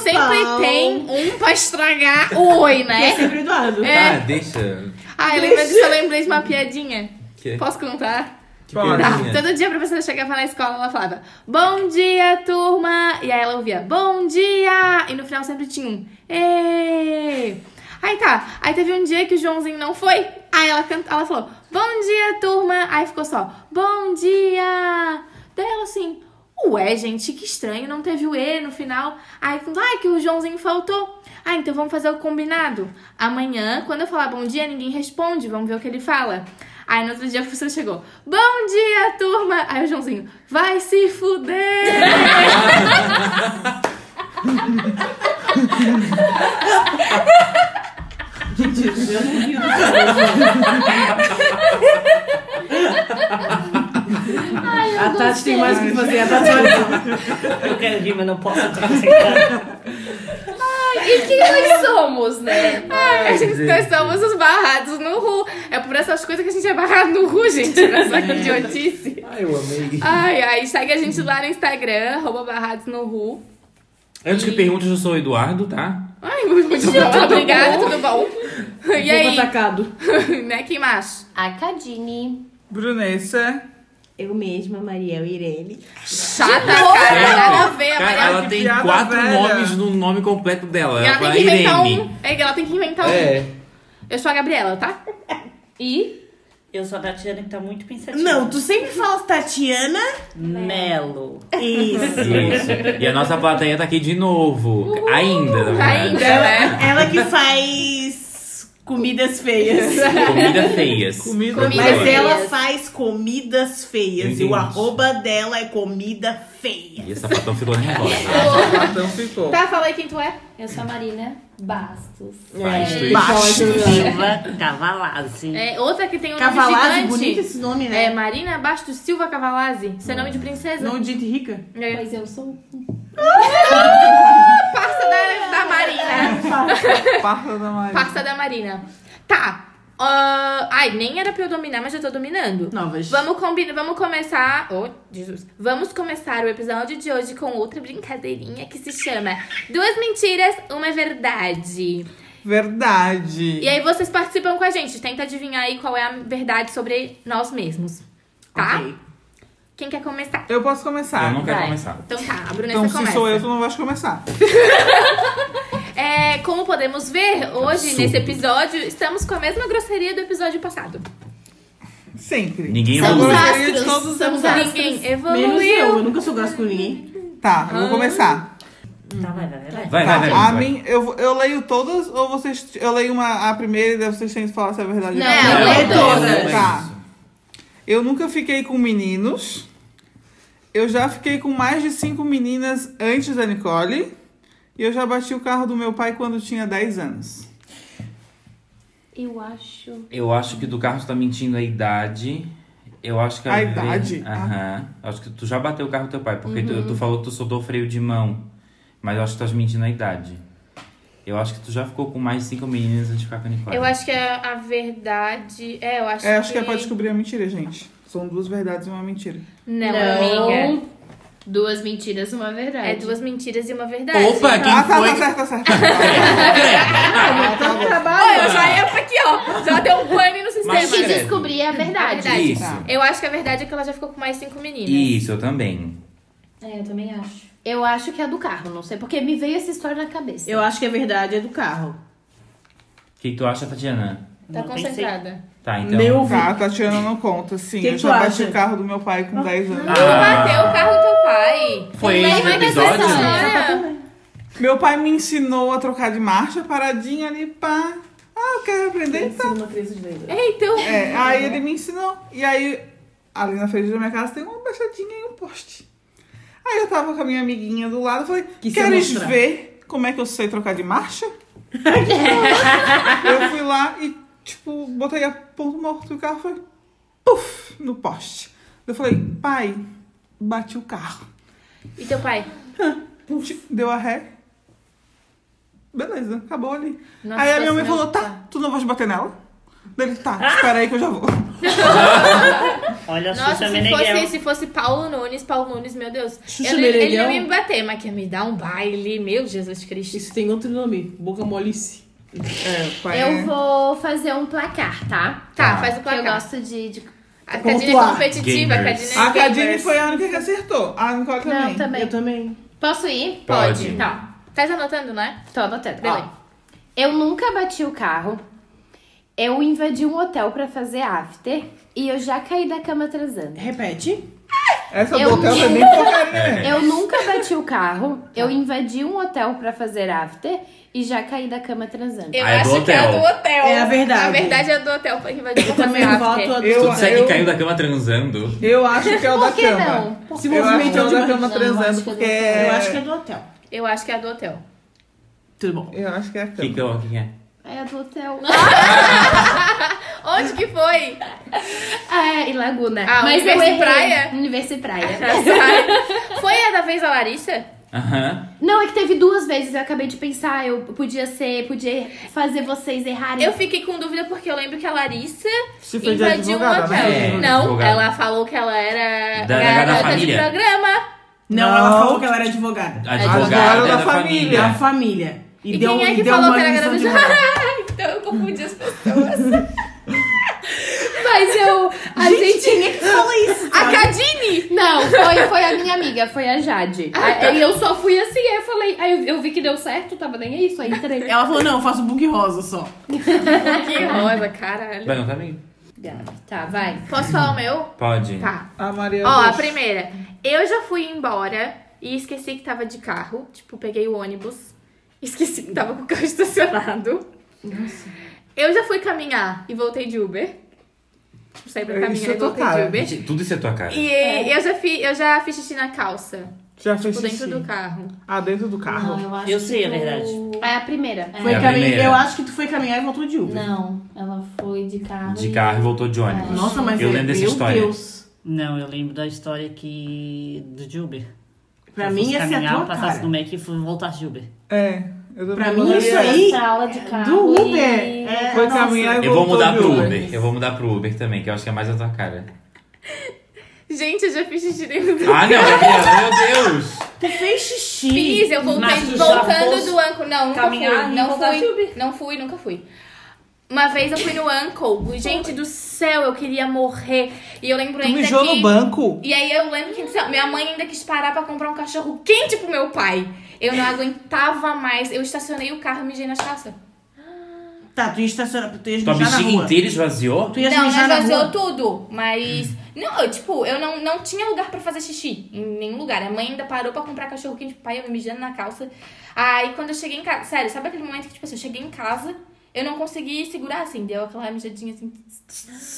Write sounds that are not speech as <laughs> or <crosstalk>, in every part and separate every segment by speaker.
Speaker 1: sempre
Speaker 2: pau.
Speaker 1: tem um pra estragar o
Speaker 2: Que
Speaker 1: oi,
Speaker 2: é
Speaker 3: <laughs>
Speaker 1: né?
Speaker 2: sempre Eduardo.
Speaker 1: É.
Speaker 4: Ah, deixa.
Speaker 1: Ah, eu lembrei disso, eu lembrei de uma piadinha.
Speaker 4: Que,
Speaker 1: Posso contar?
Speaker 4: que
Speaker 5: Bora.
Speaker 1: Tá,
Speaker 4: piadinha.
Speaker 1: todo dia a professora chegava na escola, ela falava Bom dia, turma! E aí ela ouvia Bom dia! E no final sempre tinha um Ei! Aí tá, aí teve um dia que o Joãozinho não foi Aí ela, canta, ela falou Bom dia, turma! Aí ficou só Bom dia! Daí ela assim Ué, gente, que estranho, não teve o E no final Aí, ai, que o Joãozinho faltou Ah, então vamos fazer o combinado Amanhã, quando eu falar bom dia, ninguém responde Vamos ver o que ele fala Aí no outro dia a professora chegou. Bom dia, turma! Aí o Joãozinho, vai se fuder!
Speaker 2: Gente, eu não rio. A Tati tem mais o que fazer. A Tati olha.
Speaker 5: Eu quero rir, mas não posso estar sentado.
Speaker 6: <laughs> E quem nós somos, né?
Speaker 1: Ai, a gente, nós somos os barrados no Ru. É por essas coisas que a gente é barrado no Ru, gente. Nessa idiotice.
Speaker 4: Ai, eu amei.
Speaker 1: Ai, ai, segue a gente lá no Instagram, arroba barrados no Ru.
Speaker 4: Antes que pergunte, eu sou o Eduardo, tá?
Speaker 1: Ai, muito, muito bom. Obrigada, tudo bom? E aí,
Speaker 2: Fogo atacado.
Speaker 1: <laughs> né, quem mais?
Speaker 6: A Cadine.
Speaker 5: Brunessa.
Speaker 2: Eu mesma, Mariel Irene.
Speaker 1: Chata, cara, nada a ver, a
Speaker 4: Cara,
Speaker 1: Mariela.
Speaker 4: ela tem
Speaker 5: piada
Speaker 4: quatro
Speaker 5: velha.
Speaker 4: nomes no nome completo dela.
Speaker 1: E Ela tem
Speaker 4: fala
Speaker 1: que inventar
Speaker 4: Irene.
Speaker 1: um. É, Ela tem que inventar um.
Speaker 4: É.
Speaker 1: Eu sou a Gabriela, tá? E?
Speaker 7: Eu sou a Tatiana que tá muito pensativa.
Speaker 3: Não, tu sempre fala Tatiana.
Speaker 7: Melo.
Speaker 3: Isso.
Speaker 4: Isso. E a nossa plateia tá aqui de novo. Ainda, na verdade.
Speaker 1: Uh, Ainda, né?
Speaker 7: é.
Speaker 3: Ela que faz comidas feias.
Speaker 4: Comida feias.
Speaker 5: Comida
Speaker 1: Comida
Speaker 3: Mas
Speaker 1: Feias.
Speaker 3: ela faz comidas feias. E
Speaker 4: Entendi.
Speaker 3: o arroba dela é comida feia.
Speaker 4: E essa sapatão ficou nervosa.
Speaker 1: É.
Speaker 5: Então ficou.
Speaker 1: Tá, fala aí quem tu é.
Speaker 6: Eu sou a Marina Bastos.
Speaker 4: Bastos.
Speaker 7: Silva Cavalazzi.
Speaker 1: É, outra que tem um
Speaker 3: Cavalazzi,
Speaker 1: nome
Speaker 3: bonito
Speaker 1: gigante.
Speaker 3: esse nome,
Speaker 1: É
Speaker 3: né?
Speaker 1: Marina Bastos Silva Cavalazzi. Seu nome de princesa.
Speaker 2: Não de gente rica.
Speaker 1: É,
Speaker 6: Mas eu sou.
Speaker 1: Parça da, da Marina. Tá.
Speaker 5: Parta da Maria.
Speaker 1: Parça da Marina. Tá. ah, ai, nem era pra eu dominar, mas já tô dominando.
Speaker 2: Novas.
Speaker 1: Vamos combinar, vamos começar. Oh, Jesus. Vamos começar o episódio de hoje com outra brincadeirinha que se chama Duas Mentiras, Uma Verdade.
Speaker 5: Verdade.
Speaker 1: E aí vocês participam com a gente. Tenta adivinhar aí qual é a verdade sobre nós mesmos. Tá?
Speaker 3: Ok.
Speaker 1: Quem quer começar?
Speaker 5: Eu posso começar.
Speaker 4: Eu não quero
Speaker 7: Vai.
Speaker 4: começar.
Speaker 1: Então tá, a Brunessa
Speaker 5: Então, se
Speaker 1: começa.
Speaker 5: sou eu, tu não vais começar.
Speaker 1: É, como podemos ver hoje
Speaker 4: Absurdo.
Speaker 1: nesse episódio, estamos com a mesma grosseria do episódio passado.
Speaker 5: Sempre.
Speaker 4: Ninguém
Speaker 5: Eu
Speaker 4: evolui.
Speaker 5: gostaria de todos os
Speaker 6: Somos
Speaker 5: anos.
Speaker 1: Ninguém
Speaker 3: Menos eu,
Speaker 1: assim, evoluiu.
Speaker 3: eu nunca sou grossa com ninguém.
Speaker 5: Tá, eu vou começar.
Speaker 7: Tá, vai, vai, vai.
Speaker 4: Vai,
Speaker 5: tá.
Speaker 4: vai, vai. vai.
Speaker 5: a mim, eu, vou- eu leio todas ou vocês. Eu leio uma, a primeira e daí vocês têm que falar se é verdade
Speaker 1: Não,
Speaker 5: ou
Speaker 1: eu
Speaker 5: não.
Speaker 1: leio
Speaker 4: Não,
Speaker 3: todas.
Speaker 4: é
Speaker 5: Tá.
Speaker 4: isso.
Speaker 5: Eu nunca fiquei com meninos. Eu já fiquei com mais de cinco meninas antes da Nicole. E eu já bati o carro do meu pai quando tinha 10 anos.
Speaker 6: Eu acho.
Speaker 4: Eu acho que do Carlos tá mentindo a idade. Eu acho que
Speaker 5: A
Speaker 4: ver-
Speaker 5: idade?
Speaker 4: Aham. Acho que tu já bateu o carro do teu pai, porque tu, tu falou que tu soltou o freio de mão. Mas eu acho que tu estás mentindo a idade. Eu acho que tu já ficou com mais de cinco meninas antes de ficar com a Nicole.
Speaker 1: Eu acho que a, a verdade. É, eu acho
Speaker 5: É, acho que é pra descobrir a mentira, gente. São duas verdades e uma mentira.
Speaker 1: Não, amiga.
Speaker 6: Duas mentiras, uma verdade.
Speaker 1: É duas mentiras e uma verdade.
Speaker 4: Opa, quem
Speaker 5: ah, tá,
Speaker 4: foi?
Speaker 5: tá certo,
Speaker 4: <laughs>
Speaker 5: tá certo. Ah, tá bom.
Speaker 1: Olha, já é pra aqui, ó. Já deu um pane no sistema.
Speaker 4: Mas-
Speaker 6: Tem que
Speaker 4: Credo.
Speaker 6: descobrir a verdade.
Speaker 1: Verdade.
Speaker 4: Isso.
Speaker 5: Tá.
Speaker 1: Eu acho que a verdade é que ela já ficou com mais cinco meninas.
Speaker 4: Isso, eu também.
Speaker 6: É, eu também acho. Eu acho que é a do carro, não sei, porque me veio essa história na cabeça.
Speaker 3: Eu acho que a verdade é do carro.
Speaker 4: O que tu acha, Tatiana?
Speaker 1: Tá
Speaker 7: Não
Speaker 1: concentrada.
Speaker 4: Tá, então.
Speaker 3: Meu
Speaker 5: Tá, a Tatiana não conta, sim.
Speaker 3: Que
Speaker 5: eu
Speaker 3: que
Speaker 5: já
Speaker 3: tu
Speaker 5: bati
Speaker 3: acha? Ah.
Speaker 5: o carro do meu pai com 10 anos.
Speaker 1: Tu
Speaker 4: Ah.
Speaker 1: bateu o carro do teu pai.
Speaker 4: Foi
Speaker 1: Mas
Speaker 4: esse o
Speaker 1: não é dessa
Speaker 4: episódio?
Speaker 1: história.
Speaker 5: Meu pai me ensinou a trocar de marcha, paradinha ali, pá. Ah, eu quero aprender, então.
Speaker 3: Uma crise de venda.
Speaker 1: É, então.
Speaker 5: É, aí ele me ensinou. E aí, ali na frente da minha casa tem uma baixadinha e um poste. Aí eu tava com a minha amiguinha do lado, falei,
Speaker 3: Quis se
Speaker 5: queres
Speaker 3: mostrar."
Speaker 5: ver como é que eu sei trocar de marcha? eu fui lá e, tipo, botei a ponto morto e o carro foi puff no poste. Eu falei, pai, bati o carro.
Speaker 1: E teu pai?
Speaker 5: Puff, deu a ré. Beleza, acabou ali.
Speaker 1: Nossa,
Speaker 5: aí a minha mãe
Speaker 1: senhora.
Speaker 5: falou, tá, tu não vais bater nela? Daí ele, tá, espera aí que eu já vou.
Speaker 7: Olha a
Speaker 1: Nossa,
Speaker 7: Xuxa
Speaker 1: se fosse,
Speaker 7: Meneghel.
Speaker 1: se fosse Paulo Nunes, Paulo Nunes, meu Deus.
Speaker 2: Xuxa
Speaker 1: Eu não- ele
Speaker 2: Meneghel?
Speaker 1: não ia me bater, mas quer me dar um baile, meu Jesus Cristo.
Speaker 2: Isso tem outro nome. Boca molice.
Speaker 5: É, pai,
Speaker 6: Eu
Speaker 5: é.
Speaker 6: vou fazer um placar, tá?
Speaker 1: Tá,
Speaker 4: Tá.
Speaker 1: faz o
Speaker 6: Porque eu
Speaker 1: placar.
Speaker 6: gosto de. de-
Speaker 1: A Cadine é
Speaker 2: Pontuar.
Speaker 1: competitiva, a Cadine
Speaker 4: Gamers.
Speaker 1: é
Speaker 5: A Cadine
Speaker 1: gamers.
Speaker 5: foi a única que acertou. A Nicole também.
Speaker 6: Não, também.
Speaker 2: Eu também.
Speaker 6: Posso ir?
Speaker 4: Pode.
Speaker 6: Tá.
Speaker 1: Tá se anotando, né?
Speaker 6: Tô anotando.
Speaker 1: Beleza.
Speaker 6: Ó, eu nunca bati o carro. Eu invadi um hotel pra fazer after. E eu já caí da cama transando.
Speaker 3: Repete.
Speaker 5: Essa
Speaker 6: Eu-
Speaker 5: do hotel foi bem porcaria mesmo.
Speaker 6: Eu nunca bati o
Speaker 5: <laughs> Tá.
Speaker 6: carro. Eu invadi um hotel pra fazer after. E já caí da cama transando.
Speaker 1: Eu
Speaker 4: Ah, é do
Speaker 1: acho que é a
Speaker 4: hotel.
Speaker 1: do hotel.
Speaker 3: É a verdade.
Speaker 1: A verdade é a do hotel pra invadir o
Speaker 3: Também
Speaker 1: café after.
Speaker 3: voto a
Speaker 5: Eu-
Speaker 4: Tu disser que caiu da cama transando.
Speaker 5: Eu acho que é o da
Speaker 6: Por que
Speaker 5: cama.
Speaker 6: não? Por
Speaker 2: Se
Speaker 5: Eu acho que é
Speaker 2: movimentou
Speaker 5: o
Speaker 2: de
Speaker 5: da
Speaker 6: Não,
Speaker 5: cama
Speaker 6: eu acho que
Speaker 5: transando,
Speaker 6: é
Speaker 5: porque...
Speaker 6: do
Speaker 3: Eu acho que é do hotel.
Speaker 1: Eu acho que é a do hotel.
Speaker 3: Tudo bom.
Speaker 5: Eu acho que é a
Speaker 4: O que,
Speaker 5: cama.
Speaker 4: que, eu- que que é?
Speaker 6: É do <laughs> hotel.
Speaker 1: Onde que foi? <laughs>
Speaker 6: Ah, e Laguna.
Speaker 1: Ah,
Speaker 6: Mas eu
Speaker 1: Universo e
Speaker 6: errei.
Speaker 1: Praia?
Speaker 6: Universo e <laughs> Praia. Tá
Speaker 1: foi a da vez a Larissa?
Speaker 4: Aham.
Speaker 6: Não, é que teve duas vezes, eu acabei de pensar, eu podia ser, podia fazer vocês errarem.
Speaker 1: Eu fiquei com dúvida porque eu lembro que a Larissa
Speaker 5: Se foi de
Speaker 1: invadiu um
Speaker 5: advogada,
Speaker 1: hotel.
Speaker 5: né?
Speaker 4: É,
Speaker 1: Não,
Speaker 4: advogada.
Speaker 1: ela falou que ela era
Speaker 4: Da- da- da
Speaker 1: garota de
Speaker 4: família.
Speaker 1: programa.
Speaker 3: Não,
Speaker 5: Não.
Speaker 3: ela falou que ela era advogada.
Speaker 4: Advogada da,
Speaker 5: da
Speaker 4: família.
Speaker 5: família.
Speaker 3: A família. E,
Speaker 1: E,
Speaker 3: deu,
Speaker 1: quem é
Speaker 3: e
Speaker 1: que
Speaker 3: deu
Speaker 1: falou que
Speaker 3: uma
Speaker 1: era
Speaker 3: lição
Speaker 1: garota de
Speaker 3: de moral.
Speaker 1: <laughs> Então eu confundi as pessoas.
Speaker 6: Mas eu. A gente.
Speaker 3: é
Speaker 1: a Cadine!
Speaker 6: Não, foi, foi a minha amiga, foi a Jade. Aí eu só fui assim, aí eu falei. Aí eu, eu vi que deu certo, tava nem aí, só entrei.
Speaker 3: Ela falou, não, eu faço book rosa só.
Speaker 1: Que raiva, caralho.
Speaker 4: Vai, não tá bem?
Speaker 6: Tá, vai.
Speaker 1: Posso falar o meu?
Speaker 4: Pode.
Speaker 1: Tá.
Speaker 5: A Maria
Speaker 1: Ó, a
Speaker 5: Augusta.
Speaker 1: primeira. Eu já fui embora e esqueci que tava de carro. Tipo, peguei o ônibus. Esqueci que tava com o carro <laughs> estacionado. Eu já fui caminhar e voltei de Uber. Tipo, saí pra
Speaker 5: Isso
Speaker 1: caminhar
Speaker 5: eu
Speaker 1: e
Speaker 5: tô
Speaker 1: voltei
Speaker 5: cara.
Speaker 1: de Uber.
Speaker 4: Gente, Tudo isso é tua cara.
Speaker 1: E eu, já fi, eu já fiz xixi na calça.
Speaker 5: Já fez
Speaker 1: Tipo,
Speaker 5: xixi.
Speaker 1: dentro do carro.
Speaker 5: Ah, dentro do carro.
Speaker 8: Não, eu acho
Speaker 7: Eu
Speaker 8: que
Speaker 7: sei, é
Speaker 8: tu-
Speaker 7: verdade.
Speaker 1: tipo-
Speaker 6: É a primeira.
Speaker 8: É.
Speaker 3: Foi
Speaker 4: É a
Speaker 3: caminhar-
Speaker 4: primeira.
Speaker 3: eu acho que tu foi caminhar e voltou de Uber.
Speaker 8: Não, ela foi de carro.
Speaker 4: De
Speaker 8: e-
Speaker 4: carro e voltou de ônibus.
Speaker 3: Nossa, mas
Speaker 4: Eu
Speaker 3: é-
Speaker 4: lembro dessa
Speaker 3: meu
Speaker 4: história.
Speaker 3: Deus.
Speaker 7: Não, eu lembro da história que... do de Uber.
Speaker 3: Pra
Speaker 7: Eu
Speaker 3: mim,
Speaker 7: fosse
Speaker 3: essa é a
Speaker 7: caminhar,
Speaker 3: tua
Speaker 7: passasse
Speaker 3: cara.
Speaker 7: no Mac e fui voltar de Uber.
Speaker 5: É. Eu tô
Speaker 3: Pra
Speaker 5: vendo
Speaker 3: mim,
Speaker 5: a
Speaker 8: Ela
Speaker 3: isso
Speaker 8: foi
Speaker 3: aí
Speaker 8: pra aula de carro
Speaker 3: Do Uber.
Speaker 8: e-
Speaker 3: É,
Speaker 5: Foi
Speaker 3: nossa.
Speaker 5: caminhar e
Speaker 4: Eu vou
Speaker 5: voltou
Speaker 4: mudar
Speaker 5: de
Speaker 4: pro Uber. Eu vou mudar pro Uber também, que eu acho que é mais a tua
Speaker 5: <laughs>
Speaker 4: cara.
Speaker 1: Gente, eu já fiz xixi dentro do
Speaker 4: Ah, não,
Speaker 5: Tá
Speaker 4: Gabriela, meu Deus!
Speaker 3: Tu fez xixi.
Speaker 1: Fiz, eu voltei
Speaker 3: Mas tu já
Speaker 1: voltando
Speaker 3: fosse
Speaker 1: do Anco. Não, nunca fui.
Speaker 3: caminhar e
Speaker 1: Não
Speaker 3: voltar de
Speaker 1: fui, não fui, nunca fui. Uma vez eu fui no Uncle. Gente do céu, eu queria morrer. E eu lembro
Speaker 5: Tu
Speaker 1: ainda
Speaker 5: mijou
Speaker 1: que...
Speaker 5: no banco?
Speaker 1: E aí eu lembro que sei lá, minha mãe ainda quis parar pra comprar um cachorro quente pro meu pai. Eu não aguentava mais. Eu estacionei o carro e mijei na calça.
Speaker 3: Tá, tu ia estacionar, tu ia
Speaker 4: Tua
Speaker 3: mijar na
Speaker 4: bexiga
Speaker 3: rua.
Speaker 4: inteira esvaziou?
Speaker 3: Tu ia
Speaker 1: não,
Speaker 3: mijar
Speaker 1: mas
Speaker 3: na
Speaker 1: vazou
Speaker 3: rua.
Speaker 1: tudo. Mas. Não, eu, tipo, eu não, não tinha lugar pra fazer xixi. Em nenhum lugar. A mãe ainda parou pra comprar cachorro quente pro pai, eu me mijando na calça. Aí quando eu cheguei em casa. Sério, sabe aquele momento que, tipo assim, eu cheguei em casa, eu não consegui segurar assim. Deu aquela mijadinha assim.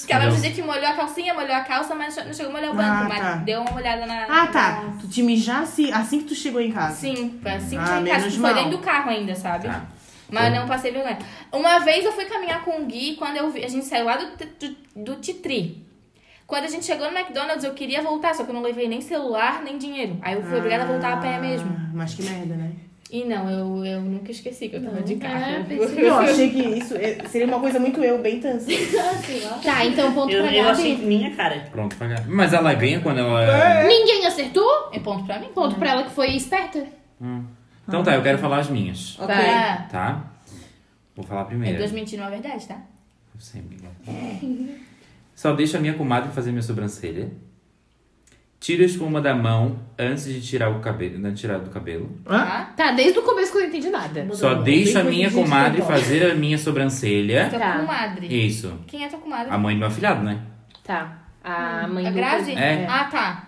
Speaker 1: Aquela
Speaker 4: Não.
Speaker 1: mijadinha que molhou a calcinha, molhou a calça, mas não chegou a molhar o banco.
Speaker 3: Ah,
Speaker 1: mas
Speaker 3: tá.
Speaker 1: deu uma olhada na.
Speaker 3: Ah, tá. Tu te mijasse assim que tu chegou em casa.
Speaker 1: Sim, foi assim que
Speaker 3: Ah,
Speaker 1: cheguei em casa.
Speaker 3: menos
Speaker 1: que Foi
Speaker 3: mal.
Speaker 1: dentro do carro ainda, sabe?
Speaker 4: Tá.
Speaker 1: Mas
Speaker 4: Então-
Speaker 1: não passei vergonha. Uma vez eu fui caminhar com o Gui, quando eu vi, a gente saiu lá do, do, do Titri. Quando a gente chegou no McDonald's, eu queria voltar, só que eu não levei nem celular, nem dinheiro. Aí eu fui obrigada a voltar a pé mesmo.
Speaker 3: Ah, Mas que merda, né?
Speaker 1: <laughs> E não, eu, eu nunca esqueci que eu tava de carro.
Speaker 8: é,
Speaker 3: Eu achei que isso é- seria uma coisa muito eu, bem tansa.
Speaker 6: Tá, então ponto
Speaker 7: Eu,
Speaker 6: pra
Speaker 7: eu
Speaker 6: Gabi.
Speaker 7: achei minha cara.
Speaker 4: Pronto, pra cá. Mas ela ganha quando ela. é-
Speaker 5: É.
Speaker 6: Ninguém acertou?
Speaker 1: É ponto pra mim?
Speaker 6: Ponto pra ela que foi esperta.
Speaker 4: Então tá, eu quero falar as minhas,
Speaker 3: Ok.
Speaker 1: Tá.
Speaker 4: tá? Vou falar
Speaker 1: É
Speaker 4: primeiro.
Speaker 1: duas mentiras, uma verdade, tá?
Speaker 4: Eu sei, amiga. é Só deixo a minha comadre fazer minha sobrancelha. Tiro a espuma da mão antes de tirar o cabelo, não tirar do cabelo.
Speaker 1: Tá?
Speaker 6: Tá, desde o começo que eu não entendi nada.
Speaker 4: Só deixo a minha comadre fazer a minha sobrancelha.
Speaker 1: Tua
Speaker 6: Tá.
Speaker 1: comadre.
Speaker 4: Isso.
Speaker 1: Quem é tua comadre?
Speaker 4: A mãe do meu afilhado, né?
Speaker 6: Tá. A mãe
Speaker 1: A
Speaker 6: do-
Speaker 1: Grazi?
Speaker 4: É.
Speaker 1: Ah, tá.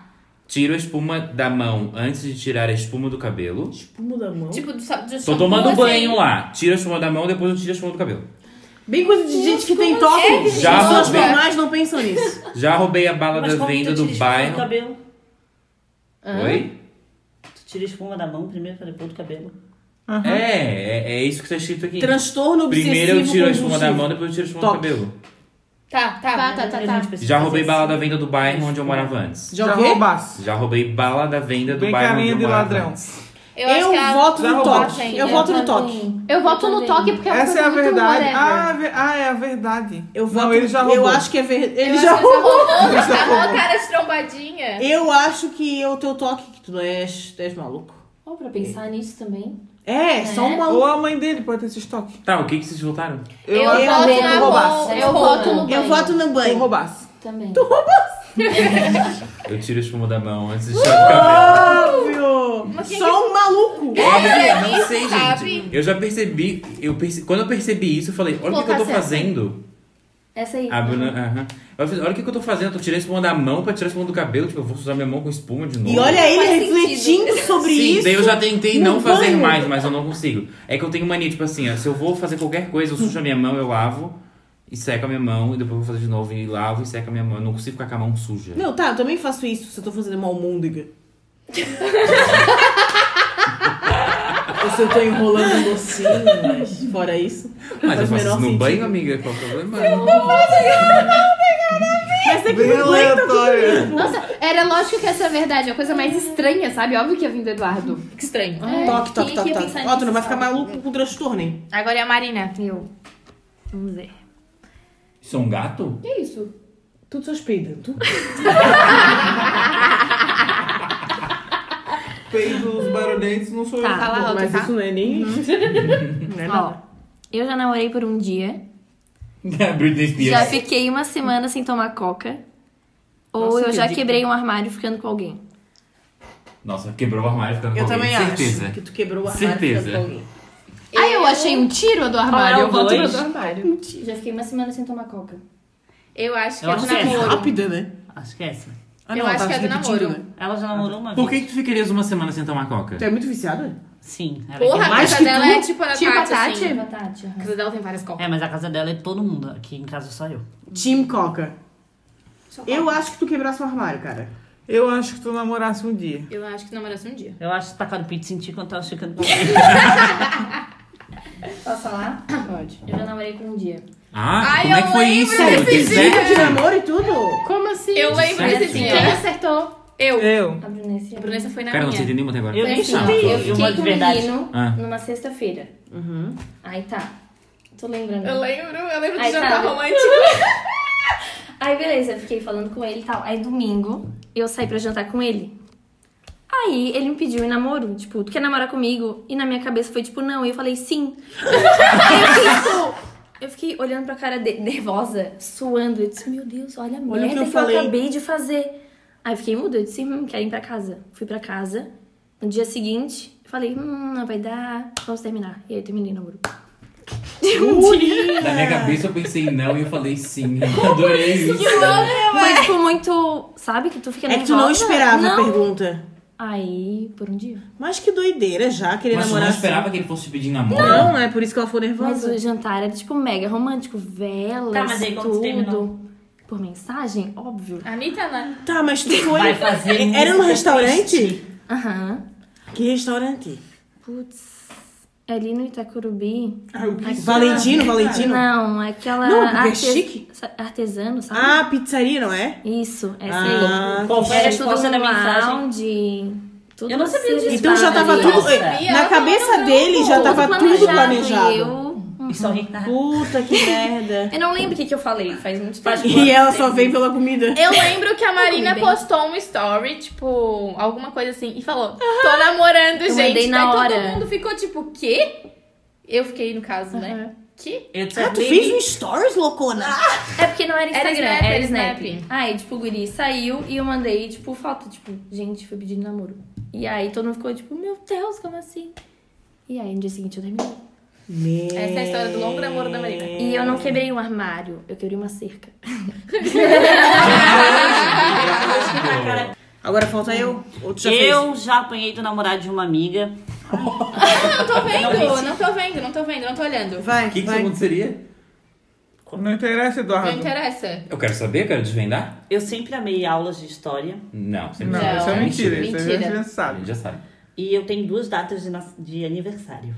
Speaker 4: Tiro a espuma da mão antes de tirar a espuma do cabelo.
Speaker 3: Espuma da mão.
Speaker 1: Tipo, do, sa- do
Speaker 4: Tô
Speaker 1: shampoo,
Speaker 4: tomando
Speaker 1: assim.
Speaker 4: banho lá. Tiro a espuma da mão, depois eu tiro a espuma do cabelo.
Speaker 3: Bem coisa de gente que tem toque.
Speaker 4: Já
Speaker 3: Pessoas
Speaker 4: roubei.
Speaker 3: normais não pensam nisso.
Speaker 4: Já roubei a bala
Speaker 7: Mas
Speaker 4: da
Speaker 7: como
Speaker 4: venda
Speaker 7: tu
Speaker 4: do
Speaker 7: tira espuma do
Speaker 4: bairro.
Speaker 7: cabelo?
Speaker 4: Oi?
Speaker 7: Tu tira espuma da mão primeiro pra depois do cabelo.
Speaker 4: É, é, é isso que tá escrito aqui.
Speaker 3: Transtorno obsessivo
Speaker 4: Primeiro eu tiro a espuma da
Speaker 3: compulsivo.
Speaker 4: mão, depois eu tiro a espuma do
Speaker 3: Toque.
Speaker 4: cabelo.
Speaker 1: Tá, tá.
Speaker 6: Tá, tá, tá, tá.
Speaker 4: Já
Speaker 7: é
Speaker 4: roubei bala
Speaker 7: assim.
Speaker 4: da venda do bairro onde eu morava antes.
Speaker 3: Já
Speaker 5: Já
Speaker 3: o quê?
Speaker 5: roubasse.
Speaker 4: Já roubei bala da venda do
Speaker 5: Bem
Speaker 4: bairro onde
Speaker 5: carinha
Speaker 4: eu
Speaker 5: de
Speaker 4: morava
Speaker 5: ladrão.
Speaker 4: antes.
Speaker 1: Eu, acho que é ela-
Speaker 3: voto
Speaker 5: Já
Speaker 3: no
Speaker 5: roubou.
Speaker 3: toque.
Speaker 6: Tem,
Speaker 3: Eu voto no
Speaker 6: também.
Speaker 3: toque.
Speaker 9: Eu voto no
Speaker 6: também.
Speaker 9: toque porque é uma
Speaker 5: Essa é
Speaker 9: coisa
Speaker 5: a
Speaker 9: muito
Speaker 5: verdade.
Speaker 9: whatever.
Speaker 5: Ah, é ver- ah, é a verdade.
Speaker 3: Eu voto,
Speaker 5: Não, ele já roubou.
Speaker 3: Eu acho que é verdade.
Speaker 1: eu
Speaker 3: Ele
Speaker 1: acho
Speaker 3: já
Speaker 1: que ela
Speaker 3: roubou.
Speaker 1: roubou,
Speaker 5: Ele já
Speaker 1: tá com a
Speaker 5: roubou.
Speaker 1: cara de trombadinha.
Speaker 3: Eu acho que é o teu toque, que tu não és, tu és maluco.
Speaker 6: Pô, pra pensar nisso também.
Speaker 3: É, só um maluco.
Speaker 5: Ou a mãe dele pode ter esse estoque.
Speaker 4: Tá, o que, que vocês votaram?
Speaker 1: Eu,
Speaker 3: eu
Speaker 1: voto
Speaker 3: também
Speaker 1: na
Speaker 3: não roubasse.
Speaker 1: roubo-
Speaker 6: Eu voto no
Speaker 3: Eu
Speaker 6: banho.
Speaker 3: voto no
Speaker 5: Se eu
Speaker 3: banho.
Speaker 5: roubasse.
Speaker 6: Também.
Speaker 4: Eu tiro o fumo da mão antes de chegar
Speaker 3: Óbvio! Só um maluco.
Speaker 4: Óbvio,
Speaker 1: Ele
Speaker 4: não sei,
Speaker 1: sabe.
Speaker 4: gente. Eu já percebi, eu perce- quando eu percebi isso, eu falei, olha o que, que eu tô
Speaker 6: Colocar certo, hein?
Speaker 4: fazendo.
Speaker 6: Essa aí.
Speaker 4: Ah, Bruna, aham. Eu falei, olha o que, que eu tô fazendo, eu tô tirando espuma da mão pra tirar espuma do cabelo, tipo, eu vou usar minha mão com espuma de novo.
Speaker 3: E olha ele
Speaker 1: Faz
Speaker 3: refletindo sobre
Speaker 4: Sim,
Speaker 3: isso.
Speaker 4: daí eu já tentei
Speaker 3: no
Speaker 4: não fazer
Speaker 3: banho.
Speaker 4: mais, mas eu não consigo. É que eu tenho mania, tipo assim, ó, se eu vou fazer qualquer coisa, eu sujo a minha mão, eu lavo e seco a minha mão, e depois eu vou fazer de novo e lavo e seco a minha mão. Eu não consigo ficar com a mão suja.
Speaker 3: Não, tá, eu também faço isso se eu tô fazendo uma <laughs> almôndega. Ou se eu tô enrolando um docinho, mas fora isso.
Speaker 4: mas eu
Speaker 3: faz o menor
Speaker 4: faço isso no
Speaker 3: sentido.
Speaker 4: banho, amiga, qual o problema?
Speaker 3: Mas é que
Speaker 5: Bem
Speaker 3: no banho tá tudo
Speaker 5: aleatório.
Speaker 3: limpo.
Speaker 9: Nossa, era lógico que essa é a verdade. A coisa mais estranha, sabe? Óbvio que ia vir do Eduardo.
Speaker 1: Que estranho.
Speaker 6: É,
Speaker 3: Toque, toque,
Speaker 6: quem
Speaker 3: toque,
Speaker 6: ia
Speaker 3: toque.
Speaker 6: pensar
Speaker 3: Ó, tu
Speaker 6: nisso,
Speaker 3: não vai ficar
Speaker 6: sabe?
Speaker 3: maluco com transtorno, hein?
Speaker 1: Agora é a Marina.
Speaker 6: Eu. Vamos ver.
Speaker 4: Isso é um gato?
Speaker 6: Que isso?
Speaker 3: Tudo só peidando.
Speaker 5: Peidos barulhentos não
Speaker 4: <laughs>
Speaker 5: sou
Speaker 6: Tá.
Speaker 5: eu.
Speaker 1: Fala alto,
Speaker 3: Mas
Speaker 1: tá?
Speaker 3: isso não é nem. <laughs> não é nada.
Speaker 6: Ó. Eu já namorei por um dia.
Speaker 4: Britney
Speaker 6: Já
Speaker 4: Spears.
Speaker 6: fiquei uma semana sem tomar coca. Ou
Speaker 3: Nossa,
Speaker 6: eu já
Speaker 3: que dica.
Speaker 6: quebrei um armário ficando com alguém.
Speaker 4: Nossa, quebrou o armário ficando
Speaker 3: Eu
Speaker 4: com
Speaker 3: também
Speaker 4: alguém.
Speaker 3: acho
Speaker 4: Certeza.
Speaker 3: que tu quebrou o armário
Speaker 4: Certeza.
Speaker 3: ficando com alguém.
Speaker 9: Ah, eu achei um tiro do armário.
Speaker 7: Ah,
Speaker 9: Eu voto no
Speaker 1: um
Speaker 7: dois.
Speaker 9: do armário.
Speaker 6: Já fiquei uma semana sem tomar coca.
Speaker 1: Eu acho que
Speaker 7: Eu
Speaker 1: é
Speaker 7: acho
Speaker 1: do
Speaker 7: que é
Speaker 1: namoro.
Speaker 3: Rápida, né?
Speaker 7: Acho que é essa.
Speaker 3: Ah,
Speaker 1: Eu
Speaker 3: ela
Speaker 1: acho
Speaker 3: tava
Speaker 1: que é do
Speaker 3: repetindo,
Speaker 1: namoro.
Speaker 3: né?
Speaker 7: Ela já namorou uma vez.
Speaker 4: Por que, que tu ficarias uma semana sem tomar coca?
Speaker 3: Tu é muito viciada?
Speaker 7: Sim. Ela
Speaker 1: Porra, a
Speaker 7: é mais
Speaker 1: casa
Speaker 3: que
Speaker 1: dela
Speaker 3: tu?
Speaker 1: é tipo a da
Speaker 9: Tipo a
Speaker 1: Tati,
Speaker 9: Tati?
Speaker 1: assim.
Speaker 9: Tipo
Speaker 6: Tati,
Speaker 1: A casa dela tem várias copas.
Speaker 7: É, mas a casa dela é de todo mundo. Aqui em casa só eu.
Speaker 3: Team Coca.
Speaker 1: Só coca.
Speaker 3: Eu acho que tu quebrasse o armário, cara.
Speaker 5: Eu acho que tu namorasse um dia.
Speaker 1: Eu acho que namorasse um dia.
Speaker 7: Eu acho que tacaram pizza em ti quando tava chegando
Speaker 6: <laughs> Posso falar?
Speaker 3: Pode.
Speaker 6: Eu já namorei por um dia.
Speaker 4: Ah,
Speaker 1: Ai,
Speaker 4: como é que
Speaker 1: eu
Speaker 4: foi
Speaker 1: lembro desse
Speaker 4: isso? Que
Speaker 1: dia.
Speaker 4: sério?
Speaker 3: é De namoro e tudo?
Speaker 9: Como assim?
Speaker 1: Eu lembro
Speaker 4: certo?
Speaker 1: desse
Speaker 6: Quem
Speaker 1: dia.
Speaker 9: acertou?
Speaker 1: Eu.
Speaker 5: Eu.
Speaker 6: A Brunessa.
Speaker 1: A Brunessa foi na
Speaker 4: Cara, não sei
Speaker 1: minha.
Speaker 4: entender muito agora.
Speaker 7: Eu
Speaker 6: Foi
Speaker 7: nem
Speaker 6: assim, ó,
Speaker 7: chutei.
Speaker 6: Eu
Speaker 7: Eu uma
Speaker 6: fiquei
Speaker 7: de
Speaker 6: com um
Speaker 7: verdade.
Speaker 6: menino
Speaker 4: Ah.
Speaker 6: numa sexta-feira.
Speaker 9: Uhum.
Speaker 6: Aí tá. Tô lembrando.
Speaker 1: Eu lembro, eu lembro de
Speaker 6: Ai,
Speaker 1: jantar
Speaker 6: tá.
Speaker 1: romântico.
Speaker 6: Aí beleza, eu fiquei falando com ele e tal. Aí domingo, eu saí pra jantar com ele. Aí ele me pediu em namoro, tipo, tu quer namorar comigo? E na minha cabeça foi tipo, não. E eu
Speaker 3: <laughs>
Speaker 6: falei, sim. Aí eu fiquei, tipo, eu fiquei olhando pra cara dele, nervosa, suando. Eu disse, meu Deus, olha a merda
Speaker 3: que eu
Speaker 6: que, eu,
Speaker 3: falei.
Speaker 6: acabei de fazer. Aí eu fiquei muda, eu disse, hum, quero ir pra casa. Fui pra casa. No dia seguinte, eu falei, hum, não vai dar, vamos terminar. E aí eu terminei o namoro.
Speaker 4: Na minha cabeça eu pensei não e eu falei sim. Adorei isso.
Speaker 6: Foi tipo muito, sabe, que tu fica
Speaker 3: É
Speaker 6: nervosa.
Speaker 3: que tu não esperava a
Speaker 6: Não.
Speaker 3: pergunta.
Speaker 6: Aí, por um dia.
Speaker 3: Mas que doideira já, querer
Speaker 4: Mas tu não
Speaker 3: namorar assim.
Speaker 4: esperava que ele fosse te pedir em namoro?
Speaker 3: Não, é por isso que ela ficou
Speaker 6: Mas
Speaker 3: nervosa.
Speaker 6: o jantar era, tipo, mega romântico. Velas,
Speaker 7: Tá, mas aí como tu terminou?
Speaker 6: tudo. Por mensagem? Óbvio.
Speaker 1: Anitta, né?
Speaker 3: Tá, mas tu foi.
Speaker 7: Vai fazer
Speaker 3: Era num
Speaker 7: música
Speaker 3: restaurante?
Speaker 6: Aham.
Speaker 3: Que restaurante?
Speaker 6: Putz. Ali no Itacurubi.
Speaker 1: Ah,
Speaker 3: Valentino, Valentino?
Speaker 6: Não, é aquela...
Speaker 3: Não, porque é
Speaker 6: artes-
Speaker 3: chique.
Speaker 6: sa- Artesano, sabe?
Speaker 3: Ah, pizzaria, não é?
Speaker 6: Isso, essa
Speaker 3: Ah,
Speaker 6: aí.
Speaker 7: Qual foi a
Speaker 6: Era tudo
Speaker 7: resposta da
Speaker 6: no
Speaker 7: mensagem?
Speaker 6: lounge. Tudo assim.
Speaker 7: Eu não sabia disso.
Speaker 3: Então já tava
Speaker 6: ali.
Speaker 3: tudo.
Speaker 1: sabia,
Speaker 3: Na
Speaker 1: eu
Speaker 3: cabeça
Speaker 1: não,
Speaker 3: dele já tava tudo
Speaker 6: planejado, e
Speaker 3: planejado.
Speaker 6: Eu...
Speaker 7: E só rica.
Speaker 3: Puta
Speaker 6: <laughs>
Speaker 3: que merda.
Speaker 6: eu não lembro o que, que eu falei, faz muito tempo.
Speaker 3: E ela só vem pela comida.
Speaker 1: Eu lembro que a Marina
Speaker 6: bem.
Speaker 1: postou um story, tipo, alguma coisa assim, e falou: Tô namorando,
Speaker 6: Eu
Speaker 1: gente.
Speaker 6: mandei na
Speaker 1: Daí
Speaker 6: hora.
Speaker 1: todo mundo ficou tipo, quê? Eu fiquei, no caso, né? Que?
Speaker 7: Eu disse,
Speaker 3: Ah, tu fez um stories, loucona?
Speaker 6: É porque não era Instagram,
Speaker 1: Snap,
Speaker 6: era
Speaker 1: era
Speaker 6: Snap.
Speaker 1: Snap.
Speaker 6: Aí, tipo, o guri saiu e eu mandei, tipo, foto, tipo, gente, foi pedindo namoro. E aí todo mundo ficou, tipo, meu Deus, como assim? E aí no dia seguinte eu terminei.
Speaker 1: Essa é a história do longo namoro da Marina.
Speaker 7: É.
Speaker 6: E eu não quebrei um armário, eu quebrei uma cerca.
Speaker 3: Agora falta eu. Ou tu já fez?
Speaker 7: Eu já apanhei do namorado de uma amiga.
Speaker 1: Não tô vendo,
Speaker 7: disse.
Speaker 1: não tô vendo, não tô vendo, não tô olhando.
Speaker 3: Vai,
Speaker 4: O que, que isso
Speaker 3: vai.
Speaker 4: aconteceria?
Speaker 5: Não interessa,
Speaker 1: Não
Speaker 5: Eduardo.
Speaker 1: interessa. <laughs>
Speaker 4: Eu quero saber, quero desvendar?
Speaker 7: Eu sempre amei aulas de história.
Speaker 4: Não, sempre
Speaker 5: Não,
Speaker 1: Não,
Speaker 5: isso é mentira.
Speaker 1: mentira.
Speaker 5: Isso
Speaker 1: Mentira.
Speaker 5: a gente
Speaker 4: A gente
Speaker 5: sabe.
Speaker 4: já sabe.
Speaker 7: E eu tenho duas datas de, nas- de aniversário.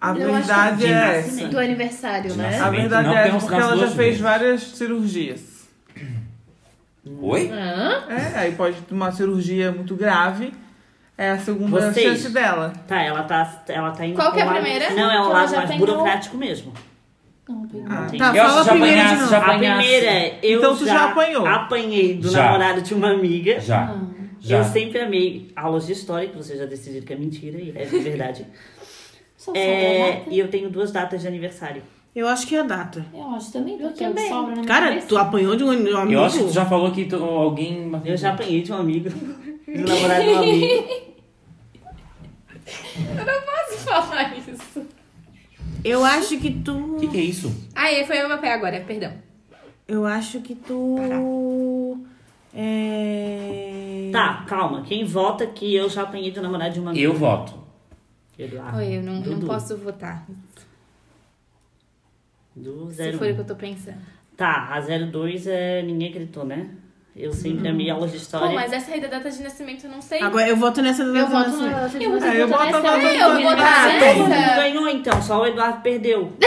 Speaker 5: A
Speaker 1: Eu acho
Speaker 5: verdade
Speaker 7: que-
Speaker 5: é
Speaker 7: Sim.
Speaker 5: essa.
Speaker 1: Do aniversário,
Speaker 4: De
Speaker 1: né?
Speaker 4: nascimento.
Speaker 5: A verdade
Speaker 4: Não,
Speaker 5: é
Speaker 4: tem
Speaker 5: essa
Speaker 4: uns
Speaker 5: porque ela já
Speaker 4: dois
Speaker 5: fez
Speaker 4: meses.
Speaker 5: várias cirurgias.
Speaker 4: Oi?
Speaker 1: Hã?
Speaker 5: É, aí pode ter uma cirurgia muito grave. É a segunda
Speaker 7: Vocês.
Speaker 5: chance dela.
Speaker 7: Tá, ela tá, ela tá indo
Speaker 1: Qual que é a
Speaker 7: pro lado-
Speaker 1: primeira?
Speaker 7: Não, é o
Speaker 8: Ela
Speaker 7: lado
Speaker 8: já
Speaker 7: mais
Speaker 8: pegou.
Speaker 7: burocrático mesmo.
Speaker 5: Ah,
Speaker 7: tem.
Speaker 5: tá,
Speaker 7: Eu
Speaker 5: fala
Speaker 4: já
Speaker 5: primeiro de
Speaker 4: apanhasse,
Speaker 5: novo.
Speaker 4: já
Speaker 7: A primeira é, eu
Speaker 5: Então tu já apanhou.
Speaker 7: apanhei do
Speaker 4: Já.
Speaker 7: namorado de uma amiga.
Speaker 4: Já. Já.
Speaker 7: Eu sempre amei aulas de história, que vocês já decidiram que é mentira e é
Speaker 1: <laughs>
Speaker 7: verdade.
Speaker 8: Só sobra
Speaker 7: É,
Speaker 8: nada.
Speaker 7: e eu tenho duas datas de aniversário.
Speaker 3: Eu acho que é a data.
Speaker 8: Eu acho também,
Speaker 6: Eu
Speaker 8: porque eu
Speaker 6: também.
Speaker 8: sobra na minha
Speaker 3: Cara,
Speaker 8: cabeça.
Speaker 3: tu apanhou de um um amigo?
Speaker 4: Eu acho que tu já falou que tu- alguém.
Speaker 7: Eu já apanhei de um amigo, <laughs> do
Speaker 1: <laughs>
Speaker 7: namorado de um amigo.
Speaker 1: Posso falar isso?
Speaker 3: Eu acho que tu.
Speaker 4: O que, que é isso?
Speaker 1: Aí, foi o meu pé agora, perdão.
Speaker 3: Eu acho que tu. É.
Speaker 7: Tá, calma. Quem vota que eu já apanhei do namorado de uma amiga?
Speaker 4: Eu voto.
Speaker 7: Eduardo.
Speaker 1: Oi, eu não, não
Speaker 7: Dudu.
Speaker 1: posso votar.
Speaker 7: Do
Speaker 1: Se
Speaker 7: 01.
Speaker 1: for o que eu tô pensando.
Speaker 7: Tá, a 02 é ninguém gritou, né? Eu sempre amei aulas de história.
Speaker 1: Hum. Pô, mas essa aí da data de nascimento eu não sei.
Speaker 3: Agora eu voto nessa
Speaker 6: Eu voto no
Speaker 3: nessa.
Speaker 6: negócio de
Speaker 8: Eu vou
Speaker 6: vocês
Speaker 5: É, eu
Speaker 8: botar
Speaker 5: boto
Speaker 8: nessa
Speaker 5: agora
Speaker 8: também,
Speaker 1: eu
Speaker 8: vou
Speaker 1: vou
Speaker 8: botar
Speaker 1: botar
Speaker 6: Ah,
Speaker 7: Ah,
Speaker 8: nessa.
Speaker 7: Todo mundo
Speaker 1: é Essa.
Speaker 7: ganhou então, só o Eduardo perdeu.
Speaker 1: <laughs>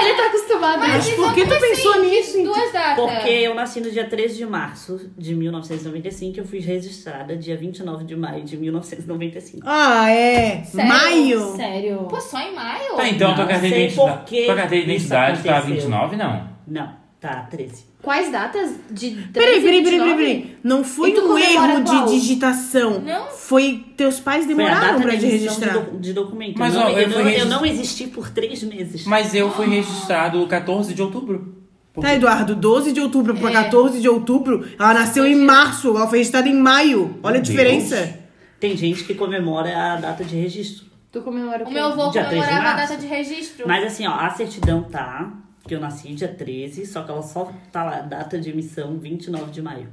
Speaker 8: Ele tá acostumado.
Speaker 3: Mas por que
Speaker 1: Tipo
Speaker 3: tu pensou
Speaker 1: assim,
Speaker 3: nisso? então?
Speaker 1: Duas datas.
Speaker 7: Porque eu nasci no dia 13 de março de 1995, eu fui registrada dia 29 de maio de 1995.
Speaker 3: Ah, é.
Speaker 1: Sério?
Speaker 3: Maio.
Speaker 6: Sério.
Speaker 1: Pô, só em maio?
Speaker 4: Tá, então
Speaker 7: Não
Speaker 4: tua carteira de
Speaker 7: sei por
Speaker 4: identidade.
Speaker 7: que
Speaker 4: Tua carteira de
Speaker 7: isso
Speaker 4: identidade tá
Speaker 7: aconteceu.
Speaker 4: 29, não?
Speaker 7: Não, tá 13.
Speaker 6: Quais datas de
Speaker 3: Peraí, peraí,
Speaker 6: 13 e
Speaker 3: peraí,
Speaker 6: 29?
Speaker 3: peraí, peraí. Não foi
Speaker 6: E tu
Speaker 3: um
Speaker 6: comemora
Speaker 3: erro
Speaker 6: qual?
Speaker 3: de digitação.
Speaker 1: Não.
Speaker 3: Foi. Teus pais
Speaker 7: Foi a
Speaker 3: demoraram
Speaker 7: data
Speaker 3: pra
Speaker 7: de
Speaker 3: te
Speaker 7: registrar de,
Speaker 3: registrar.
Speaker 7: docu- de documento.
Speaker 4: Mas,
Speaker 7: eu, não,
Speaker 4: ó, eu
Speaker 7: eu,
Speaker 4: fui
Speaker 7: não, eu
Speaker 4: registrar-
Speaker 7: não existi por três meses.
Speaker 4: Mas eu fui registrado 14 de outubro.
Speaker 3: Tá, Eduardo, 12 de outubro
Speaker 6: É.
Speaker 3: pra 14 de outubro, ela nasceu em março, ela foi registrada em maio. Olha a
Speaker 4: Meu
Speaker 3: diferença.
Speaker 7: Tem gente que comemora a data de registro.
Speaker 6: Tu comemora o
Speaker 1: O
Speaker 6: quê?
Speaker 1: meu avô
Speaker 7: Dia 13 de
Speaker 1: comemorava a
Speaker 7: março.
Speaker 1: data de registro.
Speaker 7: Mas assim, ó, a certidão tá, que eu nasci dia 13, só que ela só tá lá, data de emissão 29 de maio.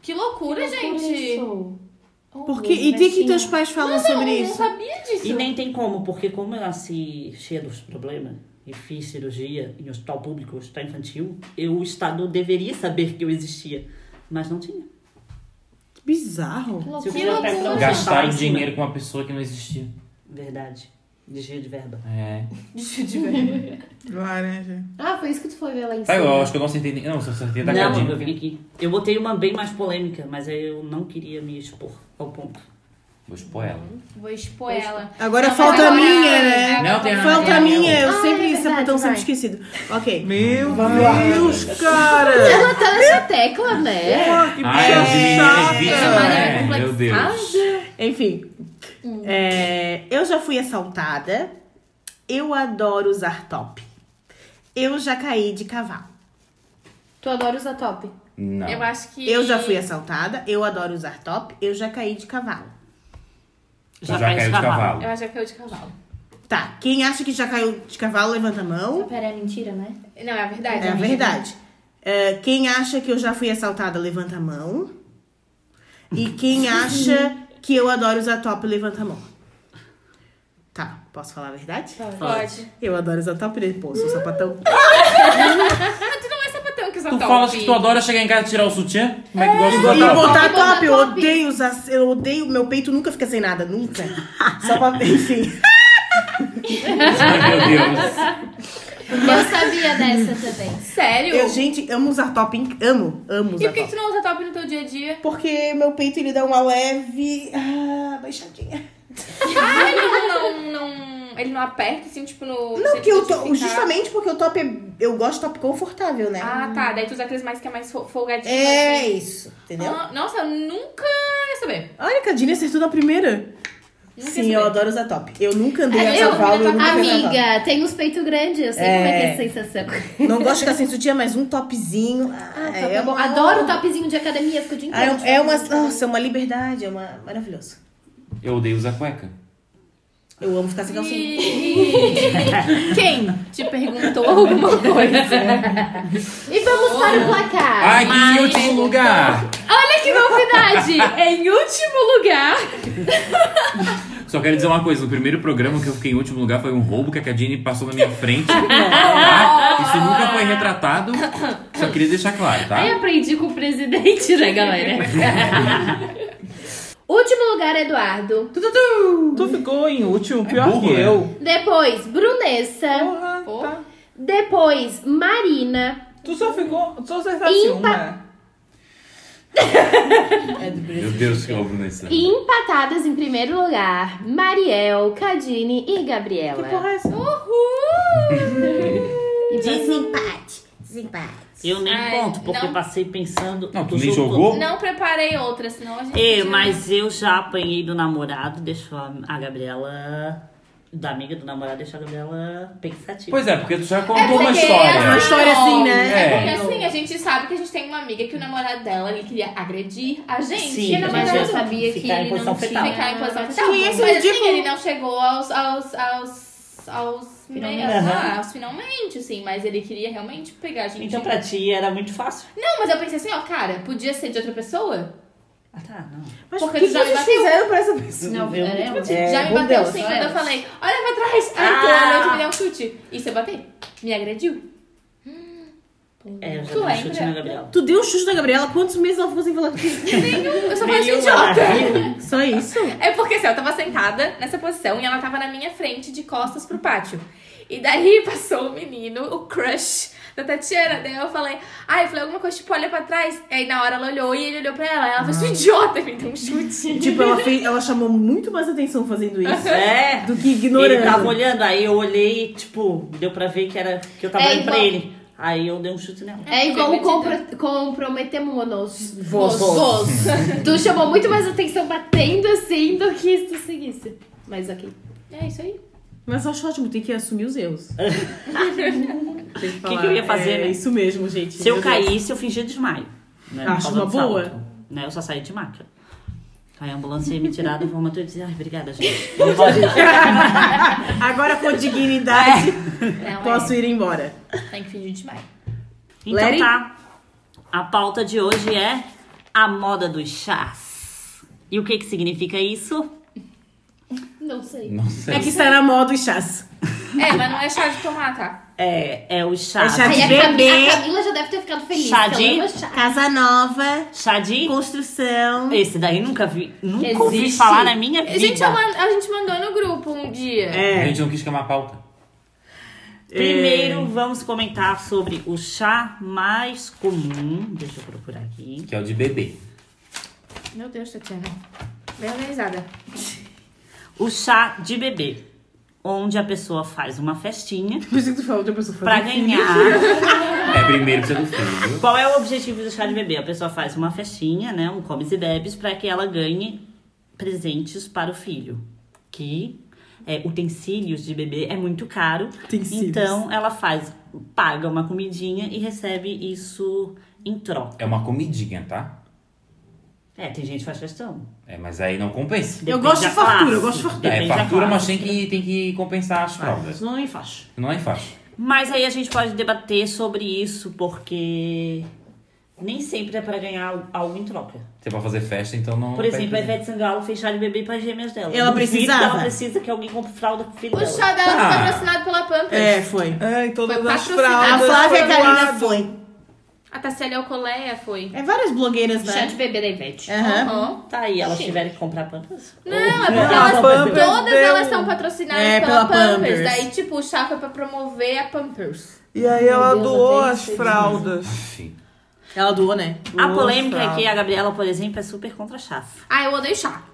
Speaker 1: Que loucura, gente.
Speaker 8: Oh,
Speaker 3: Porque, e o que
Speaker 8: assim,
Speaker 3: que teus pais falam sobre
Speaker 1: Eu não
Speaker 3: isso?
Speaker 1: sabia disso.
Speaker 7: E nem tem como, porque como eu nasci cheia dos problemas e fiz cirurgia em hospital público, hospital infantil, eu, o Estado deveria saber que eu existia, mas não tinha.
Speaker 3: Bizarro.
Speaker 7: Se eu
Speaker 1: Que
Speaker 7: fizer um teste,
Speaker 8: Ah,
Speaker 1: loucura.
Speaker 7: eu
Speaker 4: Gastaram
Speaker 7: estava em cima.
Speaker 4: dinheiro com uma pessoa que não existia.
Speaker 7: Verdade. Desvio de verba.
Speaker 4: É.
Speaker 5: Laranja.
Speaker 6: Ah, foi isso que tu foi ver lá em
Speaker 4: Tá,
Speaker 6: cima.
Speaker 4: eu acho que eu não acertei. nem- Não, tá só acertei da
Speaker 7: Não, eu vim
Speaker 4: cadinha.
Speaker 7: aqui. Eu botei uma bem mais polêmica, mas eu não queria me expor ao ponto.
Speaker 4: Vou expor ela.
Speaker 1: Vou expor ela.
Speaker 3: Agora
Speaker 1: Não,
Speaker 3: falta
Speaker 1: agora-
Speaker 3: a minha, né?
Speaker 1: agora
Speaker 4: Não, tem
Speaker 1: falta
Speaker 4: a-
Speaker 3: Falta
Speaker 4: é
Speaker 3: a
Speaker 1: ela.
Speaker 3: minha, eu
Speaker 6: Ah,
Speaker 3: sempre,
Speaker 6: é
Speaker 3: esse
Speaker 6: verdade,
Speaker 3: botão sempre
Speaker 6: vai.
Speaker 3: esquecido. Ok.
Speaker 5: Meu
Speaker 3: Deus, cara!
Speaker 6: Ela tá nessa tecla, né?
Speaker 5: Pô, que
Speaker 4: Ai, as meninas de vídeo,
Speaker 5: chata.
Speaker 1: Maria
Speaker 4: né? Meu Deus.
Speaker 3: Enfim, é, eu já fui assaltada. Eu adoro usar top. Eu já caí de cavalo.
Speaker 6: Tu adora usar top.
Speaker 4: Não.
Speaker 1: Eu acho que.
Speaker 3: Eu já fui assim. assaltada. Eu adoro usar top. Eu já caí de cavalo.
Speaker 4: Tu já caiu de cavalo.
Speaker 1: Eu acho que é o de cavalo.
Speaker 3: Tá, quem acha que já caiu de cavalo, levanta a mão.
Speaker 8: Pera, é mentira, né?
Speaker 1: Não, é a verdade.
Speaker 3: É a
Speaker 1: amiga.
Speaker 3: verdade. É, quem acha que eu já fui assaltada, levanta a mão. E <laughs> quem acha que eu adoro usar top, levanta a mão. Tá, posso falar a verdade?
Speaker 1: Pode.
Speaker 3: Eu adoro usar top depois, sou sapatão.
Speaker 1: Ah, tu não é sapatão
Speaker 3: <laughs>
Speaker 1: que usa
Speaker 4: Tu
Speaker 1: top.
Speaker 4: falas que tu adora chegar em casa e tirar o sutiã? Como é que tu gosta de
Speaker 3: E
Speaker 4: usar top?
Speaker 3: botar
Speaker 6: E botar
Speaker 3: top, eu
Speaker 6: top.
Speaker 3: odeio usar. Eu odeio. Meu peito nunca fica sem nada, nunca. Só pra. Enfim.
Speaker 4: Ai, Meu Deus.
Speaker 6: Eu sabia dessa também.
Speaker 1: Sério?
Speaker 3: Eu, gente, amo usar top. hein? Amo, amo
Speaker 1: E
Speaker 3: usar
Speaker 1: por que que
Speaker 3: top.
Speaker 1: tu não usa top no teu dia a dia?
Speaker 3: Porque meu peito ele dá uma leve. Ah, baixadinha.
Speaker 1: Ah, ele não, não, não- Ele não aperta, assim, tipo, no.
Speaker 3: Não, porque eu
Speaker 1: tô
Speaker 3: tô, justamente porque o top é, eu gosto de top confortável, né?
Speaker 1: Ah, tá. Daí tu usa aqueles mais que é mais fo- folgadinho.
Speaker 3: é
Speaker 1: assim.
Speaker 3: isso, entendeu?
Speaker 1: Ah, nossa, eu nunca ia saber.
Speaker 3: Olha, Cadine acertou na primeira.
Speaker 1: Nunca
Speaker 3: Sim,
Speaker 1: ia
Speaker 3: eu
Speaker 1: saber.
Speaker 3: adoro usar top. Eu nunca andei a
Speaker 6: É, Eu, assim,
Speaker 3: cavalo, eu nunca fui a cavalo.
Speaker 6: amiga, tem uns peitos grandes, eu sei como é que é
Speaker 3: É.
Speaker 6: essa sensação.
Speaker 3: Não gosto de ficar sem sutiã, mas um topzinho. Ah,
Speaker 1: tá,
Speaker 6: Ah,
Speaker 3: é
Speaker 6: top bom.
Speaker 3: bom.
Speaker 6: Adoro o topzinho de academia, fico o dia
Speaker 3: Ah,
Speaker 6: inteiro. de
Speaker 3: é, é uma,
Speaker 6: top.
Speaker 3: nossa, é uma liberdade, é uma maravilhoso.
Speaker 4: Eu odeio usar cueca.
Speaker 3: Eu amo ficar sem calcinha. Ah.
Speaker 1: E- <laughs> Quem te perguntou alguma coisa?
Speaker 6: E vamos para o placar.
Speaker 4: Ai, que
Speaker 1: mas-
Speaker 4: em último lugar!
Speaker 1: Olha que novidade! <laughs> em último lugar.
Speaker 4: Só quero dizer uma coisa, no primeiro programa que eu fiquei em último lugar foi um roubo que a Cadine passou na minha frente. tá? Isso nunca foi retratado. Só queria deixar claro, tá?
Speaker 6: Aí aprendi com o presidente,
Speaker 4: <laughs>
Speaker 6: né, galera? Último lugar, Eduardo.
Speaker 5: Tu ficou inútil, pior
Speaker 4: burro,
Speaker 5: que
Speaker 4: né?
Speaker 5: eu.
Speaker 6: Depois,
Speaker 1: É,
Speaker 6: Brunessa.
Speaker 5: Porra, tá.
Speaker 6: Depois, Marina.
Speaker 5: tá Tu só ficou. Tu só acertasse
Speaker 6: Ímpar.
Speaker 5: uma.
Speaker 2: É do Brasil.
Speaker 4: Meu Deus, que roubo nesse.
Speaker 6: E empatadas em primeiro lugar, Mariel, Cadine e Gabriela.
Speaker 3: é
Speaker 5: Ah,
Speaker 3: Desempate. Desempate.
Speaker 7: Eu nem
Speaker 1: Então, assim, Ai,
Speaker 7: conto, porque
Speaker 1: não.
Speaker 7: passei pensando.
Speaker 4: Não, tu
Speaker 7: no
Speaker 4: nem
Speaker 7: jogo
Speaker 4: jogou?
Speaker 1: Não preparei outra, senão a gente.
Speaker 7: É, mas eu já apanhei do namorado, deixou a, a Gabriela. Da amiga do namorado, deixou a Gabriela pensativa.
Speaker 4: Pois é, porque tu já contou
Speaker 1: É porque
Speaker 4: uma
Speaker 1: assim,
Speaker 4: história.
Speaker 3: Uma história assim, né?
Speaker 1: É porque
Speaker 4: É.
Speaker 1: assim, a gente sabe que a gente tem uma amiga que o namorado dela ele queria agredir a gente.
Speaker 7: Sim,
Speaker 1: e
Speaker 7: mas
Speaker 1: a
Speaker 8: Mas
Speaker 1: namorada
Speaker 8: eu
Speaker 7: eu-
Speaker 8: sabia que
Speaker 7: ficar em
Speaker 8: ele
Speaker 7: posição
Speaker 8: não tinha...
Speaker 7: fetal.
Speaker 1: ficar em posição fetal.
Speaker 3: E esse
Speaker 1: mas assim,
Speaker 3: ridículo-
Speaker 1: ele não chegou aos. aos. aos. aos.
Speaker 7: Finalmente.
Speaker 1: meias,
Speaker 7: Aham.
Speaker 1: ah, aos finalmente, assim, mas ele queria realmente pegar a gente.
Speaker 7: Então pra ti era muito fácil.
Speaker 1: Não, mas eu pensei assim, ó, cara, podia ser de outra pessoa?
Speaker 7: Ah, tá, não.
Speaker 3: Mas
Speaker 1: Porque
Speaker 3: o
Speaker 1: tu
Speaker 3: que, que
Speaker 1: já me
Speaker 3: vocês
Speaker 1: bateu.
Speaker 3: fizeram pra essa pessoa?
Speaker 2: Não,
Speaker 7: Eu-
Speaker 2: é,
Speaker 1: Já
Speaker 3: um
Speaker 1: me
Speaker 2: com
Speaker 1: bateu
Speaker 2: Deus,
Speaker 1: sim
Speaker 2: só
Speaker 1: quando eu
Speaker 2: ela.
Speaker 1: falei, olha pra trás! Aí tu
Speaker 7: Ah!
Speaker 1: olhou e me deu um chute. E você bateu. Me agrediu.
Speaker 7: É, eu já
Speaker 1: Tu
Speaker 7: dei um
Speaker 1: lembra?
Speaker 7: chute na Gabriela.
Speaker 3: Tu deu um chute na Gabriela, quantos meses ela ficou sem falar contigo?
Speaker 1: Nenhum, eu só falei assim,
Speaker 7: Nenhuma.
Speaker 1: idiota.
Speaker 3: Só isso?
Speaker 1: É porque assim, eu tava sentada nessa posição e ela tava na minha frente, de costas pro pátio. E daí <laughs> passou o menino, o crush da Tatiana. Daí eu falei, ai, eu falei alguma coisa, tipo, olha pra trás. Aí na hora ela olhou e ele olhou pra ela. Ela falou, idiota, e me deu um
Speaker 3: <laughs>
Speaker 1: chute.
Speaker 3: Tipo, ela, fez, ela chamou muito mais atenção fazendo isso
Speaker 7: <laughs> É.
Speaker 3: do que ignorando.
Speaker 7: Ele tava olhando, aí eu olhei, tipo, deu pra ver que era que eu tava
Speaker 6: É
Speaker 7: olhando pra
Speaker 6: igual-
Speaker 7: ele. Aí eu dei um chute nela.
Speaker 6: É igual o compro comprometemos-nos.
Speaker 1: Vos, vos.
Speaker 6: Tu chamou muito mais atenção batendo assim do que se tu seguisse. Mas ok.
Speaker 1: É isso aí.
Speaker 3: Mas eu acho ótimo, tem que assumir os erros. Tem falar,
Speaker 7: que eu ia fazer,
Speaker 3: é,
Speaker 7: né?
Speaker 3: isso mesmo, gente.
Speaker 7: Se eu
Speaker 3: Meu Deus.
Speaker 7: caísse, eu fingia desmaio. Né?
Speaker 3: Acho
Speaker 7: Por causa
Speaker 3: uma
Speaker 7: do
Speaker 3: boa.
Speaker 7: salto, Né? Eu só saí de maca. Aí a ambulância ia me tirar do vômito e eu dizia, ai, obrigada, gente. Não <laughs> pode.
Speaker 3: <laughs> Agora com dignidade,
Speaker 6: É.
Speaker 1: Não,
Speaker 3: posso ir embora.
Speaker 1: é, tem que fingir demais.
Speaker 7: Então
Speaker 3: Larry?
Speaker 7: tá. A pauta de hoje é a moda dos chás. E o que que significa isso?
Speaker 6: Não sei.
Speaker 4: Não sei.
Speaker 3: É que está na moda os chás.
Speaker 1: É, mas não é chá de tomar, tá?
Speaker 7: É, é o chá.
Speaker 3: É chá
Speaker 6: Aí
Speaker 3: de
Speaker 6: a, Cam...
Speaker 3: bebê.
Speaker 6: a Camila já deve ter ficado feliz.
Speaker 7: Chá
Speaker 6: que
Speaker 7: de-
Speaker 6: ela ama chá.
Speaker 3: Casa nova,
Speaker 7: Chá de...
Speaker 3: construção.
Speaker 7: Esse daí nunca vi, nunca ouvi
Speaker 6: Existe.
Speaker 7: falar na minha vida.
Speaker 1: A gente, man- a gente mandou no grupo um dia.
Speaker 4: A
Speaker 3: É.
Speaker 4: gente não quis chamar a pauta.
Speaker 1: É.
Speaker 7: Primeiro, vamos comentar sobre o chá mais comum. Deixa eu procurar aqui.
Speaker 4: Que é o de bebê.
Speaker 1: Meu Deus, Tatiana. Bem organizada.
Speaker 7: O chá de bebê, onde a pessoa faz uma festinha
Speaker 3: Por isso que tu falou, outra pessoa
Speaker 7: pra
Speaker 3: falou.
Speaker 7: ganhar.
Speaker 4: É primeiro precisa do filho, viu?
Speaker 7: Qual é o objetivo do chá de bebê? A pessoa faz uma festinha, né, um comes e bebes, pra que ela ganhe presentes para o filho, que é, utensílios de bebê é muito caro.
Speaker 3: Utensílios.
Speaker 7: Então ela faz, paga uma comidinha e recebe isso em troca.
Speaker 4: É uma comidinha, tá?
Speaker 7: É, tem gente que faz questão.
Speaker 4: É, mas aí não compensa.
Speaker 3: Eu gosto de fartura, eu gosto de
Speaker 7: fartura.
Speaker 4: É, fatura, mas tem
Speaker 3: né?
Speaker 4: que, tem que compensar as fraldas.
Speaker 7: Não me faz.
Speaker 4: Não é fácil.
Speaker 7: Mas aí a gente pode debater sobre isso, porque nem sempre é pra ganhar algo em troca.
Speaker 4: Você pode fazer festa, então não.
Speaker 7: Por
Speaker 3: é
Speaker 7: exemplo, a Ivete Sangalo fez chá de bebê para gêmeas dela.
Speaker 3: Ela
Speaker 7: No vídeo,
Speaker 3: precisava?
Speaker 7: Ela precisa que alguém compre fralda pro filho
Speaker 1: O
Speaker 7: dela.
Speaker 1: chá dela
Speaker 4: Ah.
Speaker 1: foi patrocinado pela Pampers.
Speaker 3: É, foi.
Speaker 5: É, e todas
Speaker 1: Foi
Speaker 5: as
Speaker 1: patrocinado.
Speaker 3: A
Speaker 5: fraldas.
Speaker 3: Flávia
Speaker 5: foram lá.
Speaker 3: Carina foi.
Speaker 1: A Tassiela Alcoleia foi.
Speaker 3: É várias blogueiras,
Speaker 6: Chá de
Speaker 3: né?
Speaker 6: bebê da Ivete.
Speaker 3: Aham.
Speaker 1: Aham.
Speaker 7: Tá aí, elas tiveram que comprar plantas?
Speaker 1: Não, é porque
Speaker 5: Não,
Speaker 1: elas,
Speaker 5: a Pampers
Speaker 1: todas
Speaker 5: deu-
Speaker 1: elas são patrocinadas
Speaker 3: É,
Speaker 1: pela,
Speaker 3: pela
Speaker 1: Pampers.
Speaker 3: Pampers.
Speaker 1: Daí, tipo, o chá foi pra promover a Pampers.
Speaker 5: E aí ela
Speaker 6: Deus, eu
Speaker 5: doou
Speaker 6: tenho
Speaker 5: as
Speaker 6: que ser
Speaker 5: fraldas.
Speaker 4: Enfim.
Speaker 3: Ela doou, né?
Speaker 7: A
Speaker 5: Doou as
Speaker 7: polêmica é que
Speaker 5: fraldas.
Speaker 7: a Gabriela, por exemplo, é super contra chá.
Speaker 1: Ah, eu odeio chá.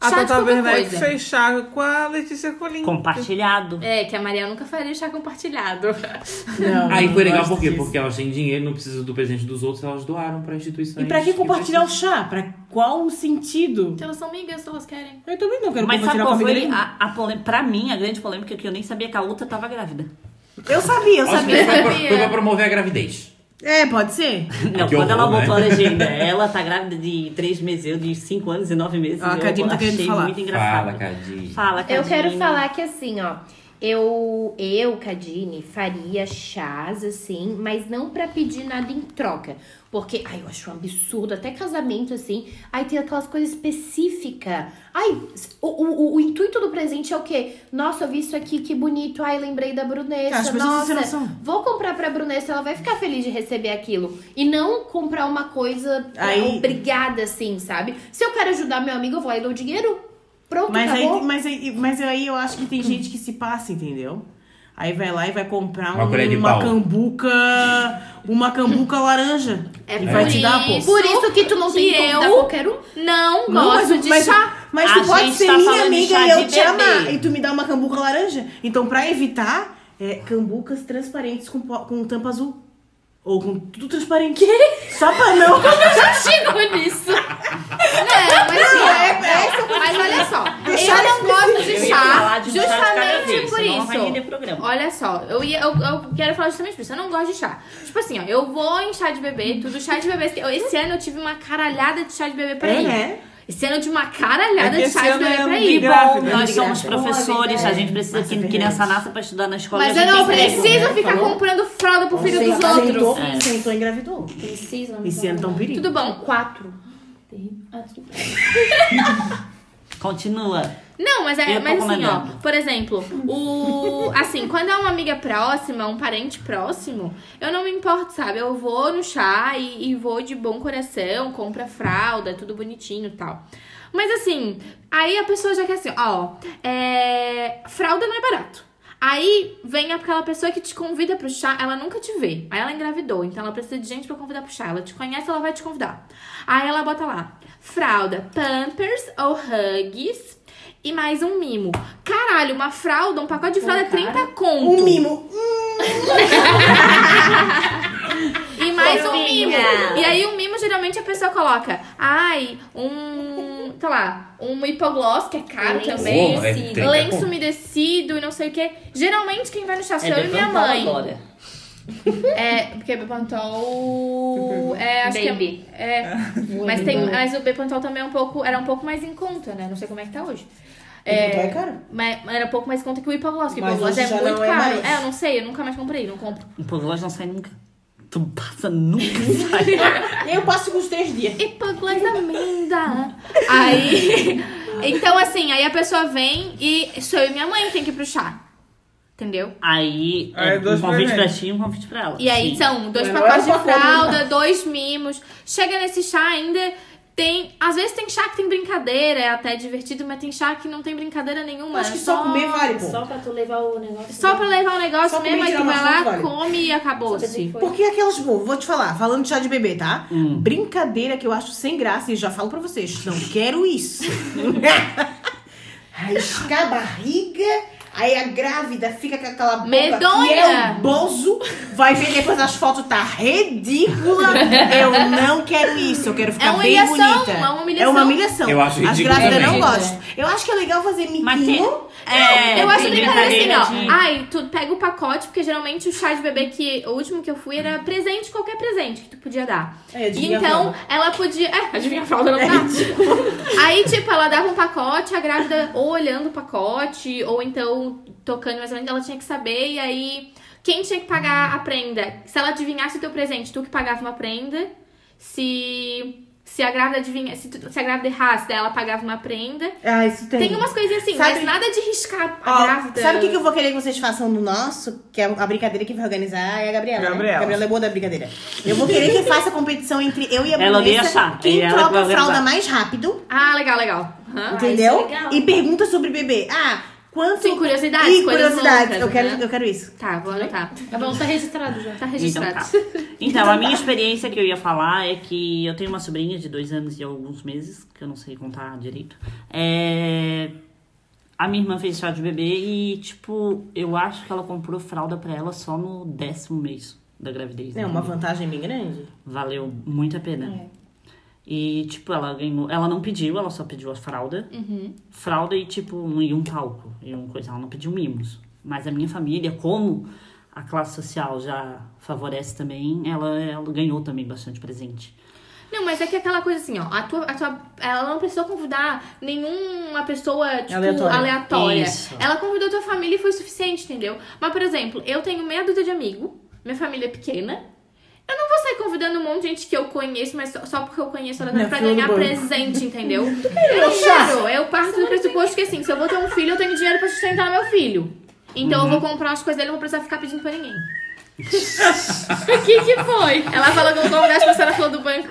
Speaker 3: Ah,
Speaker 5: A
Speaker 3: então
Speaker 1: chá de
Speaker 5: Tata
Speaker 1: qualquer
Speaker 5: Werneck
Speaker 1: coisa.
Speaker 5: fez chá com a Letícia Colim.
Speaker 7: Compartilhado.
Speaker 1: É, que a Maria nunca faria chá compartilhado.
Speaker 3: Não,
Speaker 4: Aí
Speaker 3: não
Speaker 4: foi legal
Speaker 3: gosto
Speaker 4: por quê?
Speaker 3: disso.
Speaker 4: Porque elas têm dinheiro, não precisam do presente dos outros, elas doaram pra instituições.
Speaker 3: E pra que compartilhar o
Speaker 4: precisam.
Speaker 3: chá? Pra qual sentido?
Speaker 1: Então elas são amigas, se elas querem.
Speaker 3: Eu também não quero
Speaker 7: Mas sabe
Speaker 3: compartilhar
Speaker 7: qual
Speaker 3: com a
Speaker 7: foi
Speaker 3: família.
Speaker 7: a, a polê- pra mim a grande polêmica é que eu nem sabia que a outra
Speaker 4: <laughs>
Speaker 7: tava grávida?
Speaker 3: Eu sabia, eu
Speaker 4: Acho
Speaker 3: sabia.
Speaker 4: que foi pra,
Speaker 1: sabia.
Speaker 4: foi pra promover a gravidez.
Speaker 3: <laughs> É, pode ser.
Speaker 7: Não,
Speaker 4: Que
Speaker 7: quando ela
Speaker 4: horror,
Speaker 7: botou
Speaker 4: né?
Speaker 7: a
Speaker 4: <laughs>
Speaker 7: legenda, ela tá grávida de 3 meses, eu de 5 anos e 9 meses.
Speaker 3: Ah, a
Speaker 7: eu
Speaker 3: Cadine tá
Speaker 7: achei
Speaker 3: querendo falar.
Speaker 7: muito engraçado.
Speaker 4: Fala, Cadinho.
Speaker 7: Fala,
Speaker 6: Eu
Speaker 7: Cadine.
Speaker 6: quero falar que assim, ó. Eu, eu, Cadine, faria chás assim, mas não pra pedir nada em troca. Porque, ai, eu acho um absurdo, até casamento assim. Ai, tem aquelas coisas específicas. Ai, o, o, o- o intuito do presente é o quê? Nossa, eu vi isso aqui, que bonito. Ai, lembrei da Brunessa.
Speaker 3: As pessoas não
Speaker 6: Nossa,
Speaker 3: têm noção.
Speaker 6: vou comprar pra Brunessa, ela vai ficar feliz de receber aquilo. E não comprar uma coisa é,
Speaker 3: Aí-
Speaker 6: obrigada assim, sabe? Se eu quero ajudar meu amigo, eu vou lá e dou dinheiro. Pronto,
Speaker 3: Mas aí,
Speaker 6: acabou.
Speaker 3: mas, aí, mas aí eu acho que tem gente que se passa, entendeu? Aí vai lá e vai comprar
Speaker 4: Uma
Speaker 3: um-
Speaker 4: colher de
Speaker 3: uma
Speaker 4: pau.
Speaker 3: cambuca. Uma cambuca laranja.
Speaker 1: É
Speaker 3: e vai
Speaker 1: por
Speaker 3: te dar, pô.
Speaker 1: isso
Speaker 8: Por isso que tu não
Speaker 1: que
Speaker 8: tem como
Speaker 1: eu
Speaker 8: dar qualquer um.
Speaker 1: Não,
Speaker 3: Não,
Speaker 1: gosto
Speaker 3: mas,
Speaker 1: de
Speaker 3: mas,
Speaker 1: chá.
Speaker 3: mas
Speaker 7: A
Speaker 3: tu pode
Speaker 7: gente
Speaker 3: ser
Speaker 7: tá falando
Speaker 3: minha amiga
Speaker 7: de chá
Speaker 3: e eu
Speaker 7: de
Speaker 3: te amar.
Speaker 7: bebê.
Speaker 3: E tu me dá uma cambuca laranja. Então, pra evitar, é, cambucas transparentes com, po- com tampa azul. Ou com tudo transparente. Só pra não.
Speaker 1: <laughs>
Speaker 3: <laughs>
Speaker 8: Chegou nisso.
Speaker 1: Não, mas,
Speaker 3: Não,
Speaker 1: assim,
Speaker 3: é-
Speaker 1: mas olha só.
Speaker 3: Deixar
Speaker 1: eu não gosto
Speaker 7: Eu
Speaker 1: de
Speaker 7: ia
Speaker 1: chá
Speaker 7: falar de um chá de cada
Speaker 1: justamente
Speaker 7: vez,
Speaker 1: por
Speaker 7: senão vai render
Speaker 1: isso.
Speaker 7: programa.
Speaker 1: Olha só, eu, ia, eu, eu quero falar justamente por isso. Eu não gosto de chá. Tipo assim, ó, eu vou em chá de bebê, tudo chá de bebê. Esse ano eu tive uma caralhada de chá de bebê pra
Speaker 3: É,
Speaker 1: ir.
Speaker 3: né?
Speaker 1: Esse ano eu tive uma caralhada
Speaker 5: É que
Speaker 1: de chá
Speaker 5: esse
Speaker 1: de
Speaker 5: ano
Speaker 1: bebê
Speaker 5: é ano
Speaker 3: um
Speaker 1: pra
Speaker 5: de
Speaker 1: ir.
Speaker 5: grávida.
Speaker 3: né?
Speaker 1: Bom,
Speaker 5: Não,
Speaker 7: Nós
Speaker 1: olha,
Speaker 7: somos
Speaker 1: graça.
Speaker 7: professores, a gente precisa
Speaker 3: Nossa,
Speaker 7: que
Speaker 3: verdade.
Speaker 7: criança nasça pra estudar na escola.
Speaker 1: Mas
Speaker 7: a
Speaker 1: eu
Speaker 7: gente
Speaker 1: não
Speaker 7: tem que ter-
Speaker 1: preciso
Speaker 3: né?
Speaker 1: ficar comprando fralda pro filho dos
Speaker 3: Sentou,
Speaker 1: outros.
Speaker 3: Sentou, sentou, engravidou.
Speaker 8: Precisa.
Speaker 3: E sentam um perigo.
Speaker 1: Tudo bom.
Speaker 8: Quatro. Terrível. então. Ah, tudo bem.
Speaker 7: Continua.
Speaker 1: Não, mas é,
Speaker 7: Eu tô
Speaker 1: mas assim, ó,
Speaker 7: comandando.
Speaker 1: por exemplo, o assim, quando é uma amiga próxima, um parente próximo, eu não me importo, sabe? Eu vou no chá e, e vou de bom coração, compra fralda, tudo bonitinho e tal. Mas assim, aí a pessoa já quer assim, ó, é, fralda não é barato. Aí vem aquela pessoa que te convida pro chá, ela nunca te vê. Aí ela engravidou, então ela precisa de gente pra convidar pro chá. Ela te conhece, ela vai te convidar. Aí ela bota lá, fralda, pampers ou hugs e mais um mimo. Caralho, uma fralda, um pacote de fralda é 30 conto.
Speaker 3: Um mimo.
Speaker 1: E mais um
Speaker 8: Fofinha.
Speaker 1: mimo. E aí o mimo geralmente a pessoa coloca, ai, um, sei lá, um hipogloss, que é caro
Speaker 8: Lenço
Speaker 1: também.
Speaker 4: é
Speaker 8: sim.
Speaker 4: 30
Speaker 1: lenço
Speaker 4: conto.
Speaker 1: umedecido e não sei o que. Geralmente quem vai no chá sou
Speaker 7: É
Speaker 1: eu e minha
Speaker 7: levantar
Speaker 1: mãe.
Speaker 7: agora.
Speaker 1: É, porque Bepantol. É, acho
Speaker 8: Baby.
Speaker 1: que é. é. mas, tem, mas o Bepantol também é um pouco, era um pouco mais em conta, né? Não sei como é que tá hoje.
Speaker 3: Então é caro.
Speaker 1: Mas era um pouco mais em conta que o Hipogloss, que o
Speaker 3: Mas
Speaker 1: Hipogloss
Speaker 3: hoje
Speaker 1: é
Speaker 3: já
Speaker 1: muito
Speaker 3: não é
Speaker 1: caro.
Speaker 3: mais.
Speaker 1: É, eu não sei, eu nunca mais comprei, não compro.
Speaker 7: O Pogloss não sai nunca. Tu passa
Speaker 1: <laughs>
Speaker 7: nunca sai.
Speaker 3: Eu passo com os três dias.
Speaker 1: Hipogloss da amenda. Aí. Então, assim, aí a pessoa vem e sou eu e minha mãe que tem que ir pro chá. Entendeu?
Speaker 7: Aí,
Speaker 5: Aí,
Speaker 7: é, um
Speaker 5: dois
Speaker 7: convite
Speaker 5: presentes.
Speaker 7: pra ti e um convite pra ela.
Speaker 1: E aí
Speaker 7: Sim.
Speaker 1: são dois
Speaker 3: Mas não
Speaker 1: pacotes de
Speaker 3: era um pacote,
Speaker 1: fralda, dois mimos. Chega nesse chá ainda. Tem. Às vezes tem chá que tem brincadeira, é até divertido, mas tem chá que não tem brincadeira nenhuma.
Speaker 3: Acho
Speaker 1: é
Speaker 3: que só comer vale, pô.
Speaker 8: Só pra tu levar o negócio.
Speaker 1: Só pra levar o negócio
Speaker 3: Só comer
Speaker 1: mesmo,
Speaker 3: e
Speaker 1: aí tu
Speaker 3: tirar
Speaker 1: vai
Speaker 3: uma
Speaker 1: lá,
Speaker 3: foto, vale.
Speaker 1: come e assim.
Speaker 8: assim,
Speaker 1: acabou-se.
Speaker 3: Porque aquelas, pô, vou te falar, falando de chá de bebê, tá? Brincadeira que eu acho sem graça e já falo pra vocês, não quero isso. <laughs> Arriscar a barriga, aí a grávida fica com aquela boca
Speaker 1: Medonha.
Speaker 3: que é um bozo, vai ver depois as fotos, tá ridícula. <laughs> Eu não quero isso, eu quero ficar
Speaker 1: É uma
Speaker 3: bem
Speaker 1: humilhação,
Speaker 3: bonita.
Speaker 1: é uma humilhação.
Speaker 3: É uma humilhação.
Speaker 4: Eu acho
Speaker 3: As
Speaker 4: ridículo
Speaker 3: grávidas não
Speaker 4: também.
Speaker 3: gostam. Eu acho que é legal fazer
Speaker 7: Mas tem-
Speaker 3: miquinho.
Speaker 7: É,
Speaker 1: eu acho
Speaker 7: tem
Speaker 1: brincadeira assim, ó.
Speaker 7: de-
Speaker 1: Ai, tu pega o pacote, porque geralmente o chá de bebê que. O último que eu fui era presente, qualquer presente que tu podia dar.
Speaker 3: É, adivinha
Speaker 1: então,
Speaker 3: como.
Speaker 1: ela podia. É, adivinha a fralda, não dá. Aí, tipo, ela dava um pacote, a grávida ou olhando o pacote, ou então tocando mais ou menos, ela tinha que saber, e aí. Quem tinha que pagar a prenda? Se ela adivinhasse o teu presente, tu que pagava uma prenda. Se. Se a grávida adivinha, se, tu- se a grávida errasse, daí ela pagava uma prenda.
Speaker 3: Ah, isso
Speaker 1: Tem umas coisinhas assim,
Speaker 3: Sabe-
Speaker 1: mas nada de riscar a
Speaker 3: Ó,
Speaker 1: grávida.
Speaker 3: Sabe o que, que eu vou querer que vocês façam no nosso? Que é a brincadeira que vai organizar é a Gabriela. né?
Speaker 5: Gabriela.
Speaker 3: Gabriela é boa da brincadeira. Eu vou querer que faça competição entre eu e a
Speaker 7: Ela odeia
Speaker 3: Brunessa.
Speaker 7: chá, e
Speaker 3: Quem
Speaker 7: ela
Speaker 3: troca
Speaker 7: vai
Speaker 3: a fralda
Speaker 7: organizar.
Speaker 3: mais rápido,
Speaker 1: Ah, legal, legal. Hã?
Speaker 3: entendeu?
Speaker 8: isso é legal.
Speaker 3: E pergunta sobre bebê. Ah, quanto.
Speaker 1: Sim, curiosidades,
Speaker 3: Ih,
Speaker 1: coisas
Speaker 3: curiosidades.
Speaker 1: loucas,
Speaker 3: Eu quero,
Speaker 1: né?
Speaker 3: eu quero isso.
Speaker 1: Tá, vou anotar.
Speaker 8: Tá bom, tá registrado já.
Speaker 1: Tá
Speaker 7: Então,
Speaker 1: registrado.
Speaker 7: tá. então, a minha experiência que eu ia falar é que eu tenho uma sobrinha de dois anos e alguns meses, que eu não sei contar direito. É, A minha irmã fez chá de bebê e, tipo, eu acho que ela comprou fralda pra ela só no décimo mês da gravidez.
Speaker 3: É
Speaker 7: né?
Speaker 3: uma vantagem bem grande.
Speaker 7: Valeu muito a pena.
Speaker 3: É.
Speaker 7: E, tipo, ela ganhou. Ela não pediu, ela só pediu a fralda.
Speaker 3: Uhum.
Speaker 7: Fralda e, tipo, um, e um palco. E um coisa. Ela não pediu mimos. Mas a minha família, como a classe social já favorece também, ela, ela ganhou também bastante presente.
Speaker 1: Não, mas é que é aquela coisa assim, ó. A tua, a tua, ela não precisou convidar nenhuma pessoa, tipo, aleatória.
Speaker 3: Aleatória.
Speaker 7: Isso.
Speaker 1: Ela convidou tua família e foi suficiente, entendeu? Mas, por exemplo, eu tenho meia dúzia de amigo, minha família é pequena. Eu não vou sair convidando um monte de gente que eu conheço, mas só, só porque eu conheço ela
Speaker 3: Na
Speaker 1: pra
Speaker 3: fila do
Speaker 1: ganhar
Speaker 3: banco.
Speaker 1: presente,
Speaker 3: <laughs>
Speaker 1: entendeu? Eu não quero. Eu parto do pressuposto que assim, se eu vou ter um filho, eu tenho dinheiro pra sustentar meu filho. Então eu
Speaker 3: Uhum.
Speaker 1: vou comprar as coisas dele, eu não vou precisar ficar pedindo pra
Speaker 3: <laughs>
Speaker 1: ninguém. <laughs> O que que foi? Ela falou que eu vou convidar as pessoas na fila do banco.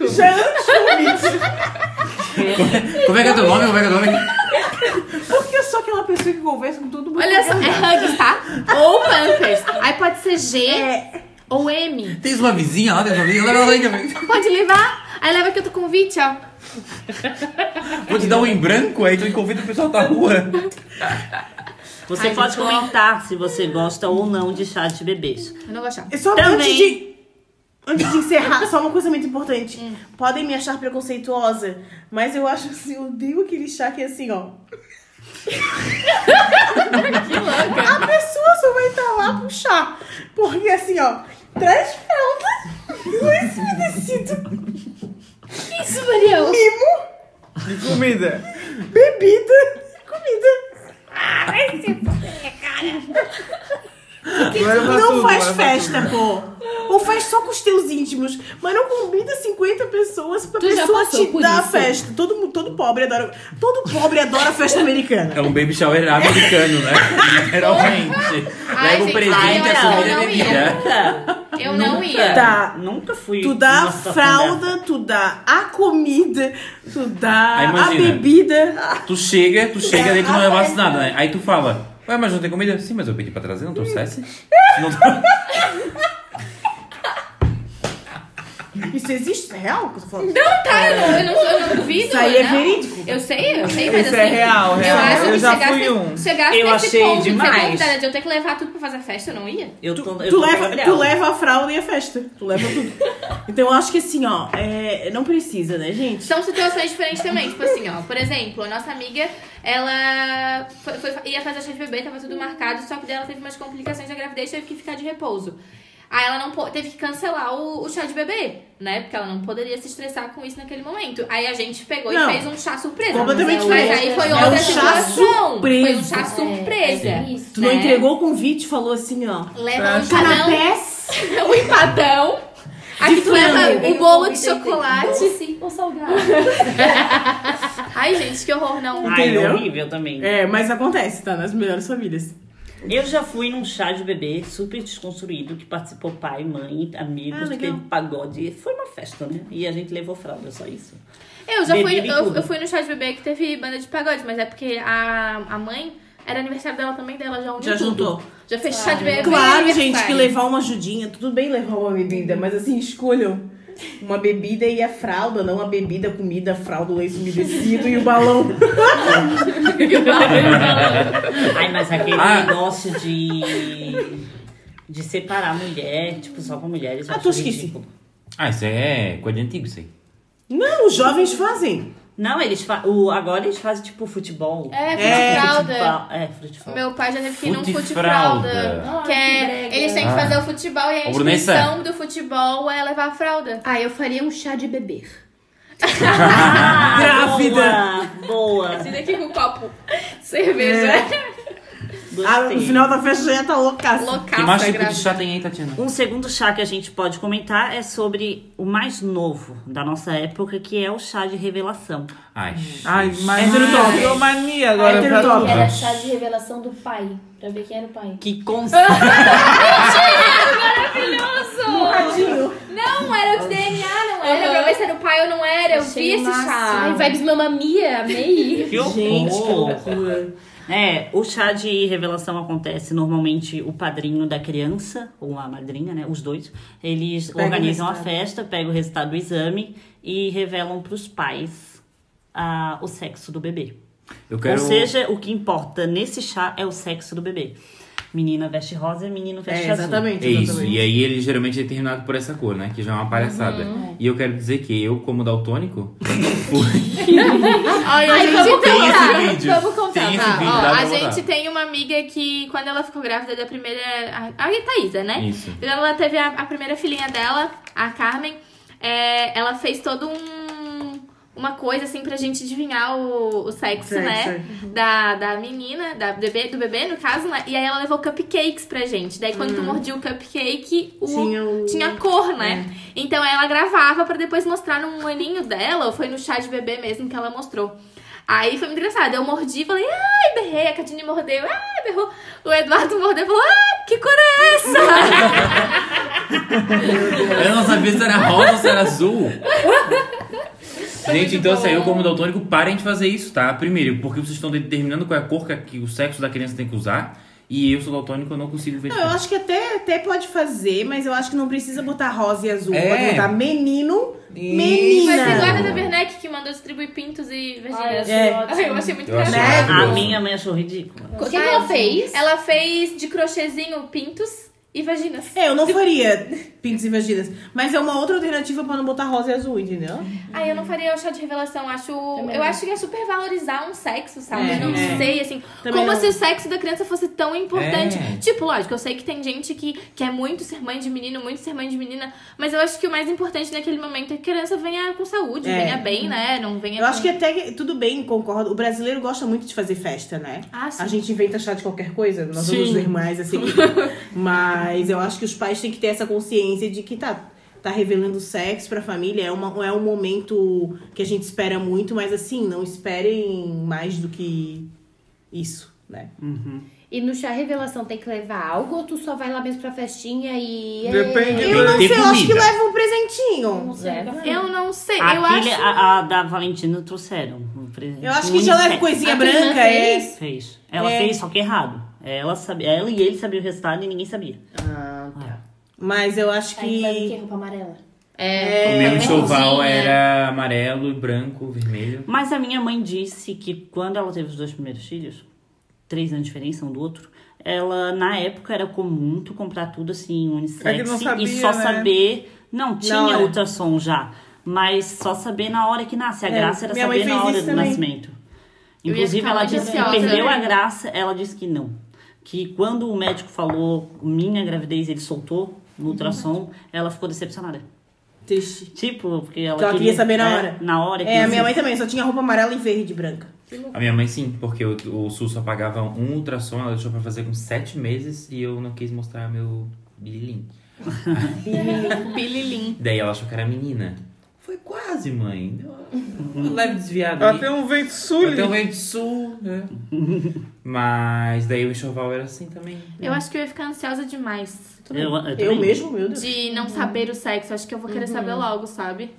Speaker 4: Como é que é teu nome? Como é que é teu nome?
Speaker 3: Por que só que
Speaker 5: aquela pessoa que conversa com todo mundo.
Speaker 1: Olha só, é Hugs, tá? Ou Pampers. Aí pode ser G
Speaker 3: É.
Speaker 1: ou M.
Speaker 4: Tens uma vizinha lá, tens uma vizinha, leva ela aí também.
Speaker 1: Pode levar. Aí leva aqui outro convite, ó.
Speaker 4: Vou te dar um em branco, aí tu convida o pessoal da rua.
Speaker 7: Você
Speaker 1: Ai,
Speaker 7: pode
Speaker 1: gente, ó.
Speaker 7: comentar se você gosta ou não de chá de bebês.
Speaker 1: Eu não gostava.
Speaker 3: É Só
Speaker 7: Também.
Speaker 3: antes de. Antes de encerrar, só uma coisa muito importante. Podem me achar preconceituosa, mas eu acho assim, eu odeio aquele chá que é assim, ó. A pessoa só vai estar lá pro chá. Porque assim, ó, traz fralda, dois umedecido,
Speaker 1: Isso, Mariel.
Speaker 3: mimo,
Speaker 5: E comida.
Speaker 3: bebida e comida. Não faz
Speaker 5: Agora eu faço tudo, agora eu faço
Speaker 3: festa, pô. Ou faz só com os teus íntimos. Mas não convida 50 pessoas pra
Speaker 8: Tu já
Speaker 3: pessoa
Speaker 8: passou
Speaker 3: te
Speaker 8: por
Speaker 3: dar
Speaker 8: isso?
Speaker 3: festa. Todo, mu- todo pobre adora. Todo pobre adora festa americana.
Speaker 4: É um baby shower americano, né? Literalmente.
Speaker 1: Ai,
Speaker 4: Leva o
Speaker 1: gente,
Speaker 4: presente,
Speaker 1: ai,
Speaker 4: a
Speaker 1: não,
Speaker 4: comida é e a
Speaker 1: não
Speaker 4: bebida.
Speaker 1: Eu não
Speaker 5: É.
Speaker 1: ia.
Speaker 3: Tá.
Speaker 7: Nunca fui.
Speaker 3: Tu dá
Speaker 7: numa
Speaker 3: a
Speaker 7: situação dessa.
Speaker 3: fralda, tu dá a comida, tu dá
Speaker 4: Aí
Speaker 3: a
Speaker 4: imagina.
Speaker 3: bebida.
Speaker 4: Tu chega, tu chega, daí tu não levasse nada, né? Aí tu fala, ué, mas não tem comida? Sim, mas eu pedi pra trazer, não trouxesse? Não trou-
Speaker 3: Isso existe? É real? que eu tô falando?
Speaker 1: Não tá, eu não, eu não, eu não duvido.
Speaker 3: Isso aí é
Speaker 1: não.
Speaker 3: verídico.
Speaker 1: Eu sei, eu sei, mas
Speaker 5: Isso
Speaker 1: assim...
Speaker 5: é real,
Speaker 1: Eu
Speaker 5: real.
Speaker 1: acho que
Speaker 5: já
Speaker 1: chegasse,
Speaker 5: fui um.
Speaker 1: chegasse
Speaker 7: Eu
Speaker 1: nesse
Speaker 7: achei
Speaker 1: ponto de ser
Speaker 7: demais.
Speaker 1: convidada de eu ter que levar tudo pra fazer a festa, eu não ia.
Speaker 7: Eu tô, eu
Speaker 3: Tu
Speaker 7: tô
Speaker 3: leva,
Speaker 7: trabalhando.
Speaker 3: tu leva a fralda e a festa. Tu leva tudo. Então eu acho que assim, ó, é, não precisa, né, gente?
Speaker 1: São situações diferentes também. Tipo assim, ó. Por exemplo, a nossa amiga, ela foi, foi- ia fazer a chá de bebê, tava tudo marcado, só que daí ela teve umas complicações da gravidez teve que ficar de repouso. Aí ela não po- teve que cancelar o, o chá de bebê, né? Porque ela não poderia se estressar com isso naquele momento. Aí a gente pegou
Speaker 3: Não.
Speaker 1: e fez um chá surpresa.
Speaker 3: Completamente
Speaker 1: Mas
Speaker 3: diferente.
Speaker 1: aí foi
Speaker 3: É um
Speaker 1: outra
Speaker 3: chá
Speaker 1: situação. Foi um
Speaker 3: surpresa.
Speaker 1: chá surpresa.
Speaker 6: É,
Speaker 8: É, isso.
Speaker 3: Tu não
Speaker 1: Né?
Speaker 3: entregou o convite, falou assim, ó.
Speaker 8: Ah,
Speaker 1: Leva um empadão,
Speaker 3: Canapés.
Speaker 1: <laughs> um empadão. Aqui tu leva um bolo de chocolate.
Speaker 8: Doce ou salgado?
Speaker 1: Ai, gente, que horror, não.
Speaker 7: Ai, é
Speaker 3: Entendeu?
Speaker 7: horrível também.
Speaker 3: É, mas acontece, tá? Nas melhores famílias.
Speaker 7: Eu já fui num chá de bebê super desconstruído que participou pai, mãe, amigos,
Speaker 3: Ah, legal.
Speaker 7: teve pagode. Foi uma festa, né? E a gente levou fralda, só isso.
Speaker 1: Eu já fui,
Speaker 7: Bebida e
Speaker 1: eu,
Speaker 7: tudo.
Speaker 1: eu fui no chá de bebê que teve banda de pagode, mas é porque a, a mãe era aniversário dela também, dela já uniu
Speaker 3: Já
Speaker 1: tudo.
Speaker 3: juntou.
Speaker 1: Já fez chá de bebê.
Speaker 3: Claro,
Speaker 1: aniversário.
Speaker 3: gente, que levar uma ajudinha, tudo bem levar uma bebida, mas assim, escolham uma bebida e a fralda, não a bebida, a comida, a fralda, o leite umedecido e o balão.
Speaker 7: Ai, mas aquele
Speaker 4: Ah.
Speaker 7: negócio de. de separar a mulher, tipo, só pra mulheres. eu
Speaker 3: Ah,
Speaker 7: acho
Speaker 3: tu esqueci.
Speaker 7: ridículo.
Speaker 4: Ah, isso é coisa de antigo, isso aí.
Speaker 3: Não, os jovens fazem.
Speaker 7: Não, eles fa... o... agora eles fazem tipo futebol.
Speaker 1: É, fralda.
Speaker 7: Futebol. É, futebol.
Speaker 1: Meu pai já teve que ir num
Speaker 4: Futifralda.
Speaker 1: futefralda. Que
Speaker 8: que
Speaker 1: é,
Speaker 8: brega.
Speaker 1: eles têm que
Speaker 4: Ah.
Speaker 1: fazer o futebol e a
Speaker 4: Ô, Brunessa.
Speaker 1: inscrição do futebol é levar a fralda.
Speaker 6: Ah, eu faria um chá de beber.
Speaker 7: Ah,
Speaker 3: Grávida.
Speaker 7: Boa! boa.
Speaker 1: Assim aqui com o copo. <laughs> Cerveja.
Speaker 3: Ah,
Speaker 7: Gostei.
Speaker 3: no final da festa já tá loucaço.
Speaker 1: Loucaça,
Speaker 4: Que mais tipo de
Speaker 1: grávida.
Speaker 4: chá tem aí, Tatiana?
Speaker 7: Um segundo chá que a gente pode comentar é sobre o mais novo da nossa época, que é o chá de revelação.
Speaker 4: Ai,
Speaker 5: Ai,
Speaker 4: Jesus.
Speaker 5: mas
Speaker 3: É Heterotop. É
Speaker 5: mania Ah, agora pra
Speaker 3: Heterotop.
Speaker 4: Era
Speaker 8: Era
Speaker 4: chá
Speaker 8: chá de revelação do pai, pra ver quem era o pai.
Speaker 7: Que
Speaker 3: <laughs>
Speaker 7: consta.
Speaker 3: Tadinho.
Speaker 1: Não, era o de DNA, não era. Pra ver se era o pai ou não era. Eu vi esse chá.
Speaker 8: Ai, vibes mamamia, amei.
Speaker 3: Gente,
Speaker 7: que
Speaker 3: que
Speaker 7: horror.
Speaker 3: loucura.
Speaker 7: É, o chá de revelação acontece normalmente o padrinho da criança, ou a madrinha, né? Os dois. Eles
Speaker 3: Pega o
Speaker 7: organizam a
Speaker 3: resultado.
Speaker 7: festa, pegam o resultado do exame e revelam pros pais ah, o sexo do bebê.
Speaker 4: Eu quero...
Speaker 7: Ou seja, o que importa nesse chá é o sexo do bebê. Menina veste rosa, menino veste
Speaker 3: É,
Speaker 7: azul.
Speaker 3: exatamente.
Speaker 4: É isso,
Speaker 3: exatamente.
Speaker 4: e aí ele geralmente é determinado por essa cor, né? Que já é uma palhaçada.
Speaker 1: Uhum.
Speaker 4: E eu quero dizer que eu, como daltônico, fui-
Speaker 1: Ai, a
Speaker 8: Ai,
Speaker 1: gente
Speaker 8: vamos
Speaker 1: tem
Speaker 4: contar.
Speaker 1: tá.
Speaker 4: Tem esse vídeo.
Speaker 1: Vamos contar.
Speaker 4: Tem esse
Speaker 1: tá. Ó,
Speaker 4: vídeo, dá pra
Speaker 1: a
Speaker 4: botar.
Speaker 1: gente tem uma amiga que, quando ela ficou grávida da primeira. A, a Thaísa, né?
Speaker 4: Isso.
Speaker 1: Quando Ela teve a, a primeira filhinha dela, a Carmen. é, ela fez todo um. Uma coisa assim pra gente adivinhar o, o sexo,
Speaker 3: Sexo, Uhum.
Speaker 1: né? Da, da menina, da bebê, do bebê, no caso, né? E aí ela levou cupcakes pra gente. Daí quando tu mordia o cupcake, o,
Speaker 3: Hum. Tinha o-
Speaker 1: tinha cor, né?
Speaker 8: É.
Speaker 1: Então ela gravava pra depois mostrar num aninho dela, ou foi no chá de bebê mesmo que ela mostrou. Aí foi muito engraçado. Eu mordi e falei, ai, berrei. A Catine mordeu, ai, berrou. O Eduardo mordeu e falou, ai, que cor é essa?
Speaker 4: eu não sabia se era rosa ou se era azul. Gente, então assim, eu como daltônico, parem de fazer isso, tá? Primeiro, porque vocês estão determinando qual é a cor que, que o sexo da criança tem que usar. E eu sou daltônico, eu não consigo ver.
Speaker 3: Não, eu acho que até, até pode fazer, mas eu acho que não precisa botar rosa e azul.
Speaker 4: É.
Speaker 3: Pode botar menino,
Speaker 5: Isso.
Speaker 1: Mas
Speaker 3: menina.
Speaker 1: igual a Tata Werneck que mandou distribuir pintos e
Speaker 8: Olha
Speaker 1: virginias.
Speaker 8: só,
Speaker 3: É.
Speaker 8: ótimo.
Speaker 1: Eu achei muito
Speaker 4: Eu acho
Speaker 1: engraçado.
Speaker 7: Né? A
Speaker 4: maravilhoso.
Speaker 7: minha mãe achou ridícula.
Speaker 8: O que, que ela fez?
Speaker 1: Ela fez de crochêzinho pintos e vaginas.
Speaker 3: É, eu não faria pintos e vaginas. Mas é uma outra alternativa pra não botar rosa e azul, entendeu?
Speaker 1: Aí eu não faria o chá de revelação. Acho,
Speaker 8: Também
Speaker 1: eu
Speaker 8: não.
Speaker 1: acho que é super valorizar um sexo, sabe?
Speaker 3: É,
Speaker 1: eu não
Speaker 3: é.
Speaker 1: sei, assim.
Speaker 3: Também
Speaker 1: como
Speaker 3: não.
Speaker 1: se o sexo da criança fosse tão importante.
Speaker 4: É.
Speaker 1: Tipo, lógico, eu sei que tem gente que quer muito ser mãe de menino, muito ser mãe de menina. Mas eu acho que o mais importante naquele momento é que a criança venha com saúde,
Speaker 3: É.
Speaker 1: venha bem, né? Não venha.
Speaker 3: Eu acho
Speaker 1: com-
Speaker 3: que até que, tudo bem, concordo. O brasileiro gosta muito de fazer festa, né?
Speaker 1: Ah, sim.
Speaker 3: A gente inventa chá de qualquer coisa, nós somos
Speaker 2: Sim.
Speaker 1: <laughs>
Speaker 3: irmãs, assim. Mas eu acho que os pais têm que ter essa consciência de que tá, tá revelando sexo pra família. É, uma, é um momento que a gente espera muito, mas assim, não esperem mais do que isso, né?
Speaker 6: E no chá revelação tem que levar algo ou tu só vai lá mesmo pra festinha e. é
Speaker 5: Depende.
Speaker 3: Eu não
Speaker 4: Tem
Speaker 3: sei, eu acho que
Speaker 4: comida.
Speaker 3: leva um presentinho.
Speaker 6: Leva.
Speaker 1: É. Eu não sei. eu
Speaker 7: Aquele,
Speaker 1: acho.
Speaker 7: a, a da Valentina trouxeram. um presente.
Speaker 3: Eu acho que já leva coisinha
Speaker 6: A turma
Speaker 3: branca, é.
Speaker 6: fez?
Speaker 7: Fez. Ela fez, só que errado. Ela, sabia, ela e ele sabiam o resultado e ninguém sabia.
Speaker 3: Ah, tá. Mas eu acho
Speaker 6: Aí tu leva o quê?
Speaker 3: que.
Speaker 6: Roupa amarela.
Speaker 4: O meu enxoval
Speaker 8: verdinha.
Speaker 4: era amarelo, branco, vermelho.
Speaker 7: Mas a minha mãe disse que quando ela teve os dois primeiros filhos, três anos de diferença um do outro, ela, na época, era comum tu comprar tudo assim,
Speaker 5: É que
Speaker 7: unissex
Speaker 5: não sabia,
Speaker 7: e só
Speaker 5: né?
Speaker 7: saber. Não, tinha
Speaker 3: hora.
Speaker 7: ultrassom já. Mas só saber na hora que nasce. A
Speaker 3: É,
Speaker 7: graça era
Speaker 3: minha mãe
Speaker 7: saber na
Speaker 3: fez
Speaker 7: hora
Speaker 3: isso
Speaker 7: do
Speaker 3: também.
Speaker 7: nascimento.
Speaker 1: Eu ia
Speaker 7: Inclusive,
Speaker 1: ficar
Speaker 7: ela
Speaker 1: muito
Speaker 7: disse que
Speaker 1: ansiosa,
Speaker 7: perdeu
Speaker 1: né?
Speaker 7: a graça, ela disse que não. Que quando o médico falou minha gravidez, ele soltou
Speaker 3: Uhum.
Speaker 7: no ultrassom, ela ficou decepcionada.
Speaker 3: Triste.
Speaker 7: Tipo, porque ela,
Speaker 3: Porque ela queria saber na
Speaker 7: é,
Speaker 3: hora.
Speaker 7: Na hora.
Speaker 3: É,
Speaker 7: que
Speaker 3: a minha
Speaker 7: assim,
Speaker 3: mãe também, só tinha roupa amarela e verde e branca.
Speaker 4: A minha mãe sim, porque o, o Sul só pagava um ultrassom, ela deixou pra fazer com sete meses e eu não quis mostrar meu bililim.
Speaker 1: Bililim.
Speaker 4: Daí ela achou que era menina. Foi quase, mãe. Deu uma leve desviada.
Speaker 5: Ela tem
Speaker 4: ali.
Speaker 5: um vento sul.
Speaker 4: Até o Rio do Sul, <laughs> né? Mas daí o enxoval era assim também.
Speaker 1: Eu acho que eu ia ficar ansiosa demais.
Speaker 7: Eu, eu
Speaker 3: Eu
Speaker 7: também.
Speaker 3: mesmo, meu Deus.
Speaker 1: de não saber o sexo. Acho que eu vou querer
Speaker 3: Uhum.
Speaker 1: saber logo, sabe?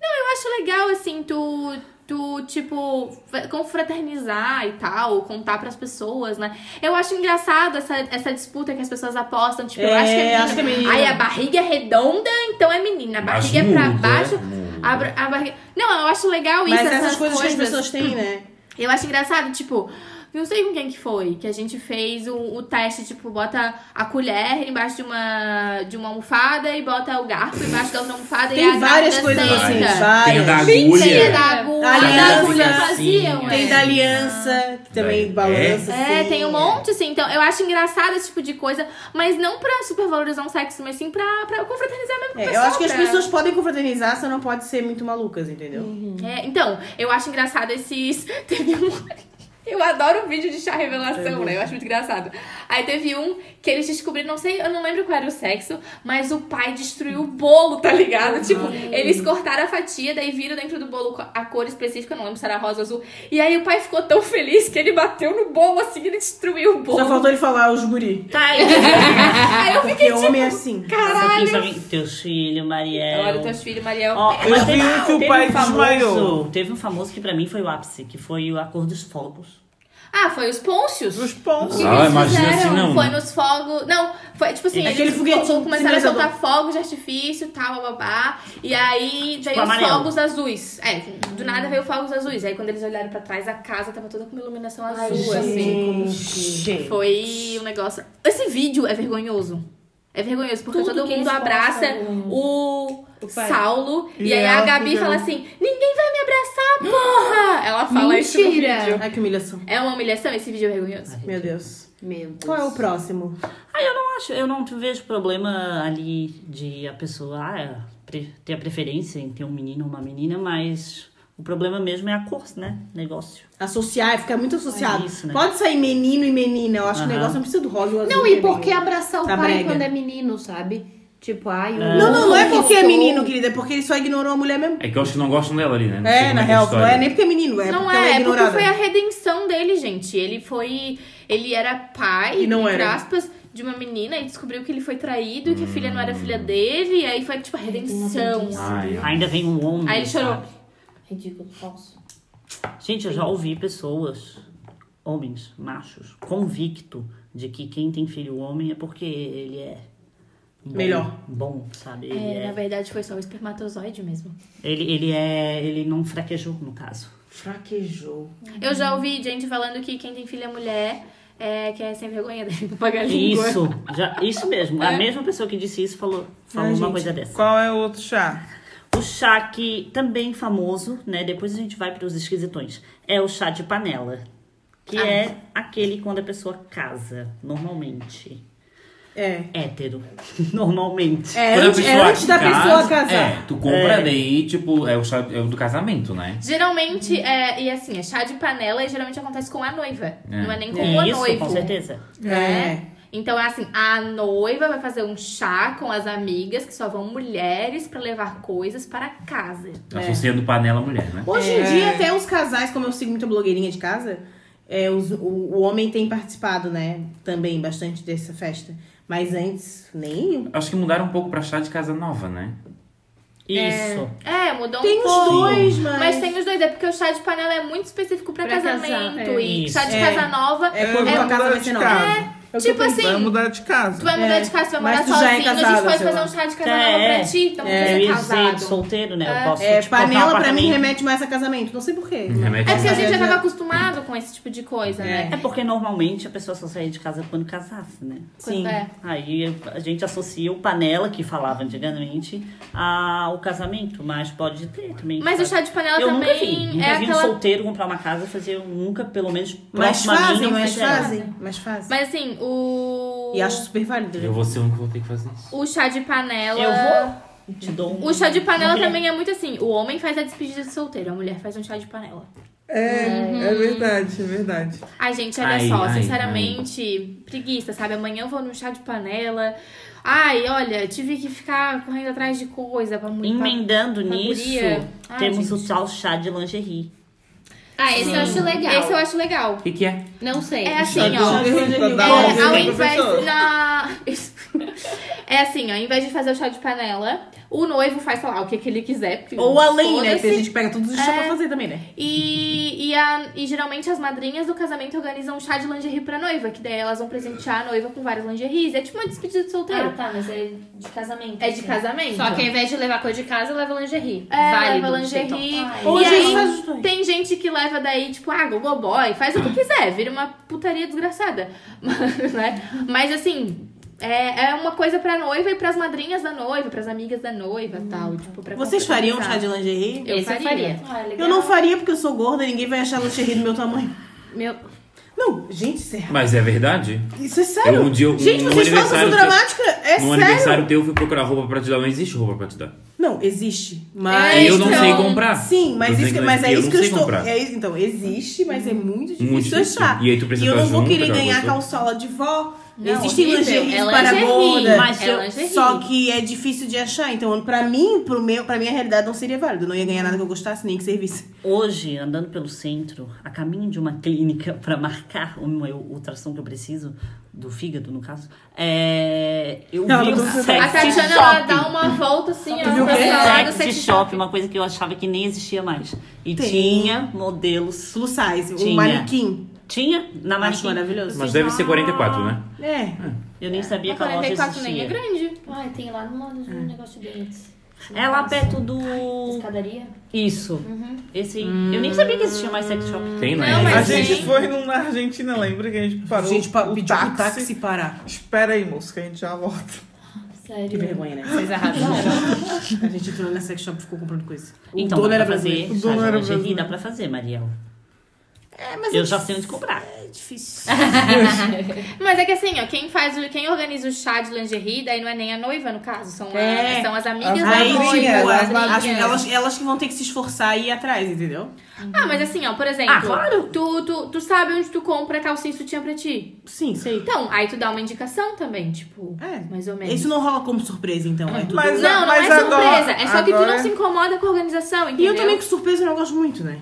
Speaker 1: Não, eu acho legal, assim, tu, tu tipo, fa- confraternizar e tal, contar pras pessoas, né? Eu acho engraçado essa, essa disputa que as pessoas apostam, tipo, eu
Speaker 3: É,
Speaker 1: acho que é menina.
Speaker 3: acho que é menina.
Speaker 1: Aí a barriga é redonda, então é menina. A barriga é pra
Speaker 4: Mas muda,
Speaker 1: baixo.
Speaker 4: muda.
Speaker 1: A, bra- a barriga... Não, eu acho legal isso,
Speaker 3: Mas
Speaker 1: essas,
Speaker 3: essas coisas, que as pessoas têm, né?
Speaker 1: eu acho engraçado, tipo, não sei com quem que foi, que a gente fez o, o teste, tipo, bota a colher embaixo de uma, de uma almofada e bota o garfo embaixo da outra almofada e
Speaker 3: Tem
Speaker 1: a
Speaker 3: várias
Speaker 1: garfo
Speaker 3: coisas
Speaker 1: da
Speaker 3: assim,
Speaker 1: sexta.
Speaker 4: Tem a da
Speaker 3: várias.
Speaker 1: Tem a da
Speaker 4: agulha.
Speaker 1: agulha,
Speaker 3: Aliança.
Speaker 1: a da faziam,
Speaker 3: Tem
Speaker 1: é.
Speaker 3: da aliança, que também
Speaker 4: É.
Speaker 3: balança.
Speaker 1: É,
Speaker 3: assim,
Speaker 1: tem um monte, assim. Então, eu acho engraçado esse tipo de coisa, mas não pra supervalorizar um sexo, mas sim pra, pra confraternizar mesmo com o
Speaker 3: É, eu
Speaker 1: pessoal,
Speaker 3: acho que as
Speaker 1: pra-
Speaker 3: pessoas podem confraternizar, só não pode ser muito malucas, entendeu?
Speaker 1: É, então, eu acho engraçado esses. <laughs> Teve um. Eu adoro um vídeo de chá revelação, né? Eu acho muito engraçado. Aí teve um que eles descobriram, não sei, eu não lembro qual era o sexo, mas o pai destruiu o bolo, tá ligado? Tipo, eles cortaram a fatia, daí viram dentro do bolo a cor específica, eu não lembro se era rosa ou azul. E aí o pai ficou tão feliz que ele bateu no bolo assim e ele destruiu o
Speaker 3: Só
Speaker 1: bolo.
Speaker 3: faltou ele falar os guri.
Speaker 1: Tá, aí- aí eu
Speaker 3: Porque
Speaker 1: fiquei tipo,
Speaker 3: homem é assim.
Speaker 7: Aqui,
Speaker 1: caralho.
Speaker 7: sabe, Teus filhos, Mariel.
Speaker 1: Olha, teus filhos, Mariel.
Speaker 7: Ó, mas
Speaker 5: Eu
Speaker 7: teve- um
Speaker 5: vi que o
Speaker 7: teve
Speaker 5: pai
Speaker 7: famoso-
Speaker 5: desmaiou.
Speaker 7: Teve um famoso que pra mim foi o ápice, que foi o Acordo dos Fogos.
Speaker 1: Ah, foi os pôncios.
Speaker 5: Os pontos.
Speaker 1: que
Speaker 4: Ah,
Speaker 1: eles
Speaker 4: imagina
Speaker 1: fizeram
Speaker 4: assim, não,
Speaker 1: foi
Speaker 4: né?
Speaker 1: nos fogos. Não, foi tipo
Speaker 8: É
Speaker 1: assim,
Speaker 3: Aquele
Speaker 1: eles
Speaker 3: foguetinho
Speaker 1: fogo- começaram a
Speaker 3: sinalizador.
Speaker 1: soltar fogos de artifício, tal, babá. E aí
Speaker 8: Tipo
Speaker 1: veio os
Speaker 7: amarelo.
Speaker 1: fogos azuis. É, do nada
Speaker 8: Hum.
Speaker 1: veio fogos azuis. Aí quando eles olharam pra trás, a casa tava toda com uma iluminação azul, assim.
Speaker 3: Gente.
Speaker 1: Foi um negócio. Esse vídeo é vergonhoso. É vergonhoso, porque
Speaker 8: Tudo
Speaker 1: todo
Speaker 8: que
Speaker 1: mundo
Speaker 8: eles
Speaker 1: abraça
Speaker 8: postam.
Speaker 1: o,
Speaker 8: pai.
Speaker 1: Saulo. E,
Speaker 5: E
Speaker 4: é
Speaker 1: aí a
Speaker 5: ela
Speaker 1: Gabi
Speaker 5: fica-
Speaker 1: fala assim: ninguém vai me abraçar, porra! Ela fala isso no
Speaker 8: Mentira.
Speaker 1: vídeo.
Speaker 3: Ai, que humilhação.
Speaker 1: É uma humilhação esse vídeo é vergonhoso.
Speaker 3: Meu Deus.
Speaker 6: Meu Deus.
Speaker 3: Qual é o próximo?
Speaker 7: Ah, eu não acho, eu não vejo problema ali de a pessoa ah, pre- ter a preferência em ter um menino ou uma menina, mas o problema mesmo é a cor, né? Negócio.
Speaker 3: Associar, fica muito associado.
Speaker 7: É isso, né?
Speaker 3: Pode sair menino e menina. Eu acho que o
Speaker 7: Aham.
Speaker 3: negócio não precisa do rosa ou azul.
Speaker 8: um
Speaker 6: Não, e
Speaker 3: também.
Speaker 6: por que abraçar o
Speaker 3: Tá
Speaker 6: pai
Speaker 3: brega.
Speaker 6: quando é menino, sabe? Tipo, ai,
Speaker 8: Ah.
Speaker 6: o
Speaker 3: Não, não, não é porque é
Speaker 6: sou-
Speaker 3: menino, querida. É porque ele só ignorou a mulher mesmo.
Speaker 4: É que eu acho que não gostam dela ali, né? Não sei
Speaker 3: É, na
Speaker 4: como que é a
Speaker 3: real, não
Speaker 4: história.
Speaker 3: é nem porque é menino, é
Speaker 1: não é,
Speaker 3: porque ela é
Speaker 1: é porque
Speaker 3: ignorada.
Speaker 1: foi a redenção dele, gente. Ele foi. Ele era pai,
Speaker 3: E não
Speaker 1: entre
Speaker 3: era.
Speaker 1: aspas, de uma menina e descobriu que ele foi traído, que a filha não era filha dele, e aí foi tipo a redenção.
Speaker 4: Ai,
Speaker 7: Ainda vem um homem.
Speaker 1: Aí ele chorou.
Speaker 7: sabe?
Speaker 6: Ridículo, falso.
Speaker 7: Gente, eu já ouvi pessoas, homens, machos, convicto de que quem tem filho homem é porque ele é bom,
Speaker 3: Melhor.
Speaker 7: Bom, sabe? Ele
Speaker 8: É, na
Speaker 7: é,
Speaker 8: verdade, foi só o espermatozoide mesmo.
Speaker 7: ele, ele é. Ele não fraquejou,
Speaker 3: <laughs>
Speaker 7: no caso.
Speaker 3: Fraquejou.
Speaker 1: Uhum. Eu já ouvi gente falando que quem tem filho é mulher, é, que é sem vergonha dele pra pagar a língua.
Speaker 7: Isso, já, isso mesmo. A mesma pessoa que disse isso falou, falou
Speaker 3: É. Ai,
Speaker 7: uma
Speaker 3: gente,
Speaker 7: coisa dessa.
Speaker 5: Qual é o outro chá?
Speaker 7: O chá que também famoso, né? Depois a gente vai para os esquisitões. É o chá de panela.
Speaker 3: Ah.
Speaker 7: Que é aquele quando a pessoa casa, normalmente.
Speaker 3: É.
Speaker 7: Hétero. <laughs> Normalmente.
Speaker 3: É,
Speaker 4: Quando a
Speaker 3: antes, é
Speaker 4: pessoa
Speaker 3: antes da
Speaker 4: casa-
Speaker 3: pessoa casar.
Speaker 4: É, tu compra daí, tipo, é o, chá, é o do casamento, né?
Speaker 1: Geralmente, é, e assim, é chá de panela e geralmente acontece com a noiva. Não é nem com o
Speaker 7: É isso,
Speaker 1: noivo.
Speaker 7: com certeza.
Speaker 1: né? Então é assim, a noiva vai fazer um chá com as amigas, que só vão mulheres, pra levar coisas para casa.
Speaker 3: É.
Speaker 4: Associando panela à mulher, né?
Speaker 3: Hoje
Speaker 7: É.
Speaker 3: em dia, até os casais, como eu sigo muita blogueirinha de casa, é, os- o, o homem tem participado, né? Também bastante dessa festa. Mas antes, nem.
Speaker 4: Acho que mudaram um pouco pra chá de casa nova, né?
Speaker 7: Isso.
Speaker 1: É, mudou
Speaker 3: Tem
Speaker 1: um
Speaker 3: os
Speaker 1: pouco.
Speaker 3: dois, mas.
Speaker 1: Mas... tem os dois, é porque o chá de panela é muito específico pra,
Speaker 8: Pra
Speaker 1: casamento.
Speaker 8: casar, é.
Speaker 1: E
Speaker 7: Isso.
Speaker 1: chá de
Speaker 3: É.
Speaker 1: casa nova,
Speaker 3: É quando
Speaker 5: vai
Speaker 3: tua casa
Speaker 5: mudar
Speaker 3: vai
Speaker 5: de
Speaker 3: ser nova.
Speaker 5: casa.
Speaker 3: É o que eu
Speaker 1: tipo
Speaker 3: penso.
Speaker 1: assim,
Speaker 5: Vai mudar de casa.
Speaker 1: tu vai mudar de casa, tu vai morar
Speaker 3: Mas tu já é
Speaker 1: sozinho, a gente
Speaker 3: casada,
Speaker 1: pode
Speaker 3: sei
Speaker 1: fazer
Speaker 3: lá.
Speaker 1: um chá de casa
Speaker 7: É,
Speaker 1: nova
Speaker 7: é.
Speaker 1: pra ti, então
Speaker 7: É, eu
Speaker 1: você é
Speaker 7: ia dizer de
Speaker 1: casado.
Speaker 7: solteiro, né?
Speaker 1: É.
Speaker 7: Eu posso,
Speaker 3: É,
Speaker 7: tipo,
Speaker 3: panela
Speaker 7: comprar um
Speaker 3: pra mim
Speaker 7: apartamento.
Speaker 3: remete mais a casamento. Não sei porquê.
Speaker 4: Remete
Speaker 1: É porque a gente já
Speaker 3: Mas é-
Speaker 1: tava acostumado com esse tipo de coisa, né?
Speaker 7: É porque normalmente a pessoa só saía de casa quando casasse, né?
Speaker 3: Sim.
Speaker 1: Quando é.
Speaker 7: Aí a gente associa o panela, que falava antigamente, ao casamento, mas pode ter também.
Speaker 1: Mas o
Speaker 7: sabe?
Speaker 1: chá de panela
Speaker 7: É. eu
Speaker 1: também
Speaker 7: nunca vi. Nunca
Speaker 1: é
Speaker 7: vi
Speaker 1: aquela.
Speaker 7: um solteiro comprar uma casa e fazer nunca, pelo menos,
Speaker 3: Mas
Speaker 7: próximo a mim,
Speaker 3: fazem,
Speaker 4: é um
Speaker 7: não
Speaker 3: mas
Speaker 7: fizeram.
Speaker 3: fazem. Mas fazem.
Speaker 1: Mas assim, o.
Speaker 3: E acho super válido. né?
Speaker 4: Eu vou ser o único que vou ter que fazer isso.
Speaker 1: O chá de panela.
Speaker 7: Eu vou. Te dou um-
Speaker 1: O chá de panela
Speaker 7: Mulher.
Speaker 1: também é muito assim. O homem faz a despedida de solteiro, a mulher faz um chá de panela.
Speaker 5: É,
Speaker 1: Uhum.
Speaker 5: é verdade, é verdade.
Speaker 1: Ai, gente, olha
Speaker 4: Ai,
Speaker 1: só,
Speaker 4: ai,
Speaker 1: sinceramente, preguiça, sabe? Amanhã eu vou num chá de panela. Ai, olha, tive que ficar correndo atrás de coisa pra mulher.
Speaker 7: Emendando
Speaker 1: Uma
Speaker 7: nisso,
Speaker 1: guria. Ah,
Speaker 7: temos o
Speaker 1: gente.
Speaker 7: tal chá de lingerie.
Speaker 6: Ah, esse eu acho legal.
Speaker 1: Esse eu acho legal.
Speaker 4: O que, que é?
Speaker 6: Não sei.
Speaker 1: É assim,
Speaker 5: Chá
Speaker 1: ó.
Speaker 5: de lingerie Tá pra dar
Speaker 1: É,
Speaker 5: aula
Speaker 1: ao
Speaker 5: pra
Speaker 1: invés
Speaker 5: professora.
Speaker 1: na... <laughs> é assim, ó, ao invés de fazer o chá de panela, o noivo faz, sei lá, o que, que ele quiser. porque
Speaker 3: Ou além, né?
Speaker 1: foda-se.
Speaker 3: Porque a gente que pega todos os chá pra fazer também, né?
Speaker 1: E, e, a- e geralmente as madrinhas do casamento organizam um chá de lingerie pra noiva, que daí elas vão presentear a noiva com várias lingeries. É tipo uma despedida de
Speaker 8: Ah,
Speaker 1: solteiro.
Speaker 8: tá, mas é de casamento.
Speaker 1: é de
Speaker 8: assim.
Speaker 1: casamento.
Speaker 6: Só que ao invés de levar coisa de casa, leva lingerie.
Speaker 1: É,
Speaker 6: Válido. Então,
Speaker 1: leva
Speaker 6: achei
Speaker 1: lingerie.
Speaker 6: top.
Speaker 1: Ou
Speaker 3: Ou
Speaker 1: E
Speaker 3: a gente
Speaker 1: aí-
Speaker 3: faz os dois.
Speaker 1: Tem gente que leva daí, tipo, ah, gogoboy, faz o que quiser, vira uma putaria desgraçada. <laughs> Mas, né? Mas assim, é, é uma coisa pra noiva e pras madrinhas da noiva, pras amigas da noiva
Speaker 7: Hum.
Speaker 1: e tal. Tipo, pra
Speaker 3: Vocês fariam um chá de lingerie?
Speaker 1: Eu
Speaker 6: Esse eu
Speaker 1: faria.
Speaker 6: faria.
Speaker 8: Ah, é legal.
Speaker 3: Eu não faria porque eu sou gorda, ninguém vai achar lingerie do meu tamanho.
Speaker 6: Meu...
Speaker 3: Não, gente, isso é,
Speaker 4: Mas é verdade?
Speaker 3: isso é sério.
Speaker 4: Eu, um dia, eu-
Speaker 3: gente,
Speaker 4: no
Speaker 3: vocês falam
Speaker 4: aniversário
Speaker 3: isso
Speaker 4: teu-
Speaker 3: dramática? É
Speaker 4: No
Speaker 3: sério?
Speaker 4: aniversário teu, eu fui procurar roupa pra te dar. Não existe roupa pra te dar.
Speaker 3: Não, existe. Mas.
Speaker 4: eu não
Speaker 1: então-
Speaker 4: sei comprar.
Speaker 3: Sim,
Speaker 4: Tô
Speaker 3: mas,
Speaker 4: dizendo
Speaker 3: isso que-
Speaker 4: não
Speaker 3: mas é
Speaker 4: existe, eu
Speaker 3: isso
Speaker 4: não
Speaker 3: que eu
Speaker 4: sei
Speaker 3: estou.
Speaker 4: comprar.
Speaker 3: É, isso- então, existe, mas é muito difícil
Speaker 4: Muito difícil.
Speaker 3: achar.
Speaker 4: E aí tu precisa
Speaker 3: eu
Speaker 4: estar
Speaker 3: não vou
Speaker 4: junto,
Speaker 3: querer
Speaker 4: aquela
Speaker 3: ganhar
Speaker 4: coisa
Speaker 3: calçola de vó.
Speaker 1: Não,
Speaker 3: Existem
Speaker 1: horrível.
Speaker 3: lingeries
Speaker 1: É
Speaker 3: para
Speaker 1: lingerie,
Speaker 3: gorda.
Speaker 7: mas
Speaker 1: É
Speaker 7: eu-
Speaker 1: lingerie.
Speaker 3: Só que é difícil de achar. Então, pra mim, pro meu, pra minha realidade, não seria válido. Eu não ia ganhar nada que eu gostasse, nem que servisse.
Speaker 7: Hoje, andando pelo centro, a caminho de uma clínica para marcar o meu ultrassom que eu preciso, do fígado, no caso, é... eu
Speaker 3: Não,
Speaker 7: vi
Speaker 3: não
Speaker 7: um
Speaker 3: tô-
Speaker 7: sexy
Speaker 1: A Tatiana, ela
Speaker 7: shop.
Speaker 1: dá uma volta assim, ó,
Speaker 3: viu o
Speaker 1: pra
Speaker 3: quê?
Speaker 1: falar do
Speaker 7: Sexy shop, uma coisa que eu achava que nem existia mais. E
Speaker 3: Tem.
Speaker 7: tinha modelos...
Speaker 3: Plus size, um
Speaker 7: Tinha.
Speaker 3: manequim.
Speaker 7: Tinha na
Speaker 3: Acho
Speaker 7: marquinha.
Speaker 3: maravilhoso.
Speaker 4: Mas
Speaker 1: Ah.
Speaker 4: deve ser 44, né?
Speaker 3: É.
Speaker 7: Eu nem sabia
Speaker 1: A
Speaker 7: que a loja
Speaker 1: 44 nem é
Speaker 7: existia.
Speaker 1: grande.
Speaker 8: Ai, tem lá no lado de
Speaker 6: Ah.
Speaker 8: um negócio de dentes.
Speaker 7: É lá perto do...
Speaker 6: um
Speaker 8: Escadaria?
Speaker 7: Isso.
Speaker 1: Uhum.
Speaker 7: Esse...
Speaker 3: Hum.
Speaker 7: Eu nem sabia que existia mais sex shop.
Speaker 4: Tem, né?
Speaker 1: Não,
Speaker 5: A
Speaker 1: mas
Speaker 5: gente
Speaker 1: sim.
Speaker 5: foi num- na Argentina, lembra que a gente
Speaker 3: A
Speaker 5: parou
Speaker 3: gente pa-
Speaker 5: o
Speaker 3: pediu
Speaker 5: táxi.
Speaker 3: pro táxi parar.
Speaker 5: Espera aí, moço, que a gente já volta.
Speaker 8: Sério.
Speaker 3: Que vergonha, né? Vocês arrasaram. a gente entrou na sex shop e ficou comprando coisa. O
Speaker 7: Então,
Speaker 3: dono
Speaker 7: dá
Speaker 3: era
Speaker 7: pra fazer.
Speaker 3: brasileiro.
Speaker 7: chá
Speaker 5: O
Speaker 7: de
Speaker 5: dono era
Speaker 7: lingerie,
Speaker 5: brasileiro.
Speaker 7: Dá pra fazer, Mariel.
Speaker 3: É, mas
Speaker 7: Eu
Speaker 3: é
Speaker 7: já sei onde comprar.
Speaker 3: difícil.
Speaker 1: Mas é que assim, ó, quem faz o- quem organiza o chá de lingerie, daí não é nem a noiva, no caso, são, a-
Speaker 3: É.
Speaker 1: são as amigas
Speaker 5: As
Speaker 1: da
Speaker 3: Aí,
Speaker 5: As
Speaker 1: noiva.
Speaker 3: tipo,
Speaker 5: madrinhas,
Speaker 3: elas,
Speaker 5: as madrinhas.
Speaker 3: elas, elas que vão ter que se esforçar e ir atrás, entendeu?
Speaker 1: Ah, mas assim, ó, por exemplo,
Speaker 7: Ah, claro.
Speaker 1: tu, tu, tu sabe onde tu compra calcinha e sutiã pra ti.
Speaker 3: Sim, sei.
Speaker 1: Então, aí tu dá uma indicação também, tipo,
Speaker 3: É.
Speaker 1: mais ou menos.
Speaker 3: Isso não rola como surpresa, então. É tudo...
Speaker 5: Mas-
Speaker 1: Não, não é
Speaker 5: agora-
Speaker 1: surpresa. É só que tu não
Speaker 5: agora-
Speaker 1: se incomoda com a organização,
Speaker 3: E
Speaker 1: entendeu?
Speaker 3: eu também com surpresa não gosto muito, né?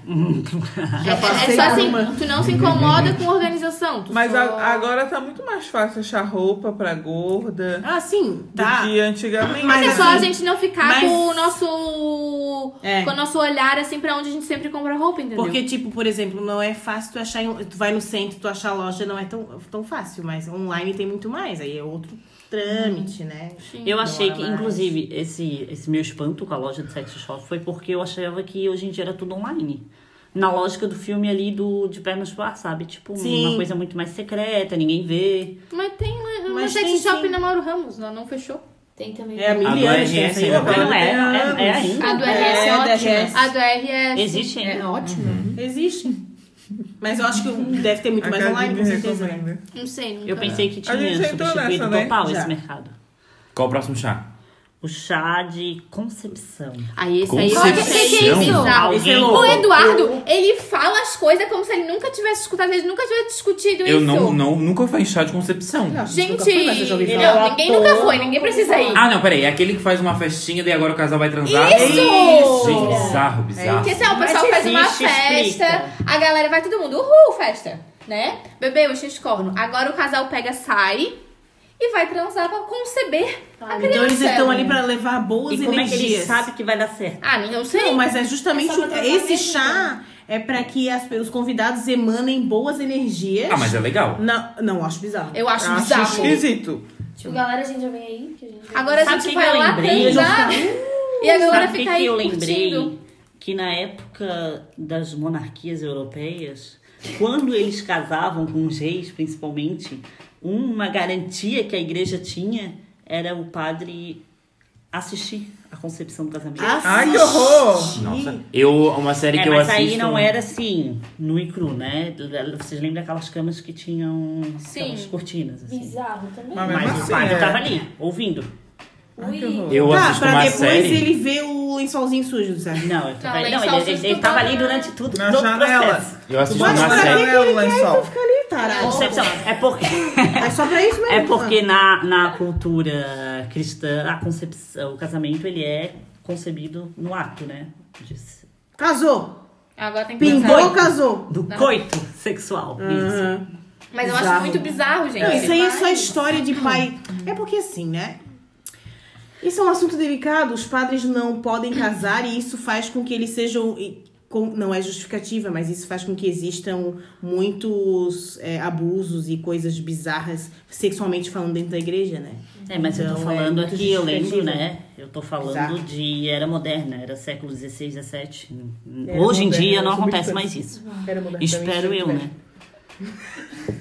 Speaker 1: É, é- é só assim, tu não se incomoda com a organização. Tu
Speaker 5: Mas
Speaker 1: só...
Speaker 5: a- agora tá muito mais fácil achar roupa pra gorda
Speaker 3: Ah, sim,
Speaker 5: do
Speaker 3: tá.
Speaker 5: que antigamente.
Speaker 1: É
Speaker 3: Mas
Speaker 1: só a
Speaker 3: assim,
Speaker 1: gente não ficar
Speaker 3: mas-
Speaker 1: com o nosso.
Speaker 3: É.
Speaker 1: Com o nosso olhar assim pra onde a gente sempre compra roupa, entendeu?
Speaker 3: Porque, tipo, por exemplo, não é fácil tu achar. em- Tu vai no centro, tu achar loja, não é tão, tão fácil, mas online tem muito mais. Aí é outro trâmite, né?
Speaker 7: Eu
Speaker 3: Não
Speaker 7: achei
Speaker 3: é
Speaker 7: que,
Speaker 3: mais.
Speaker 7: inclusive, esse, esse meu espanto com a loja de sex shop foi porque eu achava que hoje em dia era tudo online. Na lógica do filme ali do De Pé no Chua, sabe? Tipo,
Speaker 3: Sim.
Speaker 7: uma coisa muito mais secreta, ninguém vê.
Speaker 1: Mas tem uma, uma
Speaker 3: Mas
Speaker 1: sex
Speaker 3: tem,
Speaker 1: shop
Speaker 3: sim.
Speaker 1: na Mauro Ramos, ela não fechou.
Speaker 8: Tem também.
Speaker 3: É, há mil
Speaker 4: A do
Speaker 3: anos que
Speaker 4: RS
Speaker 3: essa
Speaker 4: ainda
Speaker 3: roupa.
Speaker 4: tem?
Speaker 7: Não é, é, é ainda.
Speaker 5: Ah,
Speaker 1: A do RS é,
Speaker 3: a do
Speaker 1: ótima.
Speaker 3: RS.
Speaker 1: A do RS.
Speaker 7: Existe
Speaker 3: É
Speaker 7: ainda.
Speaker 3: ótimo. Existe. Mas eu acho que deve ter muito mais
Speaker 5: A
Speaker 3: é online,
Speaker 5: Gabi
Speaker 3: com
Speaker 5: me
Speaker 3: certeza. né?
Speaker 5: recomenda.
Speaker 1: Não sei, nunca.
Speaker 7: Eu pensei que
Speaker 5: A gente
Speaker 7: tinha
Speaker 5: já entrou
Speaker 7: substituído
Speaker 5: nessa, né?
Speaker 7: total
Speaker 3: Já.
Speaker 7: esse mercado.
Speaker 4: Qual o próximo chá?
Speaker 7: O chá de concepção.
Speaker 1: Aí esse aí
Speaker 4: Concepção?
Speaker 1: eu achei
Speaker 4: Não.
Speaker 1: bizarro. é
Speaker 7: Alguém-
Speaker 1: O Eduardo, ele fala as coisas como se ele nunca tivesse escutado, ele nunca tivesse discutido
Speaker 4: Eu
Speaker 1: isso.
Speaker 4: não, não, nunca fui em chá de concepção.
Speaker 3: Não, nunca
Speaker 1: Gente,
Speaker 3: fui, mas eu já ouvi falar.
Speaker 1: não, ninguém nunca foi, ninguém precisa ir.
Speaker 4: Ah, não, peraí. É aquele que faz uma festinha, daí agora o casal vai transar.
Speaker 1: Isso!
Speaker 4: Gente,
Speaker 3: É
Speaker 4: bizarro, bizarro.
Speaker 1: Porque assim, ó, o
Speaker 7: Mas
Speaker 1: pessoal faz uma
Speaker 7: existe,
Speaker 1: festa,
Speaker 7: explica.
Speaker 1: a galera vai todo mundo, uhul, festa, né? Bebeu, enche de corno. Agora o casal pega, sai e vai transar pra conceber a criança.
Speaker 3: Então eles estão ali pra levar boas
Speaker 7: E como é que
Speaker 3: energias.
Speaker 7: ele sabe que vai dar certo?
Speaker 1: Ah, não sei.
Speaker 3: Não, mas é justamente
Speaker 8: É só pra
Speaker 3: o-
Speaker 8: trocar
Speaker 3: esse
Speaker 8: mesmo,
Speaker 3: chá é pra que as- os convidados emanem boas energias.
Speaker 4: Ah, mas é legal.
Speaker 3: Não, não acho bizarro.
Speaker 1: Eu acho
Speaker 5: Acho
Speaker 1: bizarro.
Speaker 5: esquisito.
Speaker 8: Tipo, galera, a gente já vem aí. Que a gente vai-
Speaker 1: Agora a
Speaker 7: Sabe
Speaker 1: gente
Speaker 7: o que
Speaker 1: vai
Speaker 7: que eu
Speaker 1: lá
Speaker 7: lembrei? Eles vão
Speaker 1: transar e a galera
Speaker 7: Sabe o que
Speaker 1: fica
Speaker 7: que
Speaker 1: aí
Speaker 7: eu lembrei?
Speaker 1: curtindo.
Speaker 7: Que na época das monarquias europeias, quando eles casavam com os reis, principalmente, uma garantia que a igreja tinha era o padre assistir a concepção do casamento.
Speaker 1: Ah,
Speaker 5: Ai, que horror!
Speaker 4: Nossa. Eu, uma série
Speaker 7: É,
Speaker 4: que eu
Speaker 7: mas
Speaker 4: assisto...
Speaker 7: aí
Speaker 5: um
Speaker 7: não era assim, nu e cru, né? Vocês lembram daquelas camas que tinham
Speaker 1: Sim.
Speaker 7: aquelas cortinas, assim.
Speaker 8: é Bizarro também.
Speaker 5: Mas mesmo
Speaker 7: Mas o
Speaker 5: assim,
Speaker 7: padre
Speaker 5: é.
Speaker 7: tava ali, ouvindo.
Speaker 5: Ai, que
Speaker 8: Ui.
Speaker 5: horror.
Speaker 4: Eu
Speaker 3: tá,
Speaker 4: assisto
Speaker 3: pra
Speaker 4: uma
Speaker 3: depois
Speaker 4: série...
Speaker 3: ele ver o lençolzinho sujo, sabe?
Speaker 7: Não, eu tava,
Speaker 1: Tá,
Speaker 7: não,
Speaker 1: lençol
Speaker 7: ele, ele, ele tava ali
Speaker 1: sustentável.
Speaker 7: durante tudo,
Speaker 5: Na
Speaker 7: todo o
Speaker 5: janela.
Speaker 7: processo.
Speaker 4: Eu assisto
Speaker 3: Pode
Speaker 4: uma
Speaker 3: parar,
Speaker 4: série...
Speaker 3: né?
Speaker 5: Janela, lençol.
Speaker 3: Ali, tarado.
Speaker 7: Concepção. É porque...
Speaker 3: É só pra isso mesmo.
Speaker 7: É porque na, na cultura cristã, a concepção, o casamento, ele é concebido no ato, né? De-
Speaker 3: Casou.
Speaker 1: Agora tem que
Speaker 3: Pingou,
Speaker 1: pensar.
Speaker 3: casou.
Speaker 7: Do coito sexual.
Speaker 3: Ah.
Speaker 7: Isso.
Speaker 3: Aham.
Speaker 1: Mas eu acho
Speaker 3: Bizarro.
Speaker 1: muito bizarro, gente.
Speaker 3: Não, isso aí é só
Speaker 1: Mas-
Speaker 3: história de pai. É porque assim, né? Isso é um assunto delicado. Os padres não podem casar e isso faz com que eles sejam. e com- não é justificativa, mas isso faz com que existam muitos é, abusos e coisas bizarras sexualmente falando dentro da igreja, né?
Speaker 7: É, mas eu tô
Speaker 3: Não, é
Speaker 7: falando
Speaker 3: muito
Speaker 7: aqui, eu lembro,
Speaker 3: justificativo.
Speaker 7: né? Eu tô falando
Speaker 3: Exato.
Speaker 7: de era moderna, era século XVI, XVII.
Speaker 3: Era
Speaker 7: Hoje em
Speaker 3: moderna,
Speaker 7: dia
Speaker 3: eu
Speaker 7: não
Speaker 3: sou
Speaker 7: acontece
Speaker 3: muito
Speaker 7: mais isso.
Speaker 3: Quero mudar
Speaker 7: Espero
Speaker 3: também,
Speaker 7: eu, né?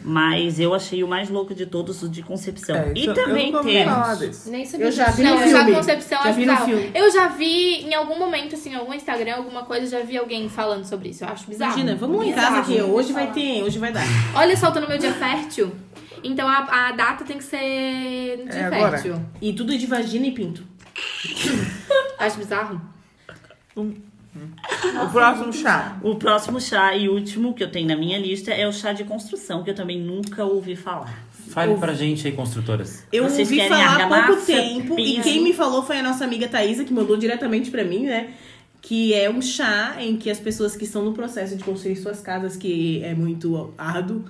Speaker 7: Mas eu achei o mais louco de todos o de concepção.
Speaker 5: É,
Speaker 7: e
Speaker 5: isso-
Speaker 7: também
Speaker 5: eu nunca ouvi falar
Speaker 7: temos.
Speaker 5: desse.
Speaker 8: Nem sabia
Speaker 3: Eu já
Speaker 8: disso.
Speaker 3: vi
Speaker 1: Não,
Speaker 3: no
Speaker 1: eu já a
Speaker 3: filme.
Speaker 1: concepção
Speaker 3: Já
Speaker 1: acho
Speaker 3: vi no
Speaker 1: bizarro.
Speaker 3: filme.
Speaker 1: Eu já vi em algum momento, assim, em algum Instagram, alguma coisa, já vi alguém falando sobre isso. Eu acho bizarro.
Speaker 3: Imagina, vamos lá em
Speaker 1: Bizarro.
Speaker 3: casa aqui. Hoje vai ter, hoje vai dar.
Speaker 1: Olha só, eu tô no meu dia fértil. Então a, a data tem que ser no dia
Speaker 5: É agora.
Speaker 1: fértil.
Speaker 3: E tudo de vagina e pinto.
Speaker 1: Acho bizarro.
Speaker 5: O próximo chá.
Speaker 7: O próximo chá e último que eu tenho na minha lista é o chá de construção, que eu também nunca ouvi falar.
Speaker 4: Fale pra gente aí, construtoras.
Speaker 3: Eu
Speaker 7: Vocês
Speaker 3: ouvi
Speaker 7: querem
Speaker 3: falar há pouco
Speaker 7: argamassa,
Speaker 3: tempo e
Speaker 7: piso?
Speaker 3: quem me falou foi a nossa amiga Thaisa, que mandou diretamente pra mim, né? Que é um chá em que as pessoas que estão no processo de construir suas casas, que é muito árduo,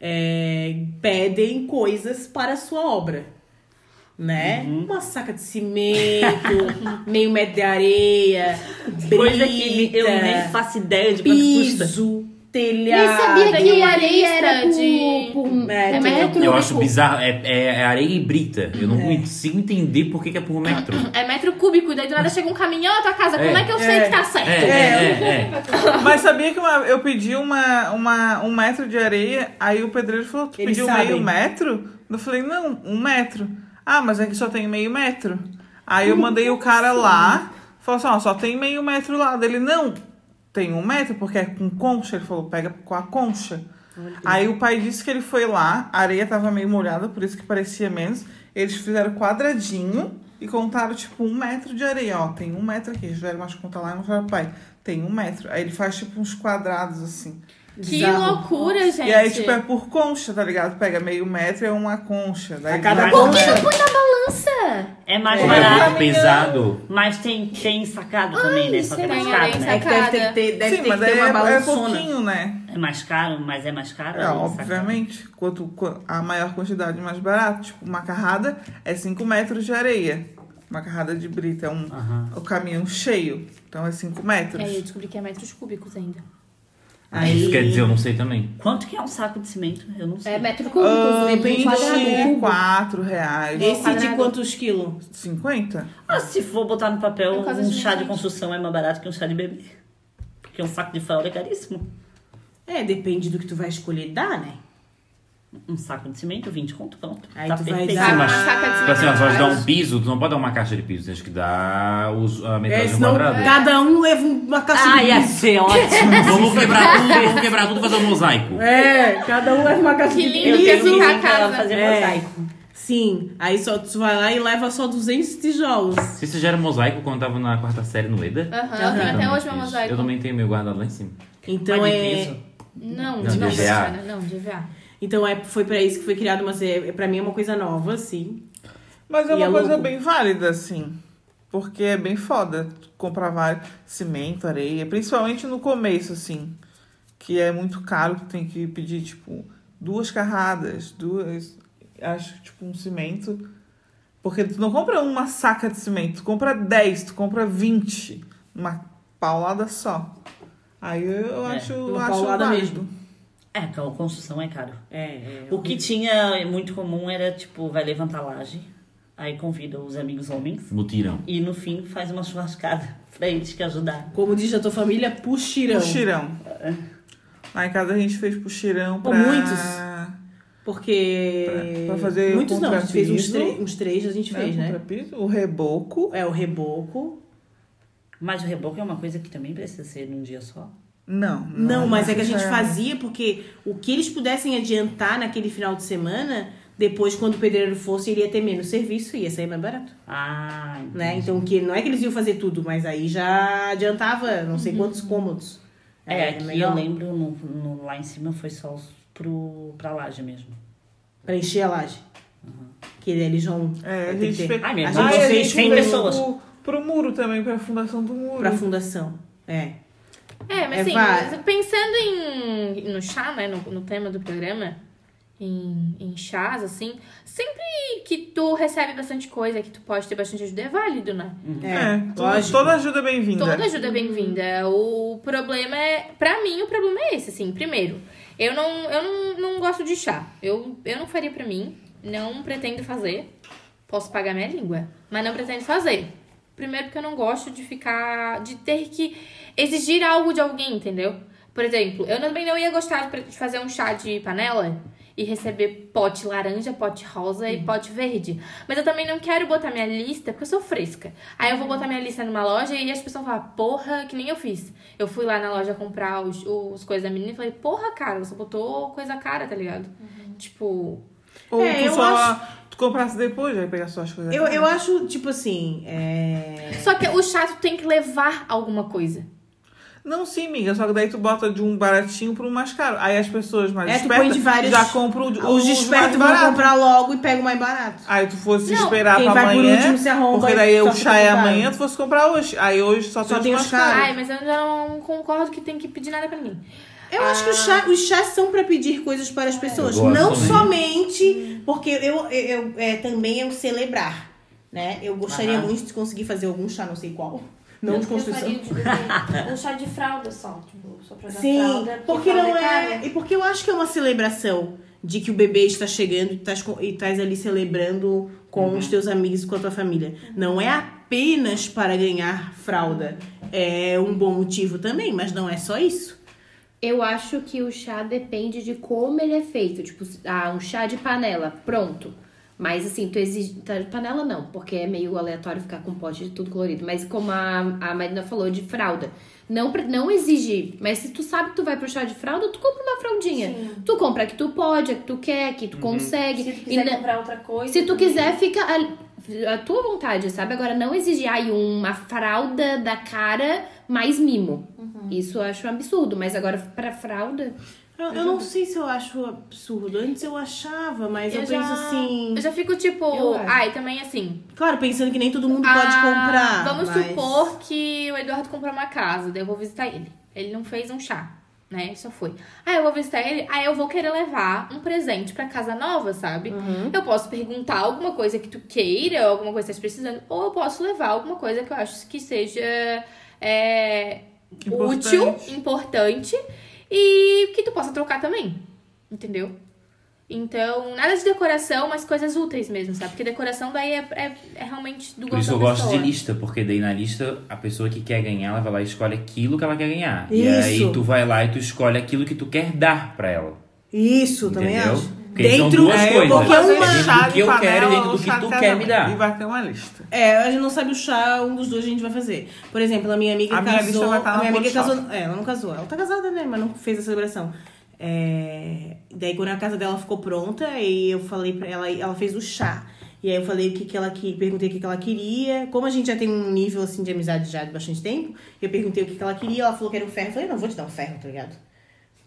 Speaker 3: é, pedem coisas para a sua obra. Né?
Speaker 7: Uhum.
Speaker 3: Uma saca de cimento, <laughs> meio metro de areia,
Speaker 7: Coisa que eu nem
Speaker 3: brita,
Speaker 7: faço ideia de quanto custa.
Speaker 3: piso, telhado.
Speaker 6: Nem sabia
Speaker 1: Tem
Speaker 6: que
Speaker 1: uma
Speaker 6: areia era por,
Speaker 1: lista de-
Speaker 6: por
Speaker 3: É,
Speaker 6: metro.
Speaker 4: Eu acho bizarro. É, é- é areia e brita. Eu não
Speaker 3: É.
Speaker 4: consigo entender por que, que é por metro.
Speaker 1: É metro cúbico, daí do nada chega um caminhão na tua casa. Como é que eu sei que tá certo?
Speaker 4: É, é, é. é.
Speaker 5: Mas sabia que uma- eu pedi uma, uma, um metro de areia, aí o pedreiro falou, tu
Speaker 3: Eles
Speaker 5: pediu
Speaker 3: sabem.
Speaker 5: meio metro? Eu falei, não, um metro. Ah, mas aqui só tem meio metro. Aí eu mandei o cara lá, falou assim, ó, só tem meio metro lá. Dele, não, tem um metro, porque é com concha. Ele falou, pega com a concha. Aí o pai disse que ele foi lá, a areia tava meio molhada, por isso que parecia menos. Eles fizeram quadradinho e contaram, tipo, um metro de areia. Ó, tem um metro aqui. Eles tiveram mais conta lá e mostraram pro pai. tem um metro. Aí ele faz tipo uns quadrados assim.
Speaker 1: Que
Speaker 3: Bizarro.
Speaker 1: loucura, gente.
Speaker 5: E aí, tipo, é por concha, tá ligado? Pega meio metro e é uma concha. Daí
Speaker 2: A cada
Speaker 5: vai-
Speaker 2: Por
Speaker 8: que não põe na balança?
Speaker 7: É mais
Speaker 4: Mas é
Speaker 7: barato,
Speaker 4: muito pesado.
Speaker 7: mas tem, tem sacado também, né? Só que é mais
Speaker 1: isso é
Speaker 7: caro,
Speaker 1: bem
Speaker 7: né?
Speaker 3: É que deve ter que ter, deve
Speaker 5: Sim,
Speaker 3: ter,
Speaker 5: mas
Speaker 3: que ter
Speaker 5: daí
Speaker 3: uma
Speaker 5: é, é
Speaker 3: balançona.
Speaker 5: pouquinho, né?
Speaker 7: É mais caro, mas é mais caro.
Speaker 5: É,
Speaker 7: né?
Speaker 5: obviamente. Quanto qua- a maior quantidade, mais barato. Tipo, uma carrada é 5 metros de areia. Uma carrada de brita é um,
Speaker 7: Aham.
Speaker 5: o caminhão cheio. Então é 5 metros.
Speaker 1: É, eu descobri que é metros cúbicos ainda.
Speaker 7: Aí-
Speaker 4: Isso quer dizer, eu não sei também.
Speaker 7: Quanto que é um saco de cimento? Eu não sei.
Speaker 6: É metro cúbico,
Speaker 5: Ah,
Speaker 6: né? Um quadrado, um cubo.
Speaker 5: 24 reais.
Speaker 3: Esse de quantos quilos?
Speaker 5: 50?
Speaker 7: Ah, se for botar no papel,
Speaker 1: Por causa
Speaker 7: um
Speaker 1: de
Speaker 7: chá de
Speaker 1: gente.
Speaker 7: construção é mais barato que um chá de bebê. Porque um saco de fralda é caríssimo.
Speaker 3: É, depende do que tu vai escolher dar, né?
Speaker 7: Um saco de cimento, 20 conto, pronto.
Speaker 3: Aí
Speaker 7: tá
Speaker 3: tu vai
Speaker 7: perfeito.
Speaker 3: dar-
Speaker 4: Sim, mas-
Speaker 1: saca de
Speaker 4: Tipo assim, ó,
Speaker 1: cimento
Speaker 4: você pode dar
Speaker 1: atrás.
Speaker 4: um piso, tu não pode dar uma caixa de piso, tens que dar os, a
Speaker 3: É,
Speaker 4: metade do
Speaker 3: senão
Speaker 4: Então, quadrado.
Speaker 3: cada um leva uma caixa
Speaker 7: Ah,
Speaker 3: de
Speaker 7: ia ser ótimo.
Speaker 4: Vamos quebrar tudo, vamos quebrar tudo e fazer um mosaico.
Speaker 3: É, cada um leva uma caixa
Speaker 1: Que
Speaker 3: de
Speaker 1: lindo que ia
Speaker 3: brinquedo.
Speaker 1: ficar a
Speaker 7: Ela
Speaker 1: casa.
Speaker 7: fazer
Speaker 3: É.
Speaker 7: mosaico.
Speaker 3: Sim, aí só tu vai lá e leva só 200 tijolos.
Speaker 4: Vocês fizeram mosaico quando tava na quarta série no EDA?
Speaker 1: Aham, eu tenho até
Speaker 4: Também
Speaker 1: hoje meu
Speaker 4: fiz.
Speaker 1: mosaico.
Speaker 4: Eu também tenho meu guardado lá em cima.
Speaker 3: Então
Speaker 7: Mas de
Speaker 3: é,
Speaker 7: peso.
Speaker 1: Não, não,
Speaker 4: Não, DVA.
Speaker 1: Luciana, não, DVA.
Speaker 3: então é, foi pra isso que foi criado, mas é, pra mim é uma coisa nova, assim.
Speaker 5: Mas é
Speaker 3: E
Speaker 5: uma
Speaker 3: é
Speaker 5: coisa
Speaker 3: louco.
Speaker 5: bem válida, assim. Porque é bem foda comprar vários cimento, areia, principalmente no começo, assim. Que é muito caro, que tem que pedir, tipo, duas carradas, duas. Acho, tipo, um cimento. Porque tu não compra uma saca de cimento, tu compra 10, tu compra 20. Uma paulada só. Aí eu
Speaker 7: É,
Speaker 5: acho.
Speaker 3: uma
Speaker 5: acho
Speaker 3: paulada
Speaker 5: válido.
Speaker 7: É, então a construção é caro.
Speaker 3: É, é.
Speaker 7: O que tinha muito comum era, tipo, vai levantar laje, aí convida os amigos homens
Speaker 4: Mutirão.
Speaker 7: e no fim faz uma churrascada <laughs> pra eles que ajudar.
Speaker 3: Como diz a tua família, puxirão.
Speaker 5: Puxirão. um Lá em casa a gente fez puxirão
Speaker 3: Pô,
Speaker 5: pra.
Speaker 3: É. muitos. Porque.
Speaker 5: Pra- pra fazer
Speaker 3: Muitos não, a gente fez uns,
Speaker 5: contrapiso.
Speaker 3: três- uns três, a gente
Speaker 5: né,
Speaker 3: fez, né?
Speaker 5: contrapiso, O reboco.
Speaker 3: É o reboco.
Speaker 7: Mas o reboco é uma coisa que também precisa ser num dia só.
Speaker 5: Não.
Speaker 3: Não, mas é que a gente
Speaker 5: é.
Speaker 3: fazia porque o que eles pudessem adiantar naquele final de semana, depois, quando o pedreiro fosse, ele ia ter menos serviço e ia sair mais barato.
Speaker 7: Ah, entendi.
Speaker 5: Uhum.
Speaker 3: né? Então que não é que eles iam fazer tudo, mas aí já adiantava não
Speaker 5: Uhum.
Speaker 3: sei quantos cômodos.
Speaker 7: É,
Speaker 3: Era
Speaker 7: aqui
Speaker 3: melhor
Speaker 7: eu lembro, no, no- lá em cima foi só os- pro, pra laje mesmo.
Speaker 3: Pra encher a laje. Que eles vão
Speaker 5: Uhum. É, a
Speaker 3: tem que
Speaker 5: gente
Speaker 3: ter.
Speaker 5: fez.
Speaker 7: Ai,
Speaker 3: A
Speaker 7: minha
Speaker 3: gente
Speaker 7: irmã,
Speaker 3: fez
Speaker 7: vocês
Speaker 3: com-
Speaker 7: 100 pessoas.
Speaker 5: Pro, pro muro também, pra fundação do muro.
Speaker 3: pra fundação. É.
Speaker 1: É, mas
Speaker 3: É,
Speaker 1: assim,
Speaker 3: vai.
Speaker 1: pensando em, no chá, né, no, no tema do programa, em, em chás, assim, sempre que tu recebe bastante coisa, que tu pode ter bastante ajuda, é válido, né?
Speaker 3: É,
Speaker 5: É, tu-
Speaker 3: lógico.
Speaker 5: toda ajuda é bem-vinda.
Speaker 1: Toda ajuda é bem-vinda. O problema é, pra mim, o problema é esse, assim, primeiro, eu não, eu não, não gosto de chá, eu, eu não faria pra mim, não pretendo fazer, posso pagar minha língua, mas não pretendo fazer. Primeiro porque eu não gosto de ficar, de ter que exigir algo de alguém, entendeu? Por exemplo, eu também não ia gostar de pre- de fazer um chá de panela e receber pote laranja, pote rosa e pote verde. Mas eu também não quero botar minha lista, porque eu sou fresca. Aí eu vou botar minha lista numa loja e as pessoas falam, porra, que nem eu fiz. Eu fui lá na loja comprar os, os coisas da menina e falei, porra, cara, você botou coisa cara, tá ligado?
Speaker 8: Uhum.
Speaker 1: Tipo,
Speaker 5: Ou
Speaker 3: É,
Speaker 5: tu
Speaker 3: eu
Speaker 5: só tu comprasse depois, aí pegar suas coisas.
Speaker 3: Eu, eu acho, tipo assim, é...
Speaker 1: Só que o chato tem que levar alguma coisa.
Speaker 5: Não, sim, amiga, só que daí tu bota de um baratinho pro mais caro. Aí as pessoas mais
Speaker 3: É, tu põe
Speaker 5: espertas
Speaker 3: de vários-
Speaker 5: já compram o-
Speaker 3: Os
Speaker 5: mais
Speaker 3: despertos vão
Speaker 5: barato.
Speaker 3: comprar logo e pegam mais barato.
Speaker 5: Aí tu fosse
Speaker 1: Não,
Speaker 5: esperar
Speaker 3: quem
Speaker 5: Ah, pra
Speaker 3: vai por
Speaker 5: amanhã,
Speaker 3: último se arromba
Speaker 5: porque
Speaker 3: e
Speaker 5: daí
Speaker 3: só
Speaker 5: o
Speaker 3: fica
Speaker 5: chá é
Speaker 3: preocupado.
Speaker 5: amanhã, tu fosse comprar hoje. Aí hoje só,
Speaker 3: Só tem
Speaker 5: tem os
Speaker 3: os
Speaker 5: mais caros.
Speaker 1: Ai, mas eu já não concordo que tem que pedir nada pra mim.
Speaker 3: Eu acho que o
Speaker 8: Ah.
Speaker 3: chá- os chás são pra pedir coisas para
Speaker 8: É.
Speaker 3: as pessoas.
Speaker 4: Eu gosto
Speaker 3: Não
Speaker 4: também.
Speaker 3: somente porque eu, eu, eu- é, também é um celebrar. Né? Eu gostaria
Speaker 7: Aham.
Speaker 3: muito de conseguir fazer algum chá, não sei qual. Não de
Speaker 8: Eu
Speaker 3: construção.
Speaker 8: faria de bebê. um chá de fralda só, tipo, só pra dar
Speaker 3: Sim,
Speaker 8: fralda.
Speaker 3: porque
Speaker 8: fralda
Speaker 3: não é.
Speaker 8: cara.
Speaker 3: E porque eu acho que é uma celebração de que o bebê está chegando e estás, co- e estás ali celebrando com
Speaker 8: Uhum.
Speaker 3: os teus amigos e com a tua família. Não é apenas para ganhar fralda. É um bom motivo também, mas não é só isso.
Speaker 6: Eu acho que o chá depende de como ele é feito. Tipo, ah, um chá de panela, pronto. Mas assim, tu exige. tá, de Panela não, porque é meio aleatório ficar com pote de tudo colorido. Mas como a, a Marina falou, de fralda. Não, pre- não exige. Mas se tu sabe que tu vai pro chá de fralda, tu compra uma fraldinha. Tu compra a que tu pode, a que tu quer, a que tu consegue.
Speaker 8: Uhum. Se tu
Speaker 6: E
Speaker 8: quiser
Speaker 6: na-
Speaker 8: comprar outra coisa.
Speaker 6: se tu quiser, fica. ali- a tua vontade, sabe? Agora, não exigir aí uma fralda da cara mais mimo.
Speaker 8: Uhum.
Speaker 6: Isso eu acho um absurdo, mas agora pra fralda.
Speaker 3: Eu, eu não sei se eu acho absurdo. Antes eu achava, mas eu, penso
Speaker 1: já-
Speaker 3: assim.
Speaker 1: Eu já fico tipo,
Speaker 3: Eu acho.
Speaker 1: ai, também assim.
Speaker 3: Claro, pensando que nem todo mundo
Speaker 1: Ah,
Speaker 3: pode comprar.
Speaker 1: Vamos
Speaker 3: mas-
Speaker 1: supor que o Eduardo comprou uma casa, daí eu vou visitar ele. Ele não fez um chá, né? Ele Só foi. Aí eu vou visitar ele, aí eu vou querer levar um presente pra casa nova, sabe?
Speaker 3: Uhum.
Speaker 1: Eu posso perguntar alguma coisa que tu queira, alguma coisa que tu esteja precisando, ou eu posso levar alguma coisa que eu acho que seja é,
Speaker 5: Importante.
Speaker 1: útil, importante e que tu possa trocar também, entendeu? Então, nada de decoração, mas coisas úteis mesmo, sabe? Porque decoração daí é, é, é realmente do
Speaker 4: Por
Speaker 1: gosto
Speaker 4: isso eu
Speaker 1: da
Speaker 4: gosto
Speaker 1: pessoa.
Speaker 4: de lista, porque daí na lista a pessoa que quer ganhar, ela vai lá e escolhe aquilo que ela quer ganhar. E
Speaker 3: Isso.
Speaker 4: aí tu vai lá e tu escolhe aquilo que tu quer dar pra ela.
Speaker 3: Isso, também
Speaker 4: Entendeu?
Speaker 3: acho.
Speaker 4: Porque são
Speaker 3: Dentro.
Speaker 4: duas
Speaker 3: é,
Speaker 5: eu vou
Speaker 4: coisas.
Speaker 3: porque
Speaker 5: fazer
Speaker 3: uma-
Speaker 5: chá
Speaker 4: Dentro do que
Speaker 5: de
Speaker 4: eu quero e
Speaker 5: panela
Speaker 4: dentro
Speaker 5: ou
Speaker 4: do
Speaker 5: chá
Speaker 4: que tu
Speaker 5: de
Speaker 4: quer me
Speaker 5: casamento.
Speaker 4: dar.
Speaker 5: E vai ter uma lista.
Speaker 3: É, a gente não sabe o chá, um dos dois a gente vai fazer. Por exemplo, a minha amiga
Speaker 5: A minha
Speaker 3: casou.
Speaker 5: lista vai estar
Speaker 3: a minha
Speaker 5: no
Speaker 3: amiga
Speaker 5: workshop.
Speaker 3: casou. É, ela não casou. Ela tá casada, né? Mas não fez a celebração. É, Daí quando a casa dela ficou pronta, e eu falei pra ela, ela fez o chá. E aí eu falei o que, que ela que perguntei o que, que ela queria. Como a gente já tem um nível assim de amizade já de bastante tempo, eu perguntei o que, que ela queria, ela falou que era um ferro. Eu falei, não, vou te dar um ferro, tá ligado?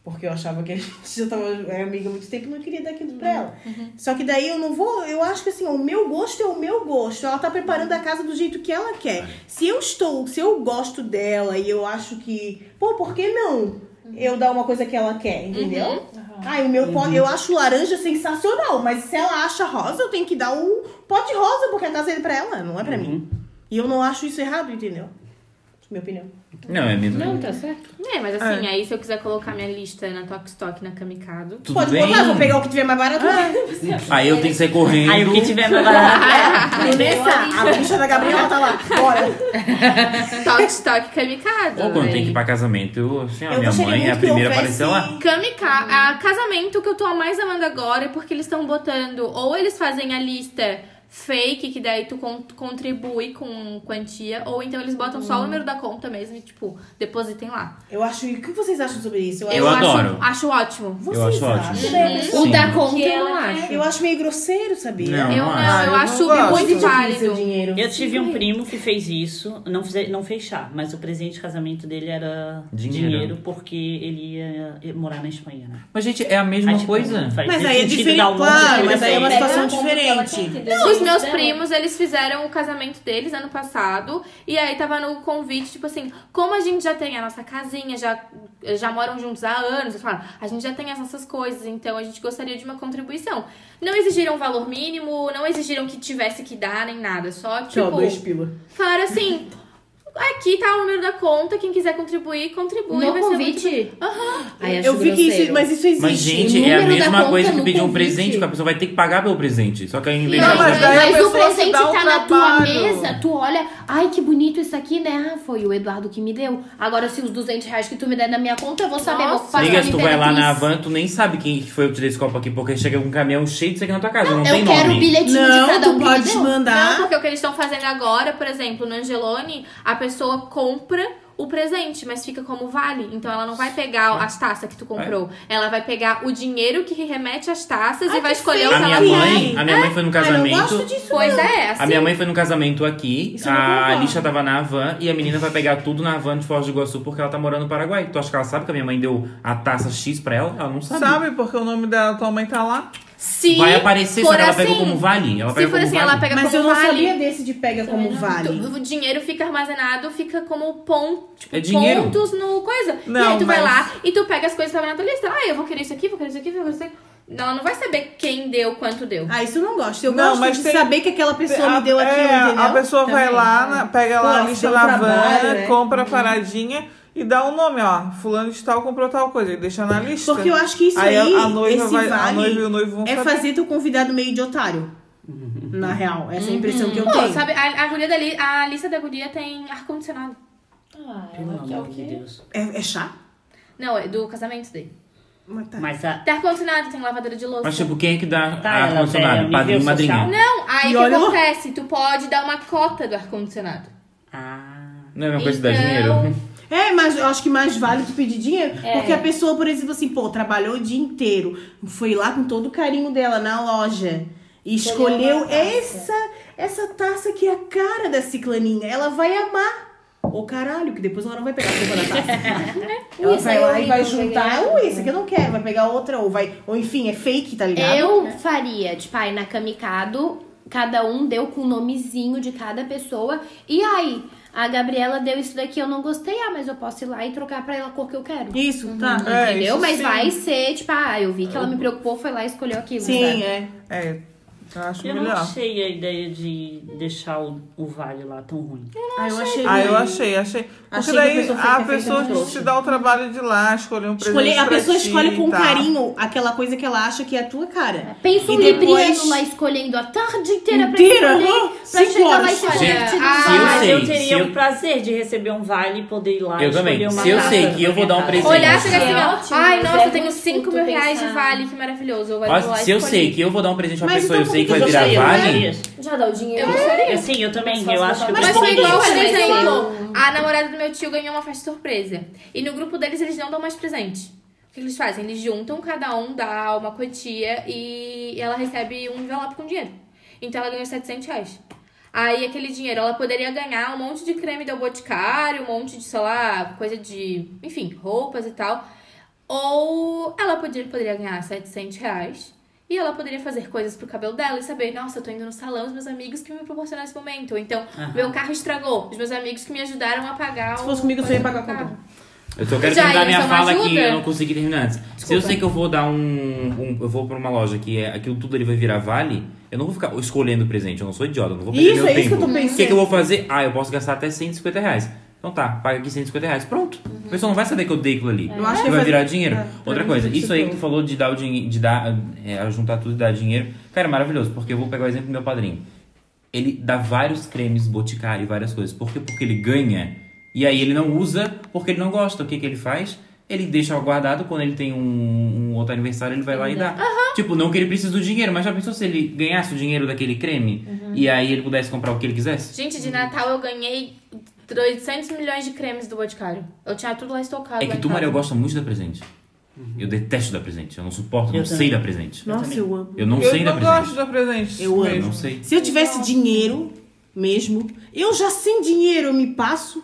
Speaker 3: Porque eu achava que a gente <laughs> já tava era amiga há muito tempo e não queria dar aquilo pra ela. Só que daí eu não vou. Eu acho que assim, o meu gosto é o meu gosto. Ela tá preparando a casa do jeito que ela quer.
Speaker 4: É.
Speaker 3: Se eu estou, se eu gosto dela e eu acho que. Pô, por que não eu dar uma coisa que ela quer, entendeu? Ai, o meu pó, eu acho laranja sensacional, mas se ela acha rosa, eu tenho que dar um pó de rosa, porque a casa é pra ela, não é pra
Speaker 4: Uhum.
Speaker 3: mim. E eu não acho isso errado, entendeu? Minha opinião.
Speaker 4: Não, é mesmo.
Speaker 6: Não, tá certo.
Speaker 1: É, mas assim, aí se eu quiser colocar minha lista na Tokstok, na
Speaker 4: <laughs>
Speaker 1: Kamikado.
Speaker 4: Tudo
Speaker 3: Pode
Speaker 4: bem. Ah,
Speaker 3: botar, vou pegar um o que tiver mais barato. né?
Speaker 4: Aí eu tenho que sair correndo.
Speaker 7: Aí o que tiver na barata.
Speaker 3: Vanessa, a bicha da Gabriela tá lá. Bora.
Speaker 1: Tokstok Kamikado.
Speaker 4: Ou quando tem que ir
Speaker 1: véi.
Speaker 4: pra casamento, eu, assim, a
Speaker 3: Eu
Speaker 4: minha
Speaker 3: gostaria
Speaker 4: mãe é
Speaker 3: muito
Speaker 4: a
Speaker 3: que
Speaker 4: primeira a
Speaker 3: houvesse-
Speaker 4: aparecer lá.
Speaker 1: Kamika, a casamento que eu tô mais amando agora é porque eles estão botando, ou eles fazem a lista fake, que daí tu con- contribui com quantia, ou então eles botam só o número da conta mesmo e, tipo, depositem lá.
Speaker 3: Eu acho. O que vocês acham sobre isso? Eu,
Speaker 4: Eu
Speaker 3: acho.
Speaker 4: adoro.
Speaker 1: Acho, acho ótimo.
Speaker 3: Vocês
Speaker 4: Eu acho
Speaker 3: acham?
Speaker 4: ótimo.
Speaker 6: O
Speaker 4: Sim.
Speaker 6: da conta eu não
Speaker 8: ela
Speaker 6: acho.
Speaker 3: Eu acho meio grosseiro, sabia?
Speaker 4: Não.
Speaker 1: Eu não,
Speaker 4: acho.
Speaker 1: eu
Speaker 5: Ah, eu
Speaker 1: acho
Speaker 5: não gosto.
Speaker 3: tipo
Speaker 1: muito
Speaker 3: Seu
Speaker 1: válido.
Speaker 3: dinheiro.
Speaker 7: Eu tive um primo que fez isso, não, fize- não fez chá, mas o presente de casamento dele era
Speaker 4: Dinheiro.
Speaker 7: dinheiro, porque ele ia morar na Espanha, né?
Speaker 4: Mas, gente, é a mesma
Speaker 7: Aí, tipo,
Speaker 4: coisa.
Speaker 7: faz
Speaker 3: Mas
Speaker 7: nem
Speaker 3: aí é
Speaker 7: sentido
Speaker 3: diferente,
Speaker 7: dar um monte de
Speaker 3: claro,
Speaker 7: coisa
Speaker 3: mas
Speaker 7: pra
Speaker 3: aí é uma
Speaker 7: ele.
Speaker 3: situação
Speaker 8: Ela compra o que ela
Speaker 3: diferente.
Speaker 8: quer, entendeu?
Speaker 1: Não, os meus
Speaker 8: Então,
Speaker 1: primos, eles fizeram o casamento deles ano passado. E aí tava no convite, tipo assim, como a gente já tem a nossa casinha, já, já moram juntos há anos, eles falaram, a gente já tem as nossas coisas, então a gente gostaria de uma contribuição. Não exigiram um valor mínimo, não exigiram que tivesse que dar nem nada, só tipo.
Speaker 3: Tchau, dois pila.
Speaker 1: Falaram assim. Aqui tá o número da conta, quem quiser contribuir, contribui.
Speaker 6: No
Speaker 1: vai ser muito
Speaker 6: convite. Aí acho
Speaker 3: Eu vi que isso,
Speaker 6: grosseiro.
Speaker 3: mas isso existe.
Speaker 4: Mas, gente,
Speaker 6: O
Speaker 4: é a
Speaker 6: número da
Speaker 4: mesma
Speaker 6: conta
Speaker 4: coisa que
Speaker 6: no
Speaker 4: pedir um
Speaker 6: convite.
Speaker 4: presente, que a pessoa vai ter que pagar pelo presente. Só que aí, em vez
Speaker 5: Não,
Speaker 4: de-
Speaker 5: mas daí a
Speaker 6: mas o
Speaker 5: pessoa se
Speaker 6: presente
Speaker 5: dá o
Speaker 6: tá na tua
Speaker 5: trabalho.
Speaker 6: mesa, tu olha, ai que bonito isso aqui, né? Ah, foi o Eduardo que me deu. Agora, se os 200 reais que tu me der na minha conta, eu vou saber, vou
Speaker 1: Nossa.
Speaker 6: passar
Speaker 4: Amiga, se
Speaker 6: no
Speaker 4: tu vai lá
Speaker 6: Imperatriz.
Speaker 4: na Havan, tu nem sabe quem que foi eu que te dei esse copo aqui, porque chega um caminhão cheio disso aqui na tua casa, não, tem
Speaker 6: Eu quero o
Speaker 4: nome.
Speaker 6: bilhetinho de
Speaker 3: Não,
Speaker 6: cada
Speaker 3: tu
Speaker 6: um que me
Speaker 3: pode
Speaker 6: deu.
Speaker 1: Não,
Speaker 3: mandar.
Speaker 1: porque o que eles estão fazendo agora, por exemplo, no Angelone, a pessoa compra o presente, mas fica como vale. Então ela não vai pegar as taças que tu comprou.
Speaker 4: É.
Speaker 1: Ela vai pegar o dinheiro que remete às taças
Speaker 3: Ah,
Speaker 1: e vai escolher o que
Speaker 4: A
Speaker 3: Não,
Speaker 4: minha
Speaker 1: ela quer.
Speaker 4: mãe, a minha mãe foi num
Speaker 3: Ah, eu não gosto
Speaker 4: casamento.
Speaker 3: disso.
Speaker 1: Pois é, assim.
Speaker 4: A minha mãe foi num casamento aqui,
Speaker 3: Isso eu não
Speaker 4: a
Speaker 3: concordo.
Speaker 4: lixa tava na van e a menina vai pegar tudo na van de Foz do Iguaçu porque ela tá morando no Paraguai. Tu acha que ela sabe que a minha mãe deu a taça X pra ela? Ela não sabe.
Speaker 5: Sabe porque o nome da tua mãe tá lá?
Speaker 1: se
Speaker 4: Vai aparecer, só
Speaker 1: for
Speaker 4: que ela
Speaker 1: assim,
Speaker 4: pegou como vale. Ela
Speaker 1: Se
Speaker 4: pegou
Speaker 1: for
Speaker 4: como
Speaker 1: assim,
Speaker 4: vale.
Speaker 1: ela pega
Speaker 3: Mas
Speaker 1: como
Speaker 3: eu não
Speaker 1: vale.
Speaker 3: sabia desse de pega como vale.
Speaker 1: tu- O dinheiro fica armazenado, fica como pon, tipo,
Speaker 4: É dinheiro.
Speaker 1: pontos no coisa. e
Speaker 5: Não,
Speaker 1: aí tu vai
Speaker 5: mas-
Speaker 1: lá e tu pega as coisas que estavam na tua lista. Ah, eu vou querer isso aqui, vou querer isso aqui, vou querer isso aqui. Não, ela não vai saber quem deu, quanto deu.
Speaker 3: Ah, isso eu não gosto. Eu
Speaker 5: Não,
Speaker 3: gosto
Speaker 5: mas
Speaker 3: de
Speaker 5: tem-
Speaker 3: saber que aquela pessoa
Speaker 5: A-
Speaker 3: me deu aquilo,
Speaker 5: é,
Speaker 3: entendeu?
Speaker 5: A pessoa vai
Speaker 3: Também.
Speaker 5: lá, na- pega lá a
Speaker 3: Nossa,
Speaker 5: lista
Speaker 3: deu
Speaker 5: da
Speaker 3: trabalho,
Speaker 5: van,
Speaker 3: né?
Speaker 5: compra a paradinha e dá o nome, ó. Fulano de tal comprou tal coisa. E deixa na lista.
Speaker 3: Porque eu acho que isso aí,
Speaker 5: Né? Aí a- a noiva
Speaker 3: esse
Speaker 5: vai- a
Speaker 3: vale,
Speaker 5: noiva e o noivo vão
Speaker 3: é
Speaker 5: saber.
Speaker 3: fazer teu convidado meio de otário. Na real, essa é a impressão que eu
Speaker 1: Pô,
Speaker 3: tenho.
Speaker 1: sabe, a, a guria dali, a lista da guria tem ar-condicionado.
Speaker 8: Ah,
Speaker 7: Pelo
Speaker 8: ela quer o
Speaker 7: amor um de
Speaker 8: quê?
Speaker 7: Deus.
Speaker 3: É, é chá?
Speaker 1: Não, é do casamento dele.
Speaker 3: Mas tá.
Speaker 7: Mas a.
Speaker 1: Tem ar-condicionado, tem lavadora de louça.
Speaker 4: Mas, tipo, quem é que dá
Speaker 7: Tá, ela é
Speaker 4: ar-condicionado?
Speaker 7: nível
Speaker 4: Padrinho, madrinha.
Speaker 7: social.
Speaker 1: Não, aí
Speaker 3: E
Speaker 1: o que
Speaker 3: olha lá.
Speaker 1: acontece? Tu pode dar uma cota do ar-condicionado.
Speaker 7: Ah.
Speaker 4: Não é a mesma coisa que dá
Speaker 1: Então-
Speaker 4: dinheiro?
Speaker 3: É, mas eu acho que mais vale tu pedir dinheiro. Porque a pessoa, por exemplo, assim, pô, trabalhou o dia inteiro, foi lá com todo o carinho dela na loja e escolheu
Speaker 8: uma taça.
Speaker 3: essa. essa taça aqui é a cara da ciclaninha, ela vai amar. Ô caralho, que depois ela não vai pegar a tampa da taça. ela
Speaker 8: Isso
Speaker 3: vai
Speaker 8: aí
Speaker 3: lá
Speaker 8: eu
Speaker 3: e vai
Speaker 8: não peguei.
Speaker 3: juntar. Ui, esse aqui eu não quero, vai pegar outra, ou vai. Ou enfim, é fake, tá ligado?
Speaker 6: Eu faria, tipo, aí na Kamikado, cada um deu com o nomezinho de cada pessoa. E aí, a Gabriela deu isso daqui, eu não gostei. Ah, mas eu posso ir lá e trocar pra ela a cor que eu quero.
Speaker 3: Isso, tá.
Speaker 5: É,
Speaker 6: Entendeu?
Speaker 5: isso
Speaker 6: Mas
Speaker 5: sim.
Speaker 6: vai ser, tipo, ah, eu vi que ela me preocupou, foi lá e escolheu aquilo.
Speaker 3: Sim,
Speaker 6: sabe?
Speaker 3: é.
Speaker 5: É, eu acho
Speaker 7: Eu não
Speaker 5: melhor.
Speaker 7: achei a ideia de deixar o, o vale lá tão ruim.
Speaker 3: Ah, eu achei.
Speaker 5: Ah, eu achei, achei. Porque
Speaker 3: Achei que a
Speaker 5: daí
Speaker 3: pessoa fica
Speaker 5: a
Speaker 3: feita
Speaker 5: pessoa,
Speaker 3: de trouxa.
Speaker 5: se dá o trabalho de ir lá, escolher um presente.
Speaker 3: Escolher, a
Speaker 5: pra
Speaker 3: pessoa
Speaker 5: ti tá.
Speaker 3: escolhe com
Speaker 5: e tal.
Speaker 3: carinho aquela coisa que ela acha que é a tua cara.
Speaker 6: Pensa um
Speaker 3: E depois-
Speaker 6: libriano lá escolhendo a tarde inteira pra
Speaker 3: Inteira,
Speaker 6: escolher,
Speaker 3: aham,
Speaker 6: pra
Speaker 3: cinco
Speaker 6: chegar lá e
Speaker 3: horas.
Speaker 6: falar,
Speaker 4: Gente,
Speaker 6: "Te dou
Speaker 1: ah,
Speaker 6: um
Speaker 4: se eu
Speaker 7: Mas
Speaker 4: sei,
Speaker 7: eu teria
Speaker 4: se
Speaker 7: o
Speaker 4: eu-
Speaker 7: prazer de receber um vale e poder ir lá
Speaker 4: Eu
Speaker 7: escolher
Speaker 4: também.
Speaker 7: uma
Speaker 4: Se eu
Speaker 7: taça
Speaker 4: sei que eu vou dar um
Speaker 7: pra
Speaker 4: presente-
Speaker 1: Olhar e chegar assim,
Speaker 8: Sim.
Speaker 1: ó.
Speaker 8: Ótimo,
Speaker 1: Ai,
Speaker 8: mas
Speaker 1: nossa,
Speaker 8: é
Speaker 1: eu tenho
Speaker 8: muito
Speaker 1: 5 mil
Speaker 8: bonito
Speaker 1: reais de
Speaker 8: pensar.
Speaker 1: vale, que maravilhoso. Eu vou
Speaker 4: Mas
Speaker 1: lá
Speaker 4: se eu
Speaker 1: escolher.
Speaker 4: sei que eu vou dar um presente a uma
Speaker 3: Mas
Speaker 4: pessoa e eu
Speaker 3: então
Speaker 4: sei que
Speaker 3: por
Speaker 4: vai
Speaker 3: que
Speaker 7: Eu
Speaker 4: virar
Speaker 7: sei, eu
Speaker 4: vale,
Speaker 7: gostaria.
Speaker 8: Já dá o dinheiro.
Speaker 1: Eu
Speaker 6: É.
Speaker 1: gostaria.
Speaker 7: Eu Sim, eu também.
Speaker 8: Mas
Speaker 7: Eu
Speaker 8: faz
Speaker 7: acho que eu
Speaker 1: Mas
Speaker 8: Mas
Speaker 1: foi
Speaker 8: foi
Speaker 1: igual, por
Speaker 8: isso, mas é
Speaker 1: exemplo,
Speaker 8: igual.
Speaker 1: a namorada do meu tio ganhou uma festa surpresa. E no grupo deles, eles não dão mais presente. O que eles fazem? Eles juntam, cada um dá uma quantia e ela recebe um envelope com dinheiro. Então ela ganhou 700 reais. Aí aquele dinheiro, ela poderia ganhar um monte de creme do Boticário, um monte de, sei lá, coisa de, enfim, roupas e tal. Ou ela podia, poderia ganhar 700 reais e ela poderia fazer coisas pro cabelo dela e saber, nossa, eu tô indo no salão, os meus amigos que me proporcionaram esse momento. Ou então, meu carro estragou, os meus amigos que me ajudaram a pagar
Speaker 3: Se
Speaker 1: o-
Speaker 3: fosse comigo, você ia
Speaker 1: coisa do
Speaker 3: pagar a
Speaker 1: carro.
Speaker 3: conta.
Speaker 4: eu só quero
Speaker 1: Já,
Speaker 4: terminar
Speaker 1: isso é
Speaker 4: minha
Speaker 1: uma
Speaker 4: fala
Speaker 1: ajuda?
Speaker 4: que eu não consegui terminar antes. Se eu
Speaker 1: Desculpa.
Speaker 4: sei que eu vou dar um, um- Eu vou pra uma loja que é, aquilo tudo ali vai virar vale, eu não vou ficar escolhendo presente, eu não sou idiota, eu não vou perder
Speaker 3: Isso,
Speaker 4: meu
Speaker 3: é
Speaker 4: tempo.
Speaker 3: isso que eu tô
Speaker 4: O que,
Speaker 3: pensando.
Speaker 4: que eu vou fazer? Ah, eu posso gastar até 150 reais. Então tá, paga aqui 150 reais. Pronto. A pessoa não vai saber que eu dei aquilo ali.
Speaker 3: Uhum. Eu acho que
Speaker 4: vai
Speaker 3: vai-
Speaker 4: virar dinheiro.
Speaker 3: é, pra
Speaker 4: Outra
Speaker 3: mim
Speaker 4: coisa,
Speaker 3: faz
Speaker 4: isso aí que
Speaker 3: sentido.
Speaker 4: tu falou de dar o dinheiro, de dar, é, juntar tudo e dar dinheiro. Cara, é maravilhoso, porque eu vou pegar o exemplo do meu padrinho. Ele dá vários cremes boticário e várias coisas. Por quê? Porque ele ganha. E aí ele não usa porque ele não gosta. O que, que ele faz? Ele deixa guardado quando ele tem um, um outro aniversário, ele vai lá e dá. Tipo, não que ele precise do dinheiro, mas já pensou se ele ganhasse o dinheiro daquele creme e aí ele pudesse comprar o que ele quisesse?
Speaker 1: Gente, de Natal eu ganhei 300 milhões de cremes do Boticário. Eu tinha tudo lá estocado.
Speaker 4: É
Speaker 1: lá
Speaker 4: que
Speaker 1: em
Speaker 4: tu,
Speaker 1: casa.
Speaker 4: Maria, gosta muito da presente.
Speaker 5: Uhum.
Speaker 4: Eu detesto dar presente. Eu não suporto, eu
Speaker 7: Eu
Speaker 4: não
Speaker 7: também.
Speaker 4: sei dar presente.
Speaker 3: Nossa, eu amo.
Speaker 4: Eu não
Speaker 5: Eu
Speaker 4: sei
Speaker 5: não
Speaker 4: dar
Speaker 5: gosto
Speaker 4: presente.
Speaker 5: de dar presente.
Speaker 3: Eu amo.
Speaker 4: Eu
Speaker 5: mesmo.
Speaker 4: não sei.
Speaker 3: Se eu tivesse dinheiro mesmo, eu já sem dinheiro eu me passo,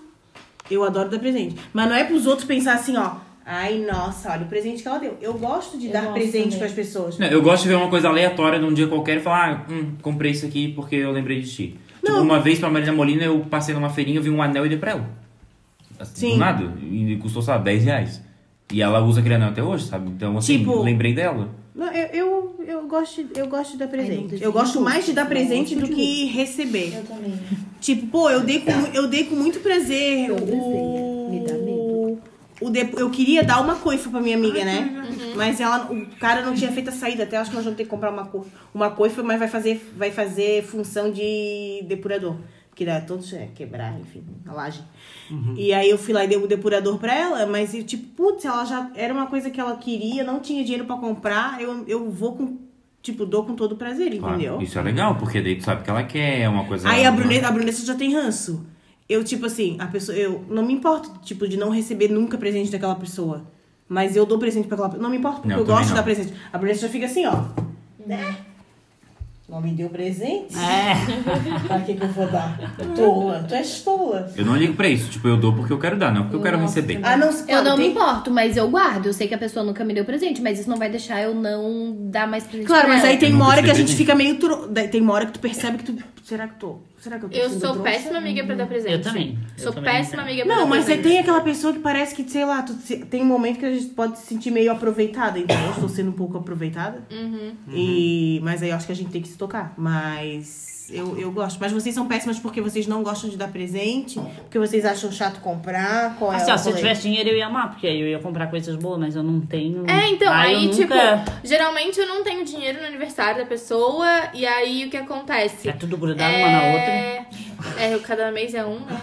Speaker 3: eu adoro dar presente. Mas não é pros outros pensar assim, ó. Ai, nossa, olha o presente que ela deu. Eu gosto de
Speaker 8: Eu
Speaker 3: dar
Speaker 8: gosto
Speaker 3: presente
Speaker 8: também.
Speaker 3: pras pessoas.
Speaker 4: Não, eu gosto de ver uma coisa aleatória de um dia qualquer e falar, ah, hum, comprei isso aqui porque eu lembrei de ti. Tipo, uma vez pra Marina Molina eu passei numa feirinha, eu vi um anel e dei pra ela. Assim,
Speaker 3: Sim.
Speaker 4: Do nada. E custou, sabe, 10 reais. E ela usa aquele anel até hoje, sabe? Então, assim,
Speaker 3: Tipo-
Speaker 4: lembrei dela.
Speaker 3: Não, eu, eu, eu gosto, eu gosto de dar presente.
Speaker 6: desenho
Speaker 3: eu gosto mais de dar
Speaker 6: não,
Speaker 3: presente
Speaker 6: não,
Speaker 3: do
Speaker 6: de
Speaker 3: que receber.
Speaker 8: Eu também.
Speaker 3: Tipo, pô, eu dei com, mu- eu dei com muito prazer.
Speaker 6: Eu
Speaker 3: o...
Speaker 6: desenho. Me dá medo.
Speaker 3: O de... Eu queria dar uma coifa pra minha amiga, né? Mas ela, o cara não tinha feito a saída. Até acho que nós vamos ter que comprar uma, co... uma coifa, mas vai fazer, vai fazer função de depurador. Porque né, todos é, quebrar, enfim, a laje. E aí eu fui lá e dei o depurador pra ela, mas eu, tipo, putz, ela já era uma coisa que ela queria, não tinha dinheiro pra comprar. Eu, eu vou com, tipo, dou com todo prazer,
Speaker 4: Claro,
Speaker 3: entendeu?
Speaker 4: Isso é legal, porque daí tu sabe que ela quer, é uma coisa...
Speaker 3: Aí a Brunessa, a Brunessa já tem ranço. Eu, tipo assim, a pessoa. Eu não me importo, tipo, de não receber nunca presente daquela pessoa. Mas eu dou presente pra aquela pessoa. Não me importo, porque
Speaker 4: Não,
Speaker 3: eu
Speaker 4: também
Speaker 3: gosto de
Speaker 4: não.
Speaker 3: dar presente. A Brunessa já fica assim, ó. Né? Não me deu presente?
Speaker 7: É.
Speaker 3: <laughs> Pra que, que eu vou dar? Tola, tu és tola.
Speaker 4: Eu não ligo pra isso. Tipo, eu dou porque eu quero dar, não porque eu quero receber.
Speaker 3: Ah, não,
Speaker 6: Eu
Speaker 3: claro,
Speaker 6: não me
Speaker 3: tem-
Speaker 6: importo, mas eu guardo. Eu sei que a pessoa nunca me deu presente, mas isso não vai deixar eu não dar mais presente.
Speaker 3: Claro,
Speaker 6: pra
Speaker 3: mas
Speaker 6: ela.
Speaker 3: aí tem
Speaker 4: Eu
Speaker 3: uma
Speaker 4: não
Speaker 3: hora que a
Speaker 4: recebi
Speaker 3: gente
Speaker 4: nem.
Speaker 3: fica meio. Tro... daí Tem uma hora que tu percebe que tu. Será que eu tô. Será que eu tô
Speaker 1: Eu
Speaker 3: sendo
Speaker 1: sou
Speaker 3: trouxa?
Speaker 1: péssima amiga pra dar presente.
Speaker 7: Eu também. Eu
Speaker 1: Sou
Speaker 7: também
Speaker 1: péssima
Speaker 7: não
Speaker 1: amiga pra
Speaker 3: né? Não,
Speaker 1: dar
Speaker 3: mas é aí
Speaker 1: presente.
Speaker 3: tem aquela pessoa que parece que, sei lá, tu se- tem um momento que a gente pode se sentir meio aproveitada. Então, eu estou sendo um pouco aproveitada. E, mas aí eu acho que a gente tem que se tocar. Mas eu, eu gosto. Mas vocês são péssimas porque vocês não gostam de dar presente, porque vocês acham chato comprar. Qual é
Speaker 7: Assim, ó,
Speaker 3: o
Speaker 7: se eu
Speaker 3: rolê?
Speaker 7: tivesse dinheiro eu ia amar, porque aí eu ia comprar coisas boas, mas eu não tenho.
Speaker 1: É, então,
Speaker 7: eu
Speaker 1: aí, tipo,
Speaker 7: nunca-
Speaker 1: geralmente eu não tenho dinheiro no aniversário da pessoa, e aí o que acontece?
Speaker 7: É tudo grudado uma na outra.
Speaker 1: É, cada mês é um, né?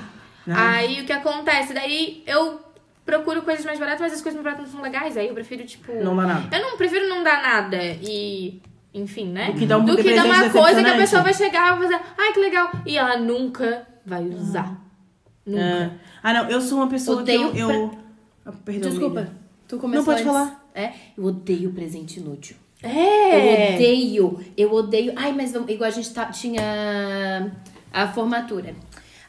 Speaker 3: Ah.
Speaker 1: Aí o que acontece? Daí eu procuro coisas mais baratas, mas as coisas mais baratas não são legais. Aí eu prefiro, tipo.
Speaker 3: Não é. dá nada.
Speaker 1: Eu não prefiro não dar nada e. Enfim, né?
Speaker 3: Do que dar um
Speaker 1: Do que dar uma coisa
Speaker 3: presente
Speaker 1: que a
Speaker 3: decepcionante.
Speaker 1: pessoa vai chegar e vai fazer, ai que legal. E ela nunca vai usar. Nunca.
Speaker 3: Ah. Ah, não, eu sou uma pessoa
Speaker 6: Odeio
Speaker 3: que eu. eu... Ah, Perdão,
Speaker 6: Desculpa.
Speaker 3: amiga.
Speaker 6: Tu
Speaker 3: Não
Speaker 6: começou
Speaker 3: pode
Speaker 6: antes.
Speaker 3: falar.
Speaker 6: É, eu odeio presente inútil. Eu
Speaker 1: É.
Speaker 6: odeio, eu odeio. Ai, mas vamos, igual a gente tá- tinha a formatura.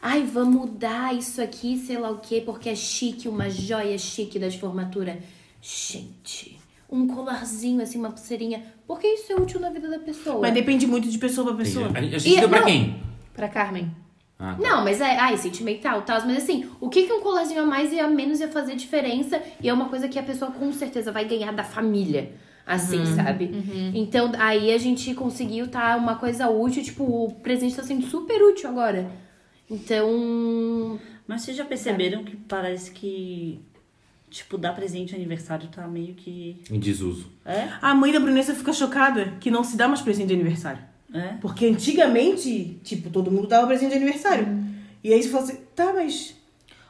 Speaker 6: Ai, vamos mudar isso aqui, sei lá o quê, porque é chique, uma joia chique das formaturas. Gente, um colarzinho, assim, uma pulseirinha. Porque isso é útil na vida da pessoa.
Speaker 3: Mas depende muito de pessoa pra pessoa.
Speaker 4: A gente
Speaker 6: E-
Speaker 4: deu pra
Speaker 6: não.
Speaker 4: quem?
Speaker 1: Pra Carmen.
Speaker 4: Ah, tá.
Speaker 6: Não, mas é, ai, sentimental, tal, mas assim, o que que um colarzinho a mais e a menos ia fazer diferença e é uma coisa que a pessoa com certeza vai ganhar da família, assim, sabe? Então, aí a gente conseguiu tá uma coisa útil, tipo, o presente tá sendo super útil agora. Então,
Speaker 7: Mas vocês já perceberam que parece que, tipo, dar presente de aniversário tá meio que.
Speaker 4: Em desuso.
Speaker 7: É?
Speaker 3: A mãe da Brunessa fica chocada que não se dá mais presente de aniversário.
Speaker 7: É?
Speaker 3: Porque antigamente, tipo, todo mundo dava presente de aniversário. E aí você fala assim, tá, mas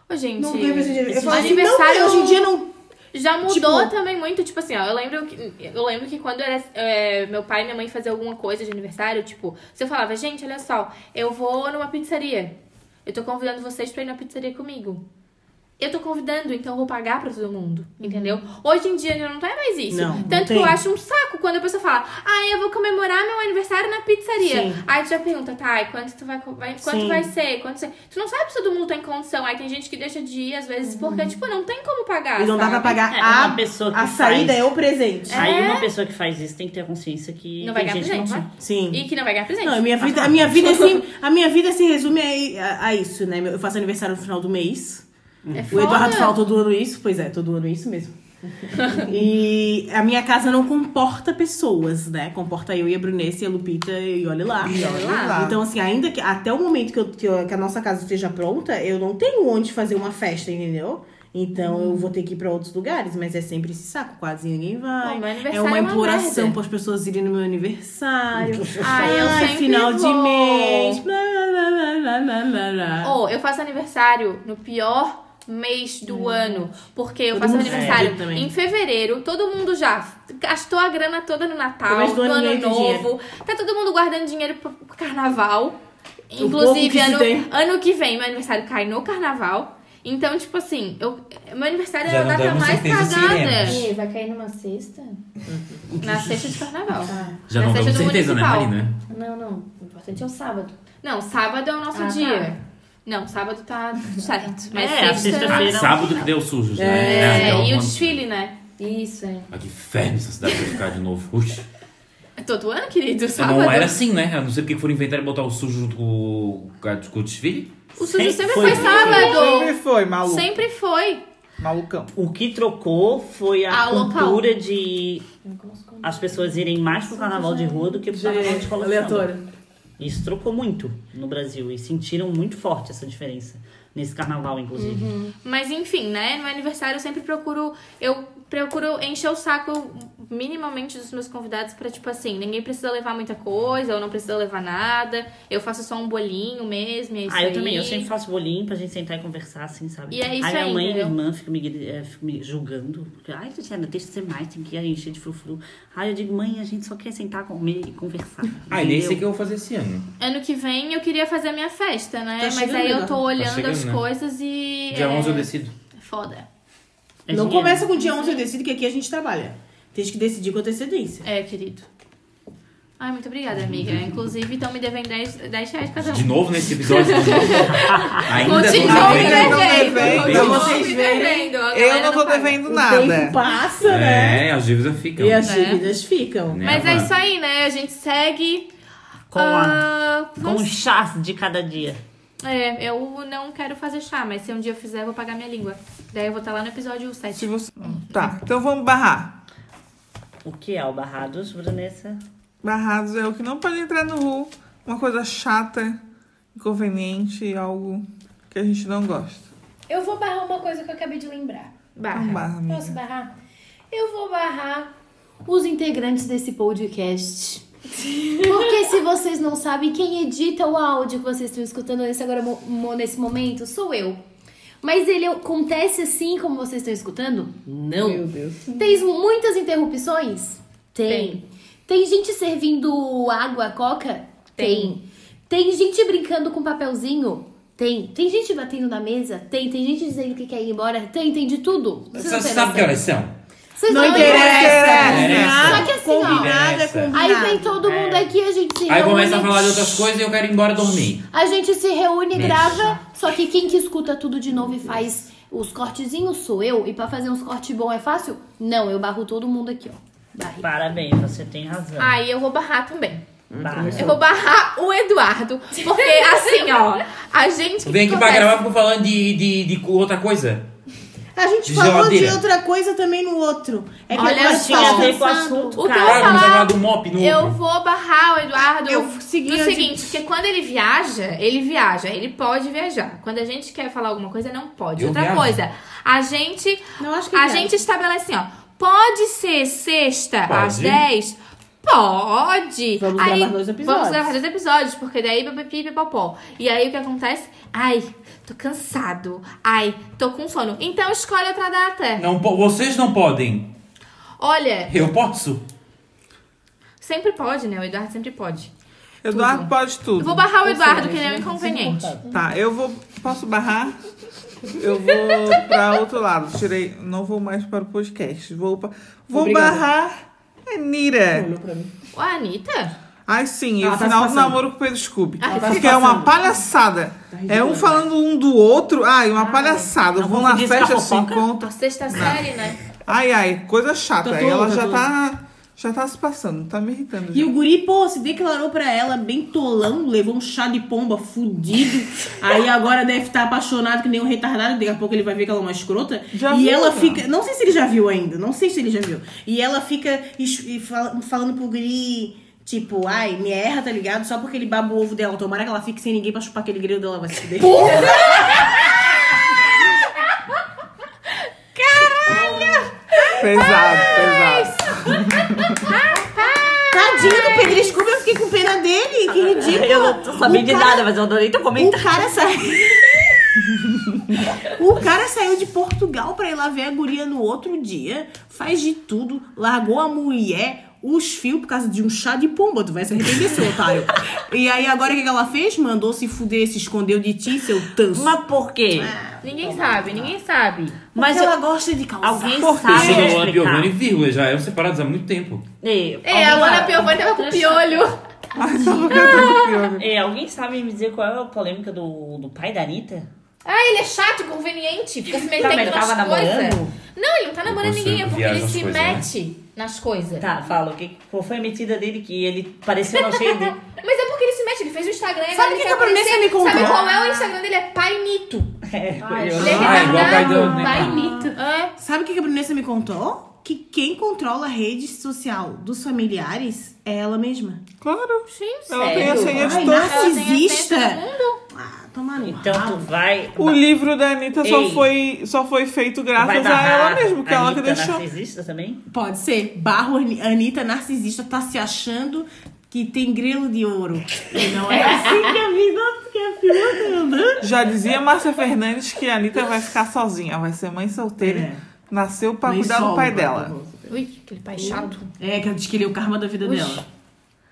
Speaker 1: Ô, gente.
Speaker 3: não tem presente de aniversário. Eu falo assim, não,
Speaker 1: aniversário-
Speaker 3: mas hoje em dia não.
Speaker 1: Já mudou
Speaker 3: Tipo-
Speaker 1: também muito, tipo assim, ó, eu lembro que, eu lembro que quando era, é, meu pai e minha mãe faziam alguma coisa de aniversário, tipo, se eu falava, gente, olha só, eu vou numa pizzaria. Eu tô convidando vocês pra ir na pizzaria comigo. Eu tô convidando, então eu vou pagar pra todo mundo, entendeu? Hoje em dia não é mais isso.
Speaker 3: Uhum. Não, não
Speaker 1: Tanto que
Speaker 3: tem.
Speaker 1: eu acho um saco quando a pessoa fala, ah, eu vou comemorar meu aniversário na pizzaria.
Speaker 3: Sim.
Speaker 1: Aí tu já pergunta, tá, e quanto tu vai, co- vai- quanto
Speaker 3: Sim.
Speaker 1: vai ser? Quanto ser? Tu não sabe se todo mundo tá em condição. Aí tem gente que deixa de ir, às vezes, porque, tipo, não tem como pagar.
Speaker 3: Uhum. E não dá
Speaker 1: sabe?
Speaker 3: pra pagar
Speaker 7: É, uma
Speaker 3: a,
Speaker 7: pessoa que
Speaker 3: a saída,
Speaker 7: faz-
Speaker 3: é o presente.
Speaker 7: Aí uma pessoa que faz isso tem que ter a consciência que
Speaker 1: Não vai
Speaker 7: tem
Speaker 1: ganhar
Speaker 7: gente que não
Speaker 1: presente,
Speaker 7: vai.
Speaker 1: né?
Speaker 3: Sim.
Speaker 1: E que não vai ganhar presente.
Speaker 3: Não, a minha vida, a minha vida,
Speaker 5: <laughs>
Speaker 3: assim, a minha vida se resume a, a- a isso, né? Eu faço aniversário no final do mês.
Speaker 5: Uhum.
Speaker 1: É
Speaker 3: O
Speaker 1: foda.
Speaker 3: Eduardo fala todo ano isso, pois é, todo ano é isso mesmo.
Speaker 5: <laughs>
Speaker 3: e a minha casa não comporta pessoas, né? Comporta eu e a Brunessa e a Lupita e olha lá.
Speaker 5: E olha lá.
Speaker 3: Então, assim, ainda que até o momento que, eu- que eu- que a nossa casa esteja pronta, eu não tenho onde fazer uma festa, entendeu? Então
Speaker 5: Uhum.
Speaker 3: eu vou ter que ir pra outros lugares, mas é sempre esse saco, quase ninguém vai.
Speaker 1: Pô, meu aniversário
Speaker 3: É uma
Speaker 1: é uma
Speaker 3: imploração
Speaker 1: merda.
Speaker 3: para as pessoas irem no meu aniversário. é
Speaker 1: Ai, eu sempre
Speaker 3: final de
Speaker 1: vou.
Speaker 3: mês. Blá, blá, blá, blá, blá, blá, blá.
Speaker 1: Ou eu faço aniversário no pior mês do ano. Porque eu
Speaker 3: Hum. Todo
Speaker 1: faço
Speaker 3: mundo
Speaker 1: aniversário
Speaker 3: fudido também.
Speaker 1: em fevereiro, todo mundo já gastou a grana toda no Natal,
Speaker 3: Começo
Speaker 1: no
Speaker 3: do ano
Speaker 1: ano
Speaker 3: ninguém tem
Speaker 1: novo. Tá todo mundo guardando dinheiro pro pro carnaval.
Speaker 3: pouco
Speaker 1: Inclusive,
Speaker 3: que se
Speaker 1: ano,
Speaker 3: tem.
Speaker 1: ano que vem meu aniversário cai no carnaval. Então, tipo assim, eu, meu aniversário
Speaker 4: Já
Speaker 1: é a
Speaker 4: não
Speaker 1: data
Speaker 4: damos
Speaker 1: mais
Speaker 4: certeza se
Speaker 1: cagada.
Speaker 4: iremos.
Speaker 8: E vai cair numa cesta?
Speaker 1: Na sexta de carnaval.
Speaker 3: Ah.
Speaker 4: Já
Speaker 3: é
Speaker 1: Na
Speaker 4: não
Speaker 1: festa
Speaker 4: damos
Speaker 1: do
Speaker 4: certeza, né,
Speaker 1: municipal.
Speaker 4: Marina?
Speaker 8: Não, não. O importante é o sábado.
Speaker 1: Não, sábado é o nosso
Speaker 8: Ah,
Speaker 1: dia.
Speaker 8: tá.
Speaker 1: Não, sábado tá <laughs> certo. Mas
Speaker 7: É, a
Speaker 1: sexta...
Speaker 7: sexta-feira-
Speaker 4: Ah,
Speaker 7: Não.
Speaker 4: sábado que deu sujo, já.
Speaker 1: É,
Speaker 4: então,
Speaker 1: e o
Speaker 4: mano,
Speaker 1: desfile, né?
Speaker 8: Isso, é.
Speaker 4: Ah, que inferno essa cidade vai ficar de novo. Ux.
Speaker 1: É Todo ano, querido, sábado.
Speaker 4: Não era assim, né? Eu não sei porque foram inventar e botar o sujo junto com o, com o desfile.
Speaker 1: O sujo sempre
Speaker 7: Foi.
Speaker 1: foi, sábado.
Speaker 5: Sempre foi, maluco.
Speaker 1: Sempre foi.
Speaker 5: Malucão.
Speaker 7: O que trocou foi a,
Speaker 1: A local.
Speaker 7: cultura de as pessoas irem mais pro carnaval de rua do que pro carnaval de escola de samba.
Speaker 3: Aleatório.
Speaker 7: Isso trocou muito no Brasil e sentiram muito forte essa diferença nesse carnaval,
Speaker 1: Uhum.
Speaker 7: inclusive.
Speaker 1: Mas enfim, né? No meu aniversário eu sempre procuro. Eu procuro encher o saco minimamente dos meus convidados pra, tipo assim, ninguém precisa levar muita coisa, ou não precisa levar nada. Eu faço só um bolinho mesmo. e É isso
Speaker 7: Ah, eu
Speaker 1: aí.
Speaker 7: também. Eu sempre faço bolinho pra gente sentar e conversar, assim, sabe?
Speaker 1: E é isso
Speaker 7: aí minha
Speaker 1: aí,
Speaker 7: mãe e minha
Speaker 1: entendeu?
Speaker 7: irmã ficam me, gri- eh, ficam me julgando. Porque, Ai, Tatiana, deixa de ser mais, tem que encher de frufru. Aí eu digo, mãe, a gente só quer sentar, comer e conversar.
Speaker 4: Ah, e
Speaker 7: entendeu?
Speaker 4: é esse que eu vou fazer esse ano.
Speaker 1: Ano que vem eu queria fazer a minha festa, né?
Speaker 3: Tá
Speaker 1: Mas
Speaker 3: chegando,
Speaker 1: aí eu
Speaker 3: né?
Speaker 1: tô olhando
Speaker 4: chegando,
Speaker 1: as
Speaker 4: né?
Speaker 1: coisas e.
Speaker 4: Dia
Speaker 1: é,
Speaker 4: 11 eu decido.
Speaker 1: Foda.
Speaker 7: É
Speaker 3: não
Speaker 7: dinheiro.
Speaker 3: começa com o dia 11 eu decido que aqui a gente trabalha. Tem que decidir com antecedência.
Speaker 1: É, querido. Ai, muito obrigada, amiga. Inclusive, estão me devendo 10, 10 reais cada um.
Speaker 4: De novo nesse
Speaker 1: <laughs>
Speaker 4: episódio. Ainda tá tô
Speaker 1: Continuam me
Speaker 5: devendo.
Speaker 4: devendo.
Speaker 1: devendo.
Speaker 5: devendo.
Speaker 1: Continuam
Speaker 3: Vocês
Speaker 1: me
Speaker 3: verem.
Speaker 1: devendo. A
Speaker 5: Eu
Speaker 1: galera
Speaker 5: não tô
Speaker 1: paga.
Speaker 5: devendo
Speaker 3: O tempo
Speaker 5: nada.
Speaker 3: passa, né?
Speaker 4: É, as dívidas ficam.
Speaker 3: E as
Speaker 1: Né?
Speaker 3: dívidas ficam.
Speaker 4: Né,
Speaker 1: Mas é
Speaker 4: mano?
Speaker 1: isso aí, né? A gente segue.
Speaker 7: Com, a,
Speaker 1: Ah,
Speaker 7: com um
Speaker 1: vamos...
Speaker 7: o chás de cada dia.
Speaker 1: É, eu não quero fazer chá, mas se um dia eu fizer, eu vou pagar minha língua. Daí eu vou estar lá no episódio
Speaker 5: Se
Speaker 1: 7.
Speaker 5: você... Tá, então vamos barrar.
Speaker 7: O que é o Barrados, Brunessa?
Speaker 5: Barrados é o que não pode entrar no RU. Uma coisa chata, inconveniente, algo que a gente não gosta.
Speaker 8: Eu vou barrar uma coisa que eu acabei de lembrar.
Speaker 5: Não
Speaker 1: Barra.
Speaker 5: barra, amiga.
Speaker 8: Posso barrar? Eu vou barrar os integrantes desse <laughs> podcast. Porque se vocês não sabem, quem edita o áudio que vocês estão escutando nesse, agora, mo- mo- nesse momento sou eu. Mas ele acontece assim como vocês estão escutando? Não. Meu Deus. Tem muitas interrupções? Tem. Tem gente servindo água, coca? Tem. Tem gente brincando com papelzinho? Tem. Tem gente batendo na mesa? Tem. Tem gente dizendo que quer ir embora? Tem. Tem de tudo. Vocês
Speaker 4: Você
Speaker 8: não têm
Speaker 4: sabe
Speaker 8: noção.
Speaker 4: que horas são?
Speaker 6: Vocês
Speaker 3: Não
Speaker 6: vão
Speaker 3: interessa.
Speaker 4: Interessa.
Speaker 6: Só que assim, ó.
Speaker 3: Combinado é
Speaker 4: Interessa.
Speaker 3: combinado.
Speaker 6: Aí vem todo mundo aqui, a gente se
Speaker 4: Aí
Speaker 6: reúne.
Speaker 4: começa a falar de outras coisas e eu quero ir embora dormir.
Speaker 6: A gente se reúne,
Speaker 4: Mexe.
Speaker 6: grava, só que quem que escuta tudo de novo e faz os cortezinhos sou eu. E pra fazer uns cortes bons é fácil? Não, eu barro todo mundo aqui, ó. Barre.
Speaker 7: Parabéns, você tem razão.
Speaker 1: Aí eu vou barrar também.
Speaker 7: Barra.
Speaker 1: Eu vou barrar o Eduardo. Porque assim, ó, a gente.
Speaker 4: Vem aqui pra
Speaker 1: acontece?
Speaker 4: gravar, ficou falando de, de, de outra coisa.
Speaker 3: A gente
Speaker 4: De
Speaker 3: falou de
Speaker 4: geladeira.
Speaker 3: outra coisa também no outro. É que
Speaker 1: Olha
Speaker 3: agora
Speaker 1: só.
Speaker 7: Tinha a
Speaker 3: fala-
Speaker 7: ver com o
Speaker 6: Pensando.
Speaker 7: assunto,
Speaker 1: O que eu
Speaker 7: cara.
Speaker 4: Claro, vamos
Speaker 1: falar-
Speaker 4: gravar do mop no
Speaker 1: Eu
Speaker 4: outro.
Speaker 1: vou barrar o Eduardo
Speaker 3: Eu
Speaker 1: no
Speaker 3: segui a
Speaker 1: seguinte,
Speaker 3: gente.
Speaker 1: porque quando ele viaja, ele viaja, ele pode viajar. Quando a gente quer falar alguma coisa, não pode.
Speaker 4: Eu
Speaker 1: Outra
Speaker 4: viajo.
Speaker 1: coisa, a gente
Speaker 3: Não, acho que
Speaker 1: a
Speaker 3: já.
Speaker 1: gente estabelece assim, ó, pode ser sexta
Speaker 4: Pode.
Speaker 1: às 10? Pode.
Speaker 3: Vamos
Speaker 1: aí,
Speaker 3: gravar dois episódios.
Speaker 1: Vamos gravar dois episódios, porque daí papapi, papapó. E aí o que acontece? Ai, tô cansado. Ai, tô com sono. Então escolhe outra data.
Speaker 4: Não, po- vocês não podem.
Speaker 1: Olha,
Speaker 4: Eu posso.
Speaker 1: sempre pode, né? O Eduardo sempre pode.
Speaker 5: Eduardo pode tudo.
Speaker 1: Eu vou barrar o Eduardo, que ele é um inconveniente.
Speaker 5: Tá, eu vou. Posso barrar? Eu vou pra outro lado. Tirei. Não vou mais para o podcast. Vou, pra, vou
Speaker 3: Obrigada.
Speaker 5: barrar a Nira.
Speaker 3: Olhou pra mim.
Speaker 1: Ô, Anitta?
Speaker 5: Ai, sim, e
Speaker 3: Ela
Speaker 5: o
Speaker 3: tá
Speaker 5: final
Speaker 3: se
Speaker 5: do
Speaker 3: passando.
Speaker 5: namoro com o Pedro Scooby.
Speaker 3: Ela tá se
Speaker 5: Porque é uma
Speaker 3: passando. Tá né?
Speaker 5: palhaçada. É um falando um do outro. Ai, uma palhaçada.
Speaker 7: não
Speaker 5: Vão na
Speaker 7: confundir isso com a
Speaker 5: festa, se
Speaker 7: fofoca?
Speaker 5: encontram.
Speaker 1: A sexta série, né?
Speaker 5: Ai, ai, coisa chata.
Speaker 3: Tá
Speaker 5: Aí ela
Speaker 3: tudo, tá
Speaker 5: já
Speaker 3: tudo.
Speaker 5: tá. Já tá se passando, tá me irritando.
Speaker 3: E
Speaker 5: já.
Speaker 3: o guri, pô, se declarou pra ela bem tolão, levou um chá de pomba
Speaker 5: <laughs>
Speaker 3: fudido. aí agora deve estar apaixonado que nem um retardado. Daqui a pouco ele vai ver que ela é uma escrota.
Speaker 5: Já
Speaker 3: e
Speaker 5: viu,
Speaker 3: ela
Speaker 5: já.
Speaker 3: fica. Não sei se ele já viu ainda, não sei se ele já viu. E ela fica es- e fala- falando pro guri. Tipo, ai, me erra, tá ligado? Só porque ele baba o ovo dela. Tomara que ela fique sem ninguém pra chupar aquele grilo dela, vai se fuder.
Speaker 5: Pesado, pesado.
Speaker 3: Tadinho do Pedro Scooby, eu fiquei com pena dele. Que ridículo.
Speaker 7: Eu não sabia de
Speaker 3: O cara-
Speaker 7: nada, mas eu adorei teu
Speaker 3: O
Speaker 7: comentário.
Speaker 3: cara saiu. <laughs> o cara saiu de Portugal pra ir lá ver a guria no outro dia. Faz de tudo. Largou a mulher, os fios, por causa de um chá de pomba. Tu vai se arrepender, seu
Speaker 7: <laughs>
Speaker 3: otário. E aí, agora o que que ela fez? Mandou se fuder, se escondeu de ti, seu tanso.
Speaker 7: Mas por quê?
Speaker 1: É. Ninguém sabe, ninguém sabe.
Speaker 7: Mas
Speaker 3: Porque
Speaker 7: eu-
Speaker 3: ela gosta de calçar.
Speaker 7: alguém
Speaker 4: Eles
Speaker 7: sabe
Speaker 4: chegam
Speaker 7: me
Speaker 4: lá na Piovani e
Speaker 7: explicar.
Speaker 4: vírgula, já eram separados há muito tempo.
Speaker 7: Ei,
Speaker 1: É, a
Speaker 7: alguém
Speaker 1: Luana
Speaker 7: sabe-
Speaker 1: Piovani tava com piolho.
Speaker 7: Ei, alguém sabe me dizer qual é a polêmica do, do pai da Anitta?
Speaker 1: Ah, ele é chato, inconveniente. Fica se
Speaker 7: Tá, mas
Speaker 1: metendo
Speaker 7: ele
Speaker 1: nas
Speaker 7: tava
Speaker 1: coisas.
Speaker 7: namorando?
Speaker 1: Não, ele não tá namorando
Speaker 4: Você
Speaker 1: ninguém, é porque
Speaker 4: viaja
Speaker 1: ele
Speaker 4: nas
Speaker 1: se
Speaker 4: coisas, né?
Speaker 1: mete nas coisas.
Speaker 5: Uhum.
Speaker 7: Tá, fala, o que, qual foi a metida dele que ele pareceu não
Speaker 5: <laughs>
Speaker 7: cheio de...
Speaker 1: Mas é porque ele se mete, ele fez o Instagram. agora
Speaker 3: Sabe o
Speaker 1: ele
Speaker 3: que
Speaker 1: quer
Speaker 3: que a Vanessa
Speaker 1: aparecer.
Speaker 3: me contou?
Speaker 1: Sabe qual é o Instagram dele? É Pai Nito.
Speaker 7: É, eu-
Speaker 1: Ele é
Speaker 4: Ah, igual o pai
Speaker 1: retardado.
Speaker 4: do- né?
Speaker 1: Pai Nito. É.
Speaker 3: Sabe o que que a Brunessa me contou? Que quem controla a rede social dos familiares é ela mesma.
Speaker 5: Claro.
Speaker 1: É, Gente,
Speaker 5: Ela tem a senha de
Speaker 3: Ai,
Speaker 5: todos.
Speaker 3: narcisista.
Speaker 1: Ela tem acesso a todo mundo.
Speaker 3: Ah, toma no
Speaker 7: Então tu
Speaker 3: rabo.
Speaker 7: vai...
Speaker 5: O livro da Anitta só
Speaker 7: Ei.
Speaker 5: foi, só foi feito
Speaker 7: vai
Speaker 5: graças a
Speaker 7: barrar
Speaker 5: ela mesmo, que
Speaker 7: a
Speaker 5: ela que
Speaker 7: Anitta
Speaker 3: né?
Speaker 5: deixou.
Speaker 7: narcisista também?
Speaker 3: Pode ser. Barro Ani- Anitta narcisista tá se achando que tem grilo de ouro. E não é assim que a vida que a vida anda.
Speaker 5: Já dizia Márcia Fernandes que a Anitta vai ficar sozinha, vai ser mãe solteira.
Speaker 3: É.
Speaker 5: Nasceu pra
Speaker 3: Nem
Speaker 5: cuidar
Speaker 3: solo,
Speaker 5: do pai
Speaker 3: tá
Speaker 5: dela.
Speaker 3: bom.
Speaker 1: Ui, aquele pai chato.
Speaker 3: É, que ela diz que ele é o karma da vida
Speaker 1: Ui.
Speaker 3: dela.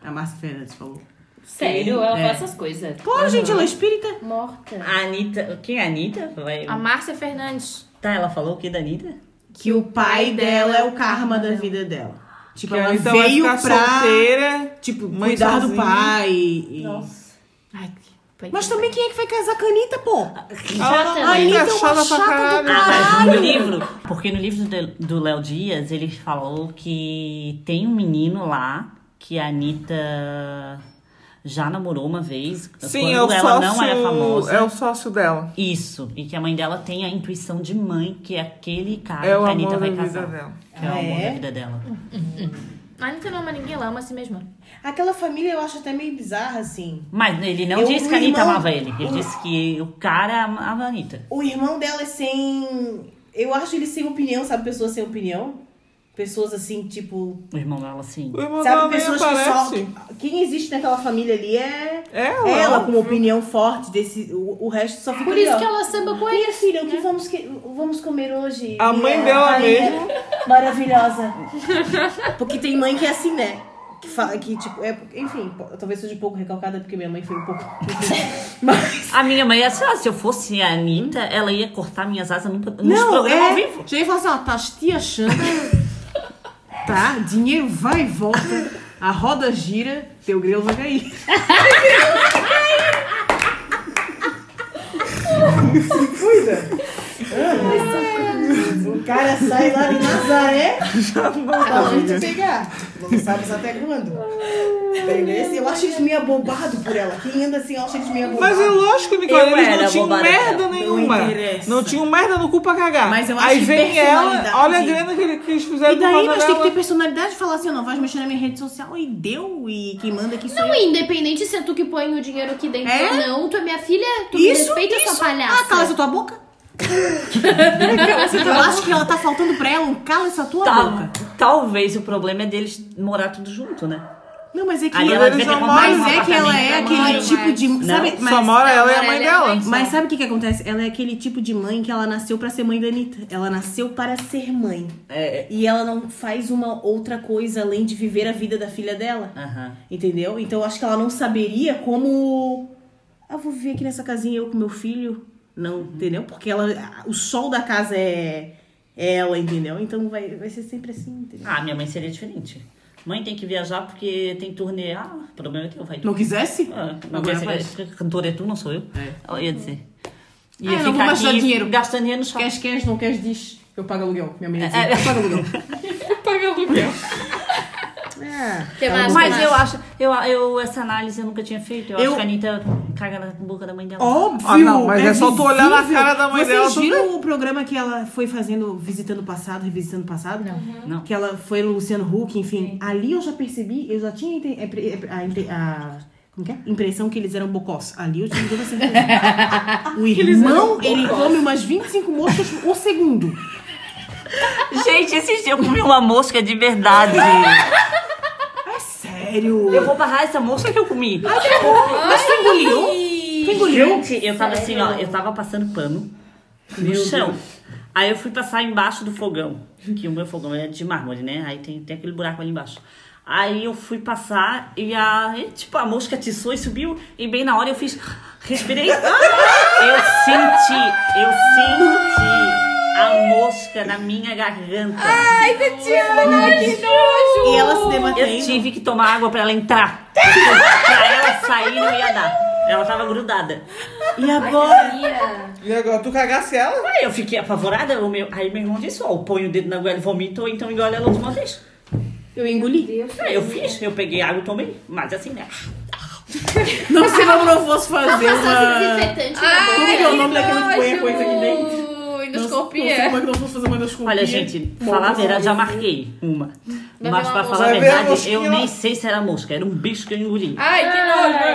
Speaker 3: A Márcia Fernandes falou.
Speaker 8: Sério, ela
Speaker 3: É.
Speaker 8: faz essas coisas.
Speaker 3: Claro, gente, ela é espírita.
Speaker 1: Morta.
Speaker 7: A Anitta... Quem é a Anitta? Vai...
Speaker 1: A Márcia Fernandes.
Speaker 7: Tá, ela falou o que da Anitta?
Speaker 3: Que o pai dela é o karma da vida dela. Tipo,
Speaker 5: Que a
Speaker 3: ela
Speaker 5: Anitta vai
Speaker 3: veio
Speaker 5: ficar
Speaker 3: pra
Speaker 5: Então, solteira.
Speaker 3: tipo,
Speaker 5: mãe
Speaker 3: cuidar do
Speaker 5: sozinha.
Speaker 3: pai. e-
Speaker 1: Ai, que pai-
Speaker 3: Mas também quem é que vai casar com a Anitta, pô?
Speaker 5: Ela não
Speaker 3: A
Speaker 5: vai
Speaker 3: Anitta é
Speaker 5: achar
Speaker 3: uma
Speaker 5: ela pra
Speaker 3: chata do
Speaker 5: caralho.
Speaker 7: Ah,
Speaker 3: caralho.
Speaker 7: mas no livro. Porque no livro do- do Léo Dias, ele falou que tem um menino lá que a Anitta já namorou uma vez.
Speaker 5: Sim,
Speaker 7: quando
Speaker 5: é o
Speaker 7: ela
Speaker 5: sócio.
Speaker 7: Tá não era famosa.
Speaker 5: É o sócio dela.
Speaker 7: Isso. E que a mãe dela tem a intuição de mãe, que é aquele cara
Speaker 5: É o
Speaker 7: que a Anitta
Speaker 5: amor da
Speaker 7: vai
Speaker 5: vida
Speaker 7: casar.
Speaker 5: dela.
Speaker 7: Que é o
Speaker 3: Ah,
Speaker 7: amor
Speaker 3: é?
Speaker 7: da vida dela.
Speaker 1: A Anitta não ama ninguém, ela ama a si mesma.
Speaker 3: Aquela família eu acho até meio bizarra, assim.
Speaker 7: Mas ele não
Speaker 3: Eu-
Speaker 7: disse que
Speaker 3: o
Speaker 7: a Anitta
Speaker 3: irmão-
Speaker 7: amava ele. Ele disse que o cara amava a Anitta.
Speaker 3: O irmão dela é sem. Eu acho ele sem opinião, sabe? Pessoas sem opinião. Pessoas assim, tipo.
Speaker 7: O irmão dela, assim.
Speaker 5: O irmão dela
Speaker 3: sabe,
Speaker 5: nem
Speaker 3: pessoas que só.
Speaker 5: aparece. Tá
Speaker 3: Quem existe naquela família ali é.
Speaker 5: Ela.
Speaker 3: Ela, com uma opinião forte desse. O, o resto só fica.
Speaker 6: Por
Speaker 3: ali,
Speaker 6: isso
Speaker 3: ó.
Speaker 6: que ela é samba com ele.
Speaker 3: Minha filha, o que vamos, que vamos comer hoje?
Speaker 5: A
Speaker 3: Minha
Speaker 5: mãe dela
Speaker 3: rainha Maravilhosa. Porque tem mãe que é assim, né? Que fala que, tipo, é, enfim, po- talvez seja um pouco recalcada, porque minha mãe foi um
Speaker 6: <laughs>
Speaker 3: pouco. <laughs> Mas.
Speaker 7: A minha mãe, assim, ó, se eu fosse a Anitta, ela ia cortar minhas asas nunca, nos
Speaker 3: Não,
Speaker 7: programas ao
Speaker 3: é.
Speaker 7: vivo.
Speaker 3: Já ia falar assim, ó, tá te achando. tá? Dinheiro vai e volta, a roda gira, teu grelo vai cair. O cara sai lá de Nazaré pra gente pegar. Não sabes até quando. Beleza? Eu acho eles meio abobado por ela. Quem anda assim, acha eles meio abobado.
Speaker 5: Mas é lógico, Nicole,
Speaker 2: Eu
Speaker 5: eles
Speaker 2: era
Speaker 5: não tinham
Speaker 2: bobada
Speaker 5: merda
Speaker 2: dela.
Speaker 5: nenhuma.
Speaker 2: Não interessa.
Speaker 5: Não tinham merda no cu pra cagar.
Speaker 3: Mas eu acho
Speaker 5: Aí
Speaker 3: que
Speaker 5: vem ela,
Speaker 3: personalidade-
Speaker 5: olha a grana que, ele- que eles fizeram
Speaker 3: E daí,
Speaker 5: com a
Speaker 3: mas tem que ter
Speaker 5: novela.
Speaker 3: personalidade e falar assim, ó, não vais mexer na minha rede social. E deu, e quem manda aqui sou
Speaker 6: Não,
Speaker 3: eu.
Speaker 6: independente se é tu que põe o dinheiro aqui dentro
Speaker 3: É?
Speaker 6: ou não, tu é minha filha, tu me
Speaker 3: Isso,
Speaker 6: respeita,
Speaker 3: isso.
Speaker 6: sua palhaça.
Speaker 3: Ah, cala essa tua
Speaker 6: <laughs>
Speaker 3: boca. eu acho que ela tá faltando pra ela um cala essa tua
Speaker 6: Tá.
Speaker 7: Tal-
Speaker 3: boca.
Speaker 7: talvez o problema é deles morar tudo junto, né?
Speaker 3: Não, mas é que...
Speaker 7: Ali
Speaker 5: Mas
Speaker 7: ela
Speaker 5: eles
Speaker 7: devia ter
Speaker 5: não
Speaker 7: comprado
Speaker 5: moram.
Speaker 7: um
Speaker 3: Mas é que ela é
Speaker 7: apartamento.
Speaker 3: aquele
Speaker 6: Mãe,
Speaker 3: tipo de...
Speaker 7: Não.
Speaker 3: Sabe, mas,
Speaker 5: Só mora ela e a
Speaker 8: Agora
Speaker 5: mãe
Speaker 8: ela é a
Speaker 5: dela.
Speaker 8: mãe.
Speaker 3: mas sabe o que que acontece? Ela é aquele tipo de mãe que ela nasceu pra ser mãe da Anitta. Ela nasceu para ser mãe.
Speaker 7: É. é,
Speaker 3: E ela não faz uma outra coisa além de viver a vida da filha dela.
Speaker 7: aham.
Speaker 3: Entendeu? Então eu acho que ela não saberia como. Ah, vou viver aqui nessa casinha eu com meu filho. Não, entendeu? Porque ela, o sol da casa é é ela, entendeu? Então vai, vai ser sempre assim, entendeu?
Speaker 7: Ah, minha mãe seria diferente. Mãe tem que viajar porque tem turnê. Ah, o problema é teu, vai tu.
Speaker 3: Não quisesse?
Speaker 7: Ah,
Speaker 3: Agora
Speaker 7: não quer
Speaker 3: vai.
Speaker 7: ser cantora é tu, não sou eu. Eu ia dizer.
Speaker 3: Ah, eu não vou gastar dinheiro.
Speaker 7: gastando dinheiro no shopping.
Speaker 3: Queres, queres, não queres, diz. Eu pago aluguel. Minha mãe
Speaker 7: É,
Speaker 3: diz.
Speaker 7: é.
Speaker 3: Eu pago aluguel.
Speaker 8: Paga aluguel.
Speaker 3: <laughs> É.
Speaker 8: Que mais?
Speaker 7: Mas
Speaker 8: que
Speaker 7: eu
Speaker 8: mais?
Speaker 7: acho, eu, eu, essa análise eu nunca tinha feito. Eu,
Speaker 3: Eu-
Speaker 7: acho que a Anitta caga na boca da mãe dela.
Speaker 3: Óbvio!
Speaker 5: Ah, não, mas é só tu olhar na
Speaker 3: visível.
Speaker 5: cara da mãe
Speaker 3: Vocês
Speaker 5: dela, tu
Speaker 3: viram o programa que ela foi fazendo, visitando o passado, revisitando o passado? Não.
Speaker 7: Não.
Speaker 3: Que ela foi no Luciano Huck, enfim. Ali eu já percebi, eu já tinha inte- é, pre- é, a, inte- a- como que é? impressão que eles eram bocós. Ali eu tinha toda certeza. <laughs> o irmão, ele come umas 25 moscas por segundo.
Speaker 7: <laughs> Gente, esses dias eu comi uma mosca de verdade.
Speaker 3: Sério?
Speaker 7: eu vou barrar essa mosca que eu comi.
Speaker 3: Mas tu engoliu?
Speaker 7: Que engoliu? Gente, eu tava assim, ó, eu tava passando pano no chão. Aí eu fui passar embaixo do fogão, que o meu fogão é de mármore, né? Aí tem, tem aquele buraco ali embaixo. Aí eu fui passar e a, e, tipo, a mosca atiçou e subiu. E bem na hora eu fiz, <laughs> respirei. Eu senti, eu senti a mosca na minha garganta.
Speaker 3: E ela se
Speaker 7: Eu
Speaker 3: debatendo.
Speaker 7: tive que tomar água pra ela entrar. pra ela sair não ia dar. Ela tava grudada.
Speaker 3: E agora?
Speaker 5: E agora, tu cagasse ela?
Speaker 7: Aí eu fiquei apavorada, o meu, aí meu irmão disse, ó, põe o dedo na goela e vomita, ou então engole ela de uma vez.
Speaker 3: Eu engoli.
Speaker 7: Aí eu fiz, eu peguei água e tomei, mas assim, né?
Speaker 3: Não sei como não fosse fazer
Speaker 6: Passar
Speaker 1: Ah.
Speaker 3: uma...
Speaker 6: desinfetante na boca.
Speaker 3: Como que é o nome daquela que põe a
Speaker 1: nojo!
Speaker 3: coisa aqui dentro? Não sei
Speaker 1: Endoscopia.
Speaker 3: como é que eu vou fazer uma endoscopia.
Speaker 7: Olha, gente, falar a verdade, já marquei uma.
Speaker 1: Vai
Speaker 7: Mas
Speaker 1: ver uma
Speaker 7: pra
Speaker 1: mosca.
Speaker 7: falar a
Speaker 5: Vai ver a
Speaker 7: verdade, eu
Speaker 5: mosquinha.
Speaker 7: nem sei se era mosca, era um bicho que eu engoli.
Speaker 1: Ai,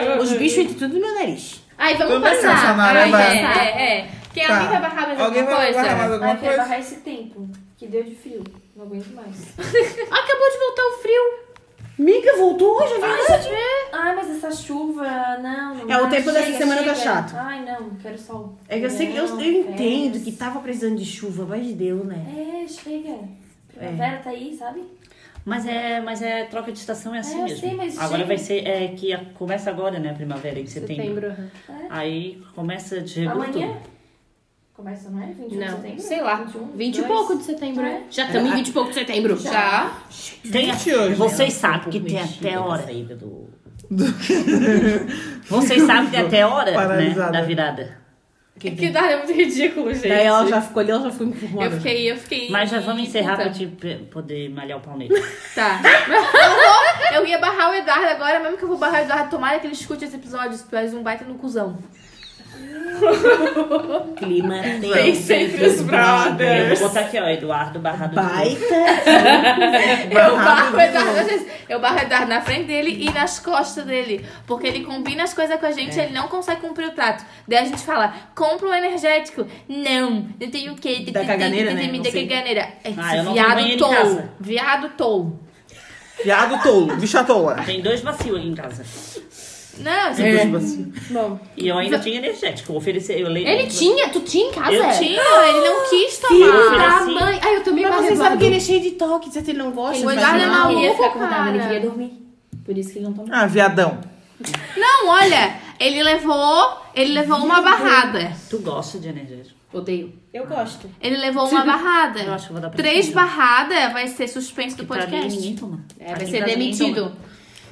Speaker 1: que nojo.
Speaker 3: Os bichos entram tudo no meu nariz.
Speaker 1: Ai, vamos
Speaker 5: Também
Speaker 1: passar.
Speaker 5: funcionário,
Speaker 1: Ai,
Speaker 5: vai.
Speaker 1: é, é. Quem
Speaker 5: Tá.
Speaker 1: alguém vai barrar mais
Speaker 5: Alguém
Speaker 1: alguma
Speaker 5: vai
Speaker 1: coisa?
Speaker 5: barrar mais alguma
Speaker 8: Ai, quero
Speaker 5: coisa?
Speaker 8: barrar esse tempo. Que deu de frio. Não aguento mais.
Speaker 1: Acabou de voltar o frio.
Speaker 3: Miga voltou hoje,
Speaker 8: Ai, mas essa chuva, não, não.
Speaker 3: É, o
Speaker 8: dá.
Speaker 3: tempo dessa semana tá chato.
Speaker 8: Ai, não, quero sol.
Speaker 3: É que eu sei que eu,
Speaker 8: Não,
Speaker 3: eu entendo
Speaker 8: férias.
Speaker 3: que tava precisando de chuva, mas deu, né?
Speaker 8: É, chega.
Speaker 3: É.
Speaker 8: Primavera tá aí, sabe?
Speaker 7: Mas é, mas é troca de estação, é assim
Speaker 8: É, eu
Speaker 7: mesmo.
Speaker 8: sei, mas
Speaker 7: agora
Speaker 8: gente-
Speaker 7: vai ser, é que a- começa agora, né, a primavera, em setembro. Aí começa de regular
Speaker 8: Amanhã? Começa, não é? 21 de setembro? um?
Speaker 1: Não, um, sei lá.
Speaker 6: 20 e
Speaker 8: dois.
Speaker 6: pouco de setembro, né? Já
Speaker 3: estamos em 20 e pouco de setembro.
Speaker 1: Já.
Speaker 7: tudo. Tem,
Speaker 1: né?
Speaker 7: vocês sabem que tem até hora. <laughs> Vocês sabem que até a hora né,
Speaker 5: Paralisada.
Speaker 7: da virada.
Speaker 1: Que, que dá é muito ridículo, gente.
Speaker 3: Daí ela já ficou ali, ela já ficou
Speaker 1: Eu
Speaker 3: empurrada.
Speaker 1: fiquei, eu fiquei.
Speaker 7: Mas já vamos encerrar
Speaker 1: puta.
Speaker 7: pra te pe- poder malhar o pau <laughs> nele.
Speaker 1: Tá. Eu, vou, eu ia barrar o Eduardo agora, mesmo que eu vou barrar o Eduardo, tomara que ele escute esse episódio, se tu és um baita no cuzão.
Speaker 3: Clima
Speaker 1: Tem sempre os
Speaker 7: Eu
Speaker 1: brothers.
Speaker 7: vou botar aqui, ó, Eduardo barrado de
Speaker 3: Baita.
Speaker 1: Eu barro o Eduardo às vezes. Eu barro o Eduardo na frente dele e nas costas dele. Porque ele combina as coisas com a gente ele não consegue cumprir o trato. Daí a gente fala, compra um energético. Não, não tem o quê?
Speaker 3: Da caganeira, né?
Speaker 1: Me
Speaker 3: Não
Speaker 1: dá
Speaker 3: sei.
Speaker 1: caganeira. Esse
Speaker 7: Ah, eu não tenho
Speaker 1: viado
Speaker 7: banheiro em
Speaker 1: tolo.
Speaker 7: casa.
Speaker 1: Viado tolo.
Speaker 5: Viado tolo, bicha tola.
Speaker 7: Tem dois vacilos aqui em casa.
Speaker 1: Não, gente.
Speaker 5: Dois vacilos.
Speaker 1: Bom.
Speaker 7: E eu ainda tinha energético. Eu ofereci, eu leio.
Speaker 6: Ele tinha, tu tinha em casa?
Speaker 7: Eu
Speaker 1: Tinha, ele não quis
Speaker 7: Eu
Speaker 1: tomar.
Speaker 6: Pra
Speaker 7: ofereci.
Speaker 6: mãe. Ai, eu também
Speaker 3: Mas
Speaker 6: barrei
Speaker 3: vocês sabem
Speaker 6: Eduardo.
Speaker 3: que ele é cheio de toque, se ele não gosta.
Speaker 1: O
Speaker 3: ele
Speaker 1: Eduardo
Speaker 3: faz
Speaker 1: é
Speaker 3: mal.
Speaker 6: Ele ia ficar
Speaker 1: maluco,
Speaker 6: acordado, ele
Speaker 1: cara.
Speaker 6: queria dormir. Por isso que ele não tomou.
Speaker 5: Ah, viadão.
Speaker 1: Não, olha, ele levou, ele levou uma barrada.
Speaker 7: Tu gosta de energético.
Speaker 6: Odeio.
Speaker 3: Eu gosto.
Speaker 1: Ele levou uma barrada.
Speaker 7: Eu acho que eu vou dar pra
Speaker 1: Três
Speaker 7: ele.
Speaker 1: barradas vai ser suspenso do
Speaker 7: Que pra mim,
Speaker 1: podcast.
Speaker 7: ninguém toma.
Speaker 6: É,
Speaker 1: Vai
Speaker 6: vai
Speaker 1: ser
Speaker 6: pra mim,
Speaker 1: demitido.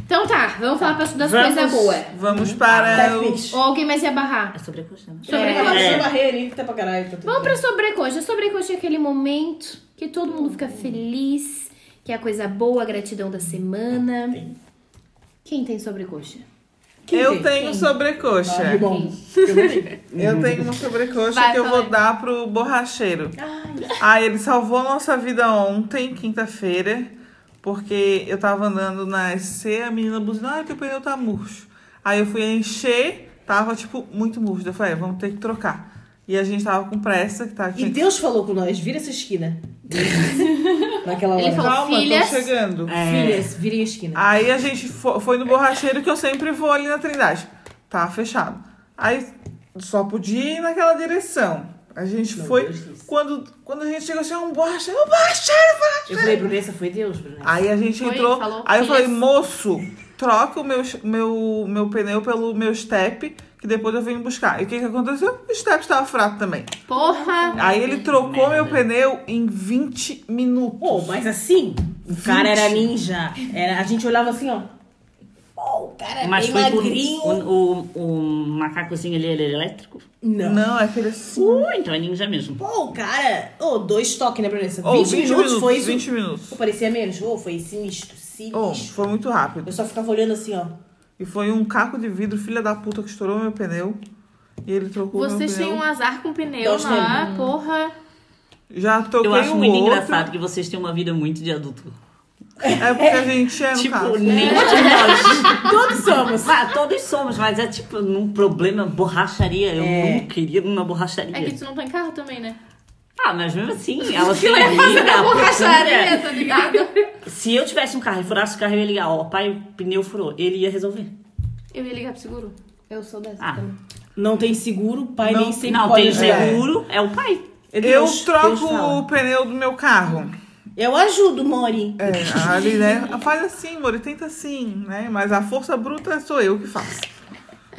Speaker 1: Então tá, vamos falar pra das
Speaker 7: Vamos.
Speaker 1: coisas boas.
Speaker 5: Vamos
Speaker 3: É,
Speaker 5: para o...
Speaker 3: Deathwish.
Speaker 1: Ou alguém mais ia barrar?
Speaker 7: É sobre a coxinha. né?
Speaker 3: É,
Speaker 6: Sobrecoxa.
Speaker 3: é. barreira aí, tá pra caralho. Tá tudo
Speaker 6: Vamos
Speaker 3: bem.
Speaker 6: pra sobrecoxa. Sobrecoxa é aquele momento que todo mundo fica feliz, que é a coisa boa, a gratidão da semana. Quem tem sobrecoxa?
Speaker 3: Quem
Speaker 5: Eu
Speaker 3: tem?
Speaker 5: tenho sobrecoxa.
Speaker 3: Ah, bom. Eu não tenho.
Speaker 5: Eu tenho uma sobrecoxa
Speaker 1: Vai,
Speaker 5: que eu
Speaker 1: fala
Speaker 5: vou
Speaker 1: aí.
Speaker 5: dar pro borracheiro. Ah, ele salvou a nossa vida ontem, quinta-feira, porque eu tava andando na SC, a menina buzinou, ah, teu pneu tá murcho. Aí eu fui encher, tava, tipo, muito murcho. Eu falei, "É, vamos ter que trocar. E a gente tava com pressa, que tá tava...
Speaker 3: E Deus falou com nós, vira essa <laughs> esquina. Naquela hora.
Speaker 1: Ele falou,
Speaker 5: Calma,
Speaker 1: Filhas.
Speaker 5: tô chegando.
Speaker 3: Filhas, virem a esquina.
Speaker 5: Aí a gente fo- foi no borracheiro que eu sempre vou ali na Trindade. Tá fechado. Aí só podia ir naquela direção. A gente
Speaker 3: Meu
Speaker 5: foi.
Speaker 3: Deus do céu.
Speaker 5: Quando, quando a gente chegou assim, um borracheiro, um borracheiro,
Speaker 3: Eu falei, Brunessa, foi Deus, Brunessa.
Speaker 5: Aí a gente
Speaker 1: Foi,
Speaker 5: entrou.
Speaker 1: falou,
Speaker 5: aí eu
Speaker 1: filhas.
Speaker 5: falei, moço, troca o meu, meu, meu pneu pelo meu step, que depois eu venho buscar. E o que, que aconteceu? O step estava fraco também. <laughs>
Speaker 1: Porra!
Speaker 5: Aí ele trocou meu pneu em 20 minutos.
Speaker 3: Pô, mas assim, o cara era
Speaker 5: Vinte.
Speaker 3: ninja. Era, a gente olhava assim, ó. Pô, o cara é
Speaker 7: Mas
Speaker 3: bem
Speaker 7: foi por
Speaker 3: magrinho.
Speaker 7: o, o, o macacozinho ali, ele é elétrico.
Speaker 3: Não.
Speaker 5: Não, é aquele assim.
Speaker 7: Uh, então é ninja mesmo.
Speaker 3: Pô, o cara. Ô, dois toques, né, Brunessa?
Speaker 5: Oh,
Speaker 3: 20, minutos, foi isso?
Speaker 5: 20 minutos.
Speaker 3: Pô, parecia menos. Ô, foi sinistro, sinistro.
Speaker 5: Oh, foi muito rápido.
Speaker 3: Eu só ficava olhando assim, ó.
Speaker 5: E foi um caco de vidro, filha da puta, que estourou meu pneu. E ele trocou
Speaker 1: Vocês
Speaker 5: meu pneu.
Speaker 1: têm um azar com pneu,
Speaker 3: Nós
Speaker 1: não é? Porra!
Speaker 5: Já troquei
Speaker 7: Eu acho
Speaker 5: o
Speaker 7: muito
Speaker 5: outro.
Speaker 7: engraçado que vocês têm uma vida muito de adulto.
Speaker 5: É porque a gente
Speaker 7: <laughs>
Speaker 5: é, no
Speaker 7: Tipo,
Speaker 5: caso.
Speaker 3: <laughs>
Speaker 7: nem de nós.
Speaker 3: Todos somos.
Speaker 7: Mas todos somos, mas é tipo num problema borracharia. Eu
Speaker 3: É.
Speaker 7: não queria numa borracharia.
Speaker 1: É que tu não tem carro também, né?
Speaker 7: Ah, mas
Speaker 3: <laughs>
Speaker 7: mesmo assim, ela tem liga, a É.
Speaker 1: Borracharia, tá ligado?
Speaker 7: Se eu tivesse um carro e furasse o carro, eu ia ligar, ó, pai, o pneu furou. Ele ia resolver.
Speaker 1: Eu ia ligar pro seguro. Eu sou dessa
Speaker 7: Ah.
Speaker 1: também.
Speaker 3: Não tem seguro, pai
Speaker 5: Não-
Speaker 3: nem sempre
Speaker 7: não,
Speaker 3: pode
Speaker 7: tem
Speaker 3: ajudar.
Speaker 7: seguro, é o pai.
Speaker 5: Eu
Speaker 3: Deus- Deus
Speaker 5: troco
Speaker 3: fala.
Speaker 5: o pneu do meu carro.
Speaker 3: Eu ajudo, Mori.
Speaker 5: É, ali, né? Faz assim, amor, tenta assim, né? Mas a força bruta sou eu que faço.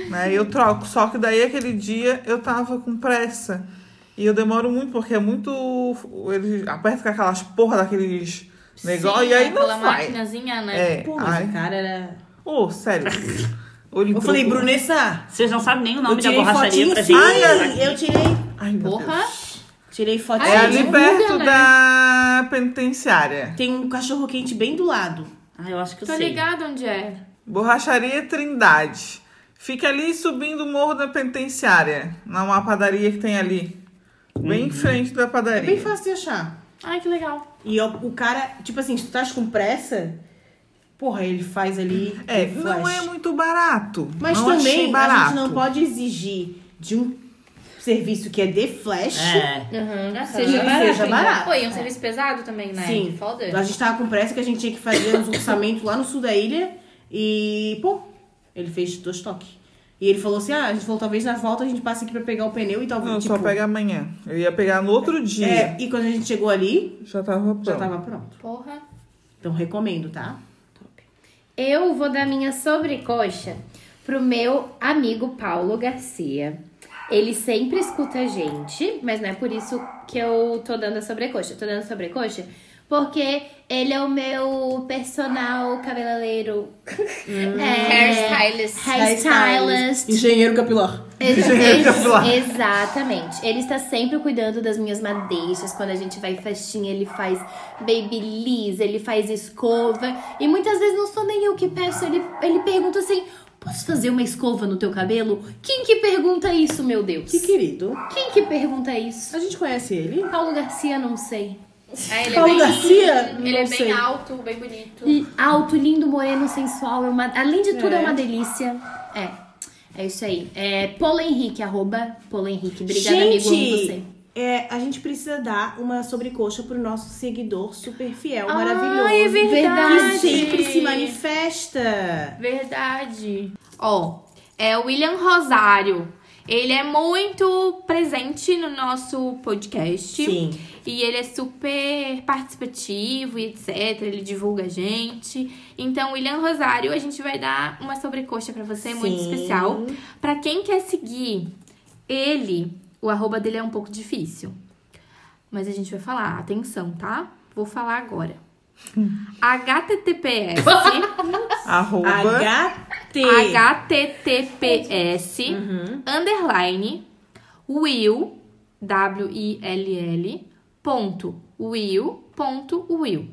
Speaker 5: Né? Eu troco. Só que daí aquele dia eu tava com pressa. E eu demoro muito, porque é muito. Eles apertam com aquelas porra daqueles negócios e aí não
Speaker 1: é Aquela
Speaker 5: vai.
Speaker 1: maquinazinha, né?
Speaker 5: É,
Speaker 3: Pô, mas
Speaker 5: ai.
Speaker 3: o cara era.
Speaker 5: Ô, sério. Ou ele
Speaker 3: Eu falei,
Speaker 5: trocou-
Speaker 3: Brunessa,
Speaker 7: Vocês não sabem nem o
Speaker 3: eu
Speaker 7: nome da
Speaker 3: tirei
Speaker 7: borracharia
Speaker 3: fotinho. assim.
Speaker 7: pra
Speaker 3: Sim,
Speaker 7: gente.
Speaker 3: eu tirei.
Speaker 5: Ai, meu
Speaker 1: Porra!
Speaker 5: Deus.
Speaker 3: Tirei fotinho.
Speaker 5: É
Speaker 1: Ai,
Speaker 5: ali
Speaker 1: divulga,
Speaker 5: perto
Speaker 1: né?
Speaker 5: da penitenciária.
Speaker 3: Tem um cachorro quente bem do lado.
Speaker 7: Ah, eu acho que eu
Speaker 1: Tô
Speaker 7: sei.
Speaker 1: ligada onde é.
Speaker 5: Borracharia Trindade. Fica ali subindo o morro da penitenciária. Numa padaria que tem ali. Bem em frente da
Speaker 3: É bem
Speaker 5: padaria.
Speaker 3: fácil de achar.
Speaker 1: Ai, que legal.
Speaker 3: E ó, o cara, tipo assim, se tu tá com pressa, porra, ele faz ali.
Speaker 5: É,
Speaker 3: um
Speaker 5: não
Speaker 3: flash.
Speaker 5: é muito barato.
Speaker 3: Mas
Speaker 5: não achei
Speaker 3: também a
Speaker 5: barato.
Speaker 3: gente não pode exigir de um serviço que é de flash.
Speaker 7: É.
Speaker 1: Uhum.
Speaker 3: Seja barato, seja barato.
Speaker 1: Pô, e é um serviço pesado também, né?
Speaker 3: Sim.
Speaker 1: Foda.
Speaker 3: A gente tava com pressa que a gente tinha que fazer uns orçamentos lá no sul da ilha. E, pô, ele fez dois toques. E ele falou assim: ah, a gente falou, talvez na volta a gente passe aqui pra pegar o pneu e talvez.
Speaker 5: Não,
Speaker 3: tipo,
Speaker 5: só pega amanhã. Eu ia pegar no outro dia.
Speaker 3: É, e quando a gente chegou ali,
Speaker 5: Já tava pronto.
Speaker 3: já tava pronto.
Speaker 1: Porra.
Speaker 3: Então recomendo, tá?
Speaker 6: Eu vou dar minha sobrecoxa pro meu amigo Paulo Garcia. Ele sempre escuta a gente, mas não é por isso que eu tô dando a sobrecoxa. Eu tô dando a sobrecoxa porque ele é o meu personal cabeleireiro. é,
Speaker 1: Hum. Hairstylist.
Speaker 6: hairstylist.
Speaker 3: Engenheiro capilar.
Speaker 6: Ex-
Speaker 5: Engenheiro
Speaker 6: ex-
Speaker 5: capilar.
Speaker 6: Exatamente. Ele está sempre cuidando das minhas madeixas. Quando a gente vai em festinha, ele faz babyliss, ele faz escova. E muitas vezes não sou nem eu que peço. Ele, ele pergunta assim: posso fazer uma escova no teu cabelo? Quem que pergunta isso, meu Deus?
Speaker 3: Que querido.
Speaker 6: Quem que pergunta isso?
Speaker 3: A gente conhece ele.
Speaker 6: Paulo Garcia, não sei.
Speaker 1: É, ele é
Speaker 3: Paulo
Speaker 1: bem,
Speaker 3: Garcia?
Speaker 1: Ele é
Speaker 3: Não
Speaker 1: bem
Speaker 3: sei.
Speaker 1: alto, bem bonito.
Speaker 6: L- Alto, lindo, moreno, sensual. É uma, além de tudo, é. uma delícia. É. É isso aí. É Polo Henrique, arroba Polo Henrique. Obrigada,
Speaker 3: gente,
Speaker 6: amigo, amo você.
Speaker 3: É, a gente precisa dar uma sobrecoxa pro nosso seguidor super fiel,
Speaker 1: Ah,
Speaker 3: maravilhoso.
Speaker 1: é verdade.
Speaker 3: Que sempre se manifesta.
Speaker 1: Verdade. Ó, é o William Rosário. Ele é muito presente no nosso podcast. E ele é super participativo e etc. Ele divulga a gente. Então, William Rosário, a gente vai dar uma sobrecoxa pra você muito
Speaker 3: Sim.
Speaker 1: especial. Pra quem quer seguir ele O arroba dele é um pouco difícil. Mas a gente vai falar, atenção, tá? Vou falar agora. HTTPS.
Speaker 8: Ah,
Speaker 5: Arroba.
Speaker 3: HT.
Speaker 1: https
Speaker 6: Uhum.
Speaker 1: underline will w i l l ponto will ponto will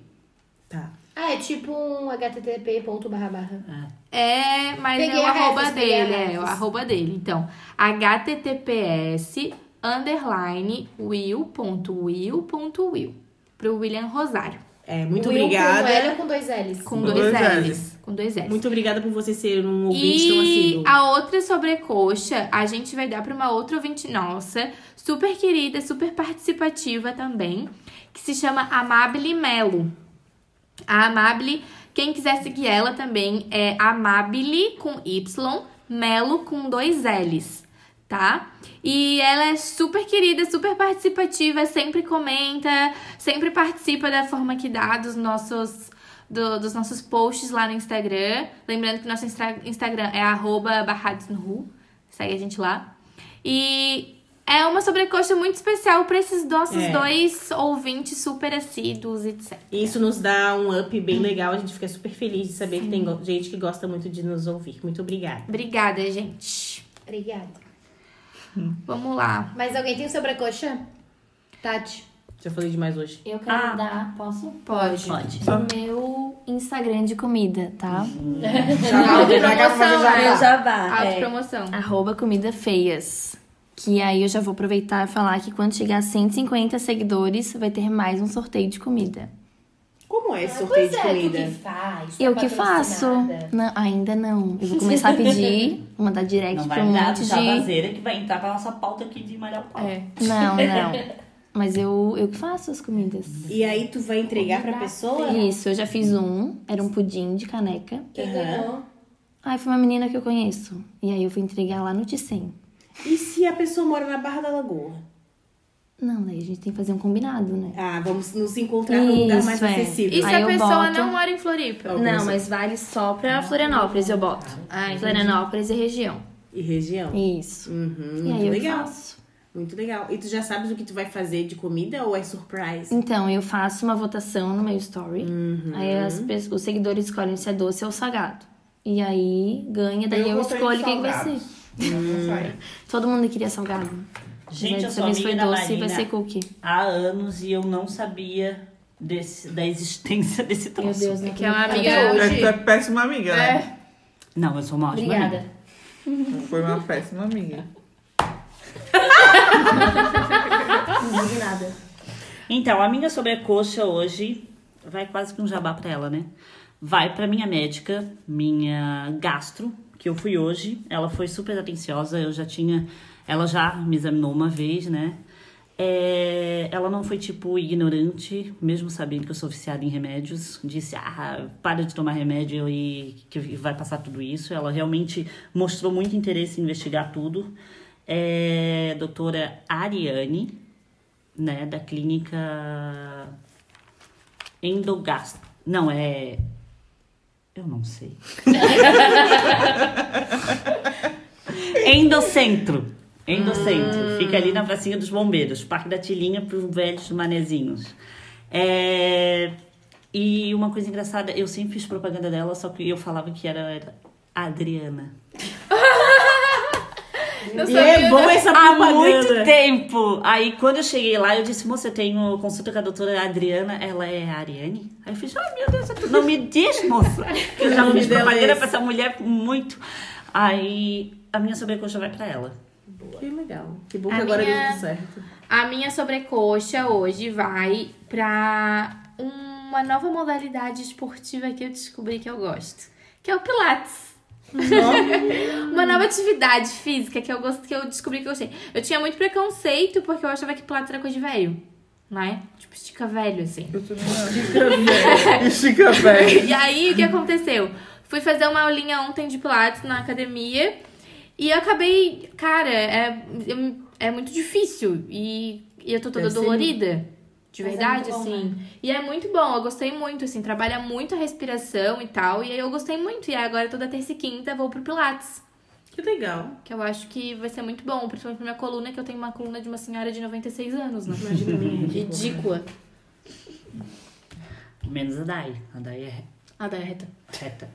Speaker 3: Tá.
Speaker 6: Ah, é tipo um http ponto barra barra.
Speaker 1: é mas
Speaker 6: Peguei
Speaker 1: é o
Speaker 6: a
Speaker 1: arroba
Speaker 6: refs, peguei a
Speaker 1: dele é o
Speaker 6: refs.
Speaker 1: arroba dele então https underline will ponto will ponto will pro William Rosário
Speaker 3: É, muito
Speaker 6: Will
Speaker 3: obrigada.
Speaker 6: Com um L ou com dois L's?
Speaker 1: com
Speaker 5: Com
Speaker 1: dois,
Speaker 5: dois
Speaker 1: L's.
Speaker 5: Ls.
Speaker 1: com dois
Speaker 6: é
Speaker 1: L's
Speaker 3: Muito obrigada por você ser um ouvinte tão
Speaker 1: E
Speaker 3: assíduo.
Speaker 1: a outra sobrecoxa a gente vai dar pra uma outra ouvinte nossa, super querida, super participativa também, que se chama Amable Melo. A Amable, quem quiser seguir ela também é Amable com Y, Melo com dois L's, tá? E ela é super querida, super participativa, sempre comenta, sempre participa da forma que dá dos nossos do- dos nossos posts lá no Instagram. Lembrando que nosso instra- Instagram é arroba barrados no Ru. Segue a gente lá. E é uma sobrecoxa muito especial pra esses nossos
Speaker 3: É.
Speaker 1: dois ouvintes super assíduos, etc.
Speaker 3: E Isso nos dá um up bem legal. A gente fica super feliz de saber que tem go- gente que gosta muito de nos ouvir. Muito
Speaker 6: <laughs>
Speaker 3: obrigada.
Speaker 1: Obrigada, gente.
Speaker 6: Obrigada.
Speaker 1: Vamos lá.
Speaker 6: Mas alguém tem sobrecoxa? Tati.
Speaker 3: Já falei demais hoje.
Speaker 8: Eu quero
Speaker 6: Ah.
Speaker 8: dar, posso?
Speaker 1: Pode.
Speaker 7: Pode.
Speaker 8: O meu Instagram de comida, tá?
Speaker 1: Autopromoção,
Speaker 8: Meu
Speaker 1: né?
Speaker 8: jabá. é.
Speaker 1: Autopromoção.
Speaker 8: Arroba Comida Feias. Que aí eu já vou aproveitar e falar que quando chegar a 150 seguidores, vai ter mais um sorteio de comida.
Speaker 3: Como é esse sorteio de comida?
Speaker 6: que faz?
Speaker 8: eu que faço? Não, ainda não. Eu vou começar a pedir, vou mandar direct
Speaker 7: Não
Speaker 8: pra
Speaker 7: vai
Speaker 8: um
Speaker 7: dar tá
Speaker 8: monte de.
Speaker 7: chabazeira que vai entrar pra nossa pauta aqui de malhar o pau.
Speaker 1: É.
Speaker 7: <laughs>
Speaker 8: Não, não. Mas eu, eu que faço as comidas.
Speaker 3: E aí tu vai entregar pra pessoa?
Speaker 8: Isso, eu já fiz um. Era um pudim de caneca.
Speaker 6: Quem ganhou?
Speaker 8: Aí foi uma menina que eu conheço. E aí eu fui entregar lá no Ticem.
Speaker 3: E se a pessoa mora na Barra da Lagoa?
Speaker 8: Não, daí a gente tem que fazer um combinado, né?
Speaker 3: Ah, vamos nos encontrar num lugar mais
Speaker 8: Isso, é.
Speaker 1: E
Speaker 3: acessível.
Speaker 1: se
Speaker 8: Aí
Speaker 1: a
Speaker 8: eu
Speaker 1: pessoa
Speaker 8: boto-
Speaker 1: não mora em Floripa?
Speaker 8: Não, mas vale só pra Florianópolis, eu boto.
Speaker 1: Ah, entendi.
Speaker 8: Florianópolis e região.
Speaker 3: E região.
Speaker 8: Isso.
Speaker 3: Uhum,
Speaker 8: e aí
Speaker 3: muito
Speaker 8: eu
Speaker 3: legal.
Speaker 8: faço.
Speaker 3: Muito legal. E tu já sabes o que tu vai fazer de comida ou é surprise?
Speaker 8: Então, eu faço uma votação no meu story. Aí as pe- os seguidores escolhem se é doce ou salgado. E aí ganha, daí eu,
Speaker 4: votei no
Speaker 8: escolho quem que vai ser.
Speaker 4: salgado. Não
Speaker 5: Hum.
Speaker 4: sai.
Speaker 8: Todo mundo queria salgado. Mas
Speaker 7: Gente, eu
Speaker 8: dessa
Speaker 7: sou
Speaker 8: vez foi
Speaker 7: amiga da
Speaker 8: doce e
Speaker 7: Marina
Speaker 8: vai ser cookie.
Speaker 7: há anos e eu não sabia desse- da existência <laughs> desse troço.
Speaker 8: Meu Deus, não
Speaker 1: Que é uma
Speaker 8: acredito.
Speaker 1: amiga
Speaker 6: Até
Speaker 5: É que tu é
Speaker 1: hoje.
Speaker 5: péssima amiga, né?
Speaker 1: É.
Speaker 7: Não, eu sou uma ótima
Speaker 6: Obrigada.
Speaker 7: amiga.
Speaker 5: Foi uma péssima amiga.
Speaker 6: Indignada.
Speaker 7: Então, a minha sobrecoxa hoje vai quase que um jabá pra ela, né? Vai pra minha médica, minha gastro, que eu fui hoje. Ela foi super atenciosa, eu já tinha. Ela já me examinou uma vez, né? É, ela não foi tipo ignorante, mesmo sabendo que eu sou viciada em remédios. Disse, ah, para de tomar remédio e que vai passar tudo isso. Ela realmente mostrou muito interesse em investigar tudo. É, doutora Ariane, né, da clínica endogastro. Não, é. Eu não sei. <laughs> Endocentro. Endocentro. Fica ali na pracinha dos bombeiros. Parque da Tilinha para os velhos manezinhos. É, E uma coisa engraçada, eu sempre fiz propaganda dela, só que eu falava que era, era Adriana.
Speaker 1: Não
Speaker 3: E é
Speaker 1: sabia.
Speaker 3: bom essa
Speaker 7: né? Há muito
Speaker 3: propaganda.
Speaker 7: tempo. Aí quando eu cheguei lá, eu disse, moça, eu tenho consulta com a doutora Adriana, ela é a Ariane? Aí eu fiz, ai meu Deus, é tu não me diz, moça. Que eu já
Speaker 3: nome
Speaker 7: fiz
Speaker 3: dela é
Speaker 7: propaganda
Speaker 3: esse.
Speaker 7: pra essa mulher muito. Aí a minha sobrecoxa vai pra ela.
Speaker 3: Que legal. Que bom que
Speaker 1: A
Speaker 3: agora
Speaker 1: minha-
Speaker 3: deu tudo certo.
Speaker 1: A minha sobrecoxa hoje vai pra uma nova modalidade esportiva que eu descobri que eu gosto, que é o pilates. <laughs> uma nova atividade física que eu gosto que eu descobri que eu gostei. Eu tinha muito preconceito porque eu achava que pilates era coisa de velho, né? Tipo estica velho assim.
Speaker 5: Eu também não. Estica velho.
Speaker 1: E aí, o que aconteceu? Fui fazer uma aulinha ontem de Pilates na academia. E eu acabei. Cara, é, é muito difícil. E, e eu tô toda
Speaker 3: Deve ser
Speaker 1: dolorida. De
Speaker 6: Mas é
Speaker 1: verdade,
Speaker 6: muito bom,
Speaker 1: assim. E é muito bom, eu gostei muito, assim, trabalha muito a respiração e tal. E aí eu gostei muito. E aí agora toda terça e quinta eu vou pro Pilates.
Speaker 3: Que legal.
Speaker 1: Que eu acho que vai ser muito bom, principalmente pra minha coluna, que eu tenho uma coluna de uma senhora de 96 anos,
Speaker 6: <laughs>
Speaker 1: né?
Speaker 3: Imagina a minha.
Speaker 1: Ridícula.
Speaker 7: Menos a Dai. A Dai é
Speaker 1: Ah, dá, é reta.
Speaker 7: reta.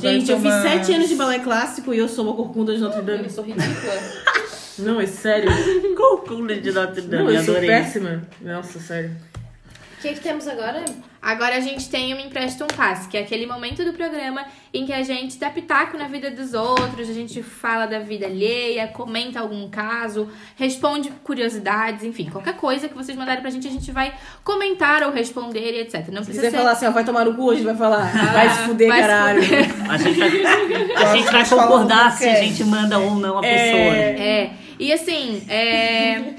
Speaker 3: Gente, eu fiz sete anos de balé clássico e eu sou uma corcunda de Notre Dame.
Speaker 1: Eu sou
Speaker 3: <laughs>
Speaker 1: ridícula.
Speaker 2: Não, é sério.
Speaker 7: Corcunda de Notre
Speaker 2: Não,
Speaker 7: Dame,
Speaker 2: eu sou
Speaker 7: Tá adorei.
Speaker 2: péssima. Nossa, sério.
Speaker 6: O que, que temos agora?
Speaker 1: Agora a gente tem o Me Empresta um Passe, que é aquele momento do programa em que a gente dá pitaco na vida dos outros, a gente fala da vida alheia, comenta algum caso, responde curiosidades, enfim, qualquer coisa que vocês mandarem pra gente, a gente vai comentar ou responder e etc. Não
Speaker 3: Se
Speaker 1: precisa
Speaker 3: quiser
Speaker 1: ser...
Speaker 3: falar assim, ó, vai tomar no cu hoje, vai falar. Vai se fuder,
Speaker 1: vai se
Speaker 3: caralho.
Speaker 7: A gente <laughs> vai, a gente vai
Speaker 5: Fala o que
Speaker 7: concordar se a
Speaker 5: quer.
Speaker 7: gente manda ou não a pessoa.
Speaker 1: É, e assim, é,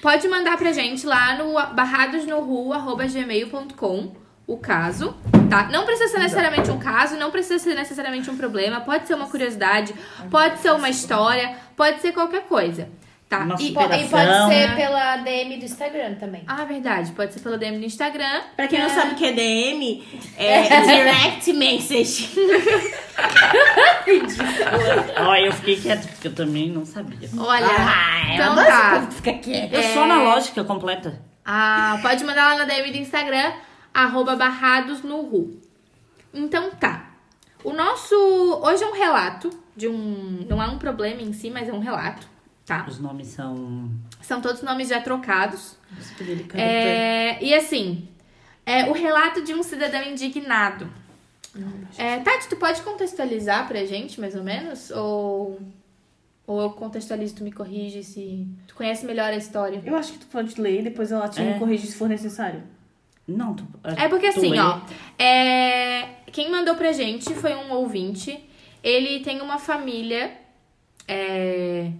Speaker 1: pode mandar pra gente lá no barradosnoru.gmail.com o caso, tá? Não precisa ser necessariamente um caso, não precisa ser necessariamente um problema, pode ser uma curiosidade, pode ser uma história, pode ser qualquer coisa, tá?
Speaker 7: Uma
Speaker 1: E-
Speaker 7: superação.
Speaker 6: E pode ser pela DM do Instagram também.
Speaker 1: ah, verdade, pode ser pelo DM no Instagram.
Speaker 3: Pra quem não sabe o que é DM, é direct message.
Speaker 7: Ó, eu fiquei quieto, porque eu também não sabia.
Speaker 1: Olha, então
Speaker 6: Ah, adoro
Speaker 1: tá.
Speaker 6: esse povo que fica quieto.
Speaker 7: Eu sou analógica completa.
Speaker 1: Ah, pode mandar lá na DM do Instagram, arroba barrados no Ru. Então tá. O nosso. Hoje é um relato de um. Não é um problema em si, mas é um relato, tá?
Speaker 7: Os nomes são.
Speaker 1: São todos nomes já trocados. É, e assim, é o relato de um cidadão indignado. É, Tati, tu pode contextualizar pra gente, mais ou menos? Ou, ou eu contextualizo, tu me corrige se. Tu conhece melhor a história.
Speaker 3: Eu acho que tu pode ler e depois ela te
Speaker 7: É.
Speaker 3: corrige se for necessário.
Speaker 7: Não, tu,
Speaker 1: É porque
Speaker 7: tu
Speaker 1: assim,
Speaker 7: lê.
Speaker 1: ó. é, Quem mandou pra gente foi um ouvinte. Ele tem uma família é,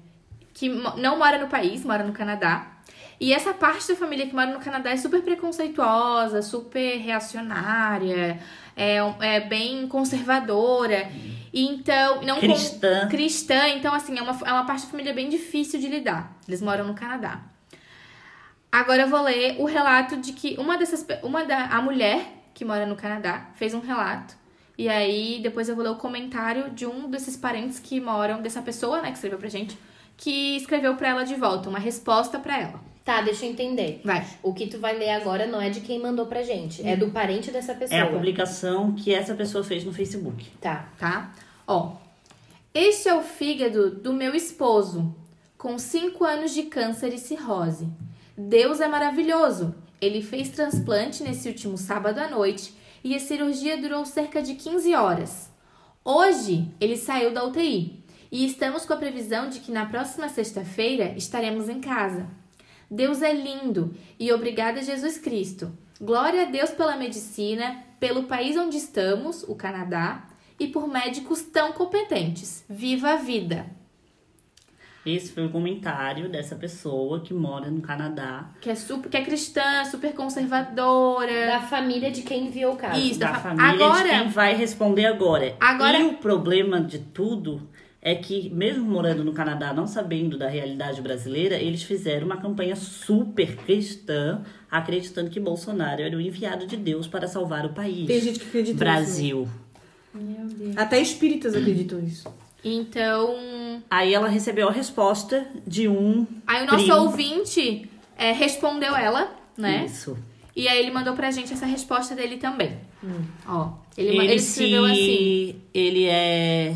Speaker 1: que mo- não mora no país, mora no Canadá. E essa parte da família que mora no Canadá é super preconceituosa, super reacionária, é, um- é bem conservadora. E então, não con-
Speaker 7: Cristã.
Speaker 1: cristã, então assim, é uma, é uma parte da família bem difícil de lidar. Eles moram no Canadá. Agora eu vou ler o relato de que uma dessas pe- uma da a mulher que mora no Canadá fez um relato. E aí depois eu vou ler o comentário de um desses parentes que moram dessa pessoa, né, que escreveu pra gente, que escreveu pra ela de volta uma resposta pra ela.
Speaker 6: Tá, deixa eu entender.
Speaker 1: Vai.
Speaker 6: O que tu vai ler agora não é de quem mandou pra gente, é do parente dessa pessoa.
Speaker 7: É a publicação que essa pessoa fez no Facebook.
Speaker 6: Tá.
Speaker 1: tá? Ó, este é o fígado do meu esposo, com 5 anos de câncer e cirrose. Deus é maravilhoso. Ele fez transplante nesse último sábado à noite e a cirurgia durou cerca de 15 horas. Hoje ele saiu da UTI e estamos com a previsão de que na próxima sexta-feira estaremos em casa. Deus é lindo e obrigada, Jesus Cristo. Glória a Deus pela medicina, pelo país onde estamos, o Canadá, e por médicos tão competentes. Viva a vida!
Speaker 7: Esse foi o comentário dessa pessoa que mora no Canadá.
Speaker 1: Que é, super, que é cristã, super conservadora.
Speaker 6: Da família de quem enviou o caso.
Speaker 1: Isso, da
Speaker 7: da
Speaker 1: fa-
Speaker 7: família
Speaker 1: agora-
Speaker 7: de quem vai responder agora.
Speaker 1: Agora-
Speaker 7: E o problema de tudo é que, mesmo morando no Canadá, não sabendo da realidade brasileira, eles fizeram uma campanha super cristã, acreditando que Bolsonaro era o enviado de Deus para salvar o país.
Speaker 3: Tem gente que acredita nisso,
Speaker 7: Brasil.
Speaker 3: né? Até espíritas acreditam nisso.
Speaker 1: Então,
Speaker 7: Aí ela recebeu a resposta de um.
Speaker 1: aí o nosso
Speaker 7: primo.
Speaker 1: ouvinte é, respondeu ela, né?
Speaker 7: Isso.
Speaker 1: E aí ele mandou pra gente essa resposta dele também. Ó, ele,
Speaker 7: Hum. Ele,
Speaker 1: ma- ele
Speaker 7: se...
Speaker 1: escreveu assim.
Speaker 7: Ele é.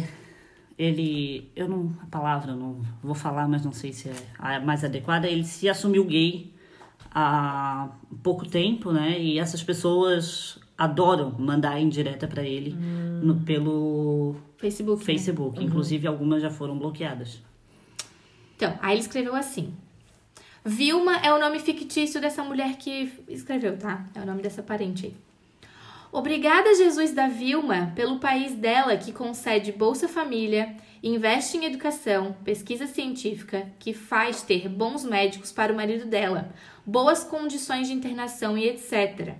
Speaker 7: Ele. Eu não. A palavra eu não vou falar, mas não sei se é a mais adequada. Ele se assumiu gay há pouco tempo, né? E essas pessoas adoram mandar indireta pra ele no,
Speaker 1: Hum.
Speaker 7: pelo
Speaker 1: Facebook. né?
Speaker 7: Facebook. Inclusive, algumas já foram bloqueadas.
Speaker 1: Então, aí ele escreveu assim. Vilma é o nome fictício dessa mulher que escreveu, tá? É o nome dessa parente aí. Obrigada, Jesus da Vilma, pelo país dela que concede Bolsa Família, investe em educação, pesquisa científica, que faz ter bons médicos para o marido dela, boas condições de internação e etc.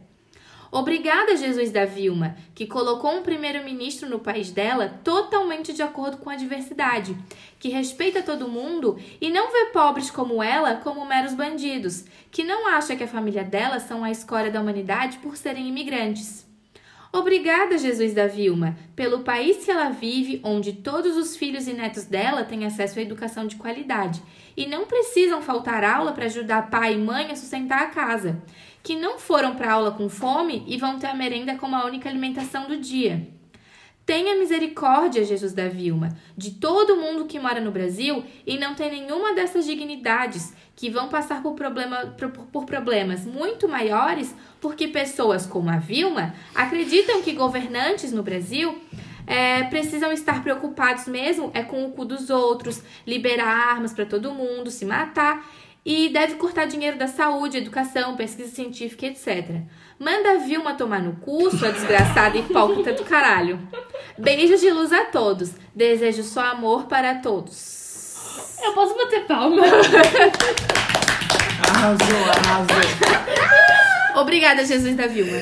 Speaker 1: Obrigada, Jesus da Vilma, que colocou um primeiro-ministro no país dela totalmente de acordo com a diversidade, que respeita todo mundo e não vê pobres como ela como meros bandidos, que não acha que a família dela são a escória da humanidade por serem imigrantes. Obrigada, Jesus da Vilma, pelo país que ela vive, onde todos os filhos e netos dela têm acesso à educação de qualidade e não precisam faltar aula para ajudar pai e mãe a sustentar a casa, que não foram para aula com fome e vão ter a merenda como a única alimentação do dia. Tenha misericórdia, Jesus da Vilma, de todo mundo que mora no Brasil e não tem nenhuma dessas dignidades, que vão passar por, problema, por, por problemas muito maiores porque pessoas como a Vilma acreditam que governantes no Brasil é, precisam estar preocupados mesmo é com o cu dos outros, liberar armas para todo mundo, se matar e deve cortar dinheiro da saúde, educação, pesquisa científica, etc. Manda a Vilma tomar no cu, sua desgraçada hipócrita do caralho. Beijos de luz a todos. Desejo só amor para todos.
Speaker 8: Eu posso
Speaker 6: <laughs>
Speaker 8: bater palma.
Speaker 5: Arrasou, arrasou.
Speaker 1: Obrigada, Jesus da Vilma.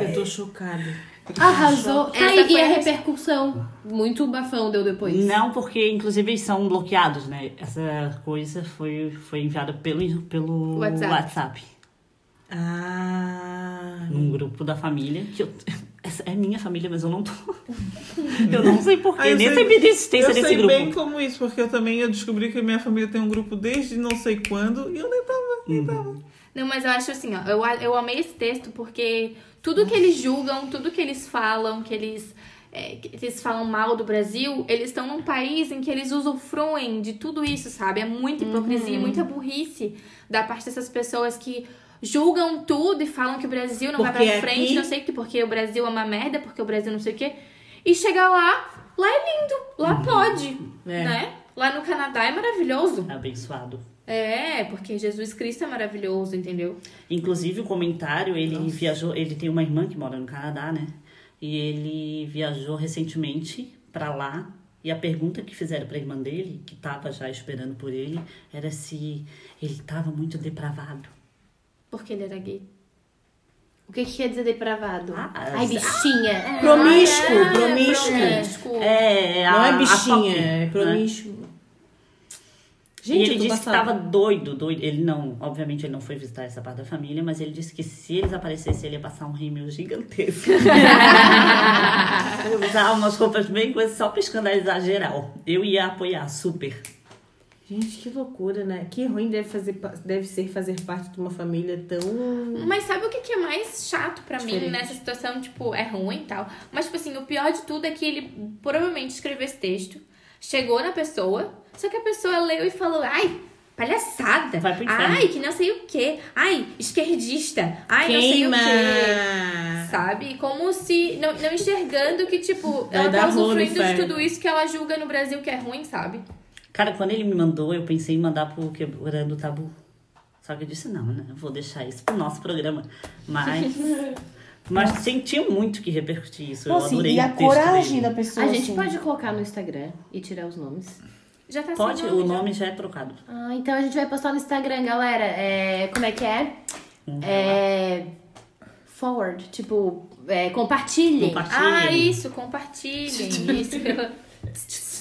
Speaker 3: Eu tô chocada.
Speaker 8: Arrasou.
Speaker 6: Tá
Speaker 1: Essa
Speaker 8: Ai,
Speaker 1: foi
Speaker 8: e a
Speaker 1: a res-
Speaker 8: repercussão. Muito bafão deu depois.
Speaker 7: Não, porque inclusive são bloqueados, né? Essa coisa foi, foi enviada pelo, pelo
Speaker 1: WhatsApp.
Speaker 7: WhatsApp.
Speaker 3: Ah.
Speaker 7: Num
Speaker 5: Uhum.
Speaker 7: grupo da família. Que eu- <laughs> essa é minha família, mas eu
Speaker 5: <laughs>
Speaker 7: não tô. Eu não sei porquê.
Speaker 5: Ah, eu
Speaker 7: nem
Speaker 5: sei-
Speaker 7: sabia da existência
Speaker 5: Eu
Speaker 7: desse
Speaker 5: sei
Speaker 7: grupo.
Speaker 5: bem como isso, porque eu também eu descobri que minha família tem um grupo desde não sei quando e eu nem tava, nem tava.
Speaker 1: Não, mas eu acho assim, ó, eu, a- eu amei esse texto porque tudo que eles julgam, tudo que eles falam, que eles, é, que eles falam mal do Brasil, eles estão num país em que eles usufruem de tudo isso, sabe? É muita hipocrisia, e
Speaker 3: Uhum.
Speaker 1: muita burrice da parte dessas pessoas que julgam tudo e falam que o Brasil não vai
Speaker 3: Porque
Speaker 1: pra frente,
Speaker 3: aqui-
Speaker 1: não sei o que, porque o Brasil é uma merda, porque o Brasil não sei o quê. E chegar lá, lá é lindo, lá pode,
Speaker 3: Uhum. É.
Speaker 1: né? Lá no Canadá é maravilhoso.
Speaker 7: Abençoado.
Speaker 1: É, porque Jesus Cristo é maravilhoso, entendeu?
Speaker 7: Inclusive, o comentário, ele viajou, ele tem uma irmã que mora no Canadá, né? E ele viajou recentemente pra lá. E a pergunta que fizeram pra irmã dele, que tava já esperando por ele, era se ele tava muito depravado.
Speaker 1: Porque ele era gay.
Speaker 6: O que, que quer dizer depravado?
Speaker 7: Ah,
Speaker 6: Ai, bichinha.
Speaker 3: Promíscuo, promíscuo.
Speaker 7: É,
Speaker 3: Não
Speaker 7: a-
Speaker 3: é
Speaker 7: a
Speaker 3: bichinha,
Speaker 7: Poppy,
Speaker 3: é
Speaker 7: né?
Speaker 3: promíscuo.
Speaker 7: E
Speaker 3: Gente,
Speaker 7: ele
Speaker 3: eu tô
Speaker 7: disse que
Speaker 3: passada.
Speaker 7: tava doido, doido. Ele não, obviamente ele não foi visitar essa parte da família, mas ele disse que se eles aparecessem, ele ia passar um rímel gigantesco. Ele Usava umas roupas bem coisas só pra escandalizar geral. Eu ia apoiar, super.
Speaker 3: Gente, que loucura, né? Que ruim deve, fazer, pa- deve ser fazer parte de uma família tão.
Speaker 1: Mas sabe o que que é mais chato pra mim
Speaker 3: Diferente.
Speaker 1: nessa situação? Tipo, é ruim e tal. Mas, tipo assim, o pior de tudo é que ele provavelmente escreveu esse texto, chegou na pessoa, só que a pessoa leu e falou, ai, palhaçada.
Speaker 7: Vai pro inferno.
Speaker 1: ai, que não sei o quê. Ai, esquerdista. Ai,
Speaker 3: Queima!
Speaker 1: não sei o quê. Sabe? Como se. Não, não enxergando que, tipo,
Speaker 3: Vai
Speaker 1: ela
Speaker 3: dar
Speaker 1: tá
Speaker 3: rolo no
Speaker 1: usufruindo de
Speaker 3: inferno.
Speaker 1: tudo isso que ela julga no Brasil que é ruim, sabe?
Speaker 7: Cara, quando ele me mandou, eu pensei em mandar pro Quebrando o Tabu. Só que eu disse, não, né? Eu vou deixar isso pro nosso programa. Mas. Mas sim, tinha muito que repercutir isso. Eu
Speaker 2: Nossa,
Speaker 7: adorei
Speaker 2: e
Speaker 7: o
Speaker 2: a
Speaker 7: texto
Speaker 2: coragem
Speaker 7: dele.
Speaker 2: da pessoa.
Speaker 6: A gente
Speaker 2: assim.
Speaker 6: pode colocar no Instagram e tirar os nomes.
Speaker 1: Já tá
Speaker 7: Pode,
Speaker 1: sem
Speaker 7: o
Speaker 1: já.
Speaker 7: nome já é trocado.
Speaker 6: Ah, então a gente vai postar no Instagram, galera. É, como é que é?
Speaker 3: Uhum.
Speaker 6: É, forward, tipo, é, compartilhem.
Speaker 1: Ah,
Speaker 7: Compartilhe.
Speaker 1: isso, compartilhem.
Speaker 3: <laughs>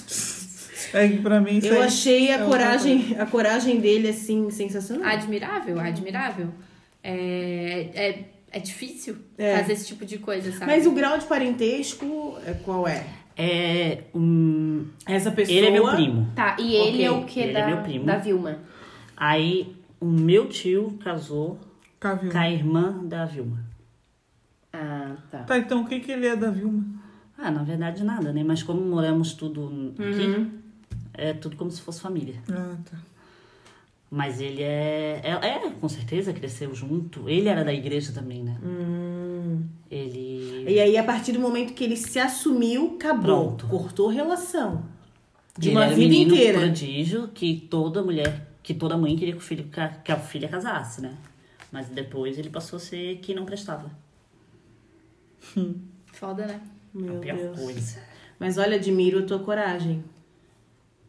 Speaker 1: Isso.
Speaker 5: É que pra mim isso
Speaker 3: Eu
Speaker 5: aí-
Speaker 3: achei
Speaker 5: é
Speaker 3: a
Speaker 7: um
Speaker 5: uma
Speaker 3: coragem, a coragem dele, assim, sensacional.
Speaker 1: Admirável, admirável. É, é, é difícil
Speaker 3: É.
Speaker 1: fazer esse tipo de coisa, sabe?
Speaker 3: Mas o grau de parentesco, é, qual é?
Speaker 7: É. Hum,
Speaker 3: Essa pessoa.
Speaker 7: ele é meu primo.
Speaker 6: Tá, e ele
Speaker 3: Ok,
Speaker 6: é o que
Speaker 7: ele
Speaker 6: da,
Speaker 7: é meu primo.
Speaker 6: da Vilma?
Speaker 7: Aí o meu tio casou
Speaker 5: Cavil.
Speaker 3: Hum.
Speaker 7: com a irmã da Vilma.
Speaker 6: Ah, tá.
Speaker 5: Tá, então o que que ele é da Vilma?
Speaker 7: Ah, na verdade nada, né? Mas como moramos tudo aqui,
Speaker 3: Uhum.
Speaker 7: é tudo como se fosse família.
Speaker 5: Ah, tá.
Speaker 7: Mas ele é, é. é, com certeza cresceu junto. Ele era da igreja também, né? Ele.
Speaker 3: Hum. E aí, a partir do momento que ele se assumiu, acabou.
Speaker 7: Pronto.
Speaker 3: Cortou relação. De
Speaker 7: ele
Speaker 3: uma
Speaker 7: era um
Speaker 3: vida
Speaker 7: menino
Speaker 3: inteira.
Speaker 7: prodígio que toda mulher, que toda mãe queria que, o filho, ca- que a filha casasse, né? Mas depois ele passou a ser quem não prestava.
Speaker 1: Foda, né?
Speaker 7: a
Speaker 3: Meu
Speaker 7: pior
Speaker 3: Deus.
Speaker 7: coisa.
Speaker 3: Mas olha, admiro a tua coragem.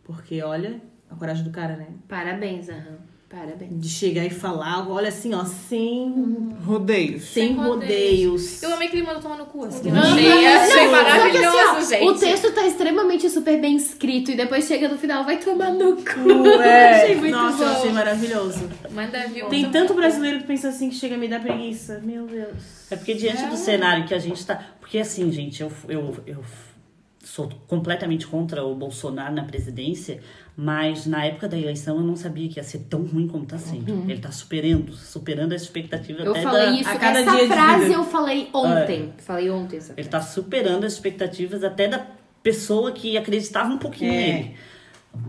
Speaker 3: Porque olha, a coragem do cara, né?
Speaker 6: Parabéns, aham.
Speaker 1: Parabéns.
Speaker 3: De chegar e falar, olha assim, ó, sem,
Speaker 5: Rodeios.
Speaker 3: sem
Speaker 8: Sem
Speaker 3: rodeios.
Speaker 1: Eu amei que ele mandou tomar no cu, assim. Eu achei, achei
Speaker 6: Só que,
Speaker 1: maravilhoso,
Speaker 6: assim, ó, O
Speaker 1: gente.
Speaker 6: texto tá extremamente super bem escrito e depois chega no final, vai tomar no cu.
Speaker 3: É,
Speaker 6: Achei muito
Speaker 3: Nossa, eu
Speaker 6: bom.
Speaker 3: achei maravilhoso.
Speaker 1: Manda viu.
Speaker 3: Tem tanto brasileiro que pensa assim que chega a me dar preguiça. Meu Deus.
Speaker 7: É porque diante do cenário que a gente tá. Porque assim, gente, eu, eu, eu sou completamente contra o Bolsonaro na presidência, mas na época da eleição eu não sabia que ia ser tão ruim como tá sendo. Ele tá superando, superando a expectativa
Speaker 6: Uhum. Eu
Speaker 7: até
Speaker 6: falei
Speaker 7: da.
Speaker 6: isso,
Speaker 3: a cada
Speaker 6: essa
Speaker 3: dia de
Speaker 6: frase
Speaker 3: vida. É.
Speaker 6: eu falei ontem. Falei ontem essa
Speaker 7: Ele
Speaker 6: frase.
Speaker 7: tá superando as expectativas até da pessoa que acreditava um pouquinho
Speaker 3: É.
Speaker 7: nele.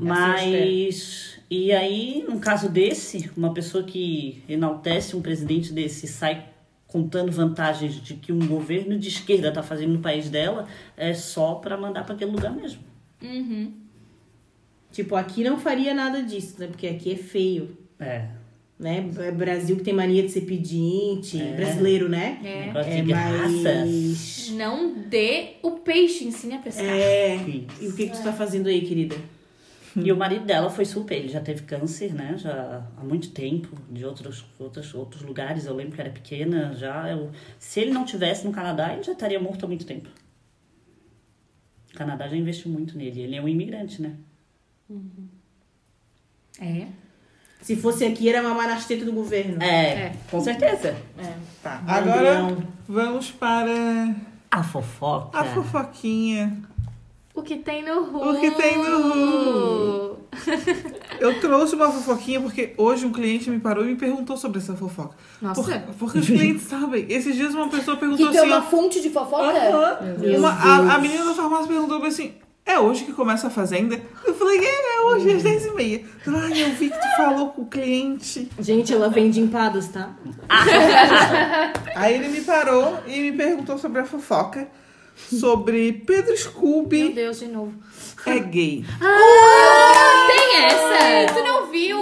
Speaker 7: Mas. E aí, num caso desse, uma pessoa que enaltece um presidente desse e sai contando vantagens de que um governo de esquerda tá fazendo no país dela, é só pra mandar pra aquele lugar mesmo.
Speaker 3: Tipo, aqui não faria nada disso, né? Porque aqui é feio.
Speaker 7: É.
Speaker 3: Né? É Brasil que tem mania de ser pedinte, brasileiro, né?
Speaker 1: É.
Speaker 7: Um Negócio
Speaker 3: É,
Speaker 7: de graça.
Speaker 3: mas.
Speaker 1: Não dê o peixe, ensine a pescar.
Speaker 3: É.
Speaker 7: Sim.
Speaker 3: E o que, que tu tá fazendo aí, querida?
Speaker 7: E o marido dela foi super, ele já teve câncer, né? Já há muito tempo, de outros, outros, outros lugares. Eu lembro que era pequena, já. Eu, se ele não tivesse no Canadá, ele já estaria morto há muito tempo. O Canadá já investiu muito nele. Ele é um imigrante, né?
Speaker 1: É.
Speaker 3: Se fosse aqui, era mamar nas tetas do governo.
Speaker 7: É,
Speaker 1: É.
Speaker 7: com certeza.
Speaker 5: Tá.
Speaker 3: Não.
Speaker 5: Agora vamos para
Speaker 7: A fofoca.
Speaker 3: Tá.
Speaker 5: a fofoquinha.
Speaker 1: O que tem no ru?
Speaker 5: O que tem no
Speaker 1: ru?
Speaker 5: Eu trouxe uma fofoquinha porque hoje um cliente me parou e me perguntou sobre essa fofoca.
Speaker 1: Nossa.
Speaker 5: Por- porque os clientes sabem. Esses dias uma pessoa perguntou
Speaker 6: Que tem
Speaker 3: Então,
Speaker 6: uma
Speaker 5: assim. ó,
Speaker 6: fonte de fofoca?
Speaker 5: Aham. Uma- a, a menina da farmácia perguntou pra mim assim: é hoje que começa a fazenda? Eu falei, é, é hoje, às 10h30. Ai, eu vi que tu falou com o cliente.
Speaker 3: Gente, ela vende empadas, tá?
Speaker 5: Aí ele me parou e me perguntou sobre a fofoca. Sobre Pedro
Speaker 1: Meu
Speaker 5: Scooby
Speaker 1: Deus, de novo.
Speaker 5: é gay.
Speaker 1: Tem essa? Tu não viu?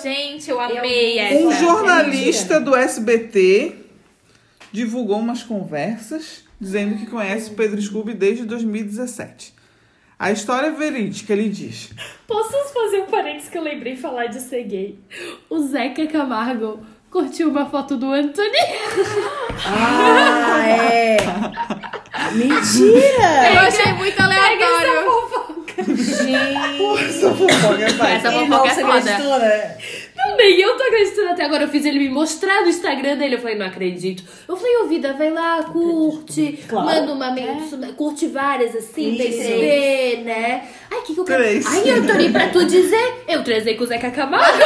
Speaker 1: Gente, eu amei essa.
Speaker 5: Um jornalista do SBT divulgou umas conversas dizendo que conhece Pedro Scooby desde 2017. A história é verídica, ele diz.
Speaker 8: Posso fazer um parênteses que eu lembrei falar de ser gay? O Zeca Camargo curtiu uma foto do Anthony.
Speaker 3: Ah, é. Mentira!
Speaker 1: Eu achei muito aleatório.
Speaker 3: Gente.
Speaker 5: Essa fofoca é fácil.
Speaker 1: Essa fofoca é foda.
Speaker 3: né?
Speaker 8: Não, nem eu tô acreditando até agora. Eu fiz ele me mostrar no Instagram dele. Eu falei, não acredito. Eu falei, ô vida, vai lá, curte.
Speaker 3: Claro. É.
Speaker 8: Manda uma mensagem. Curte várias, assim, pra
Speaker 3: Isso.
Speaker 8: gente ver, né? Ai, o que, que eu quero?
Speaker 5: Três.
Speaker 8: Ai, Antônio, pra tu dizer, eu trazei com o Zeca Camargo.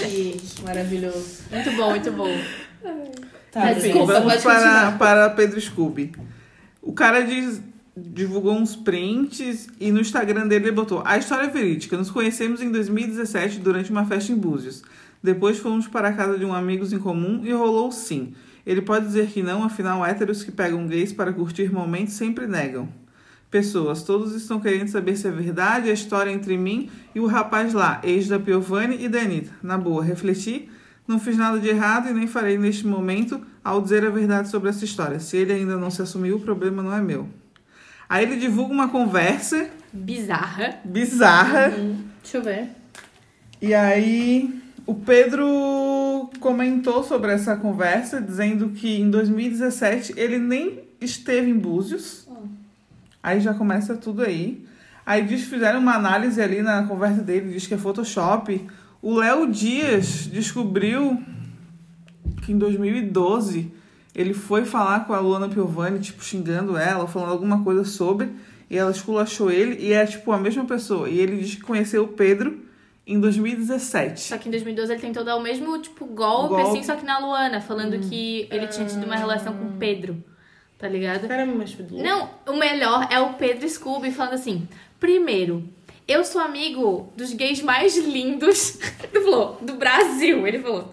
Speaker 3: Gente, maravilhoso.
Speaker 1: Muito bom, muito bom.
Speaker 3: Tá,
Speaker 1: Mas
Speaker 3: bem.
Speaker 1: desculpa,
Speaker 5: Vamos
Speaker 1: pode
Speaker 5: para,
Speaker 1: continuar.
Speaker 5: para Pedro Scooby. O cara diz- divulgou uns prints e no Instagram dele ele botou A história é verídica. Nos conhecemos em 2017 durante uma festa em Búzios. Depois fomos para a casa de um amigos em comum e rolou sim. Ele pode dizer que não, afinal héteros que pegam gays para curtir momentos sempre negam. Pessoas, todos estão querendo saber se é verdade a história entre mim e o rapaz lá, ex da Piovani e da Anitta. Na boa, refleti, não fiz nada de errado e nem farei neste momento ao dizer a verdade sobre essa história. Se ele ainda não se assumiu, o problema não é meu. Aí ele divulga uma conversa
Speaker 1: Bizarra.
Speaker 5: bizarra
Speaker 3: Deixa eu ver.
Speaker 5: e aí o Pedro comentou sobre essa conversa, dizendo que em 2017 ele nem esteve em Búzios. Aí já começa tudo aí. Aí diz que fizeram uma análise ali na conversa dele, diz que é Photoshop. O Léo Dias descobriu que em 2012 ele foi falar com a Luana Piovani, tipo, xingando ela, falando alguma coisa sobre, e ela esculachou ele, e é, tipo, a mesma pessoa. E ele diz que conheceu o Pedro em 2017.
Speaker 1: Só que em 2012 ele tentou dar o mesmo, tipo, golpe,
Speaker 5: Golpe. Hum.
Speaker 1: assim, só que na Luana, falando que ele tinha tido uma relação com o Pedro. Tá ligado?
Speaker 5: É.
Speaker 3: Caramba, mas Pedro.
Speaker 1: Não, o melhor é o Pedro Scooby falando assim: primeiro, eu sou amigo dos gays mais lindos <laughs> do, falou, do Brasil. Ele falou.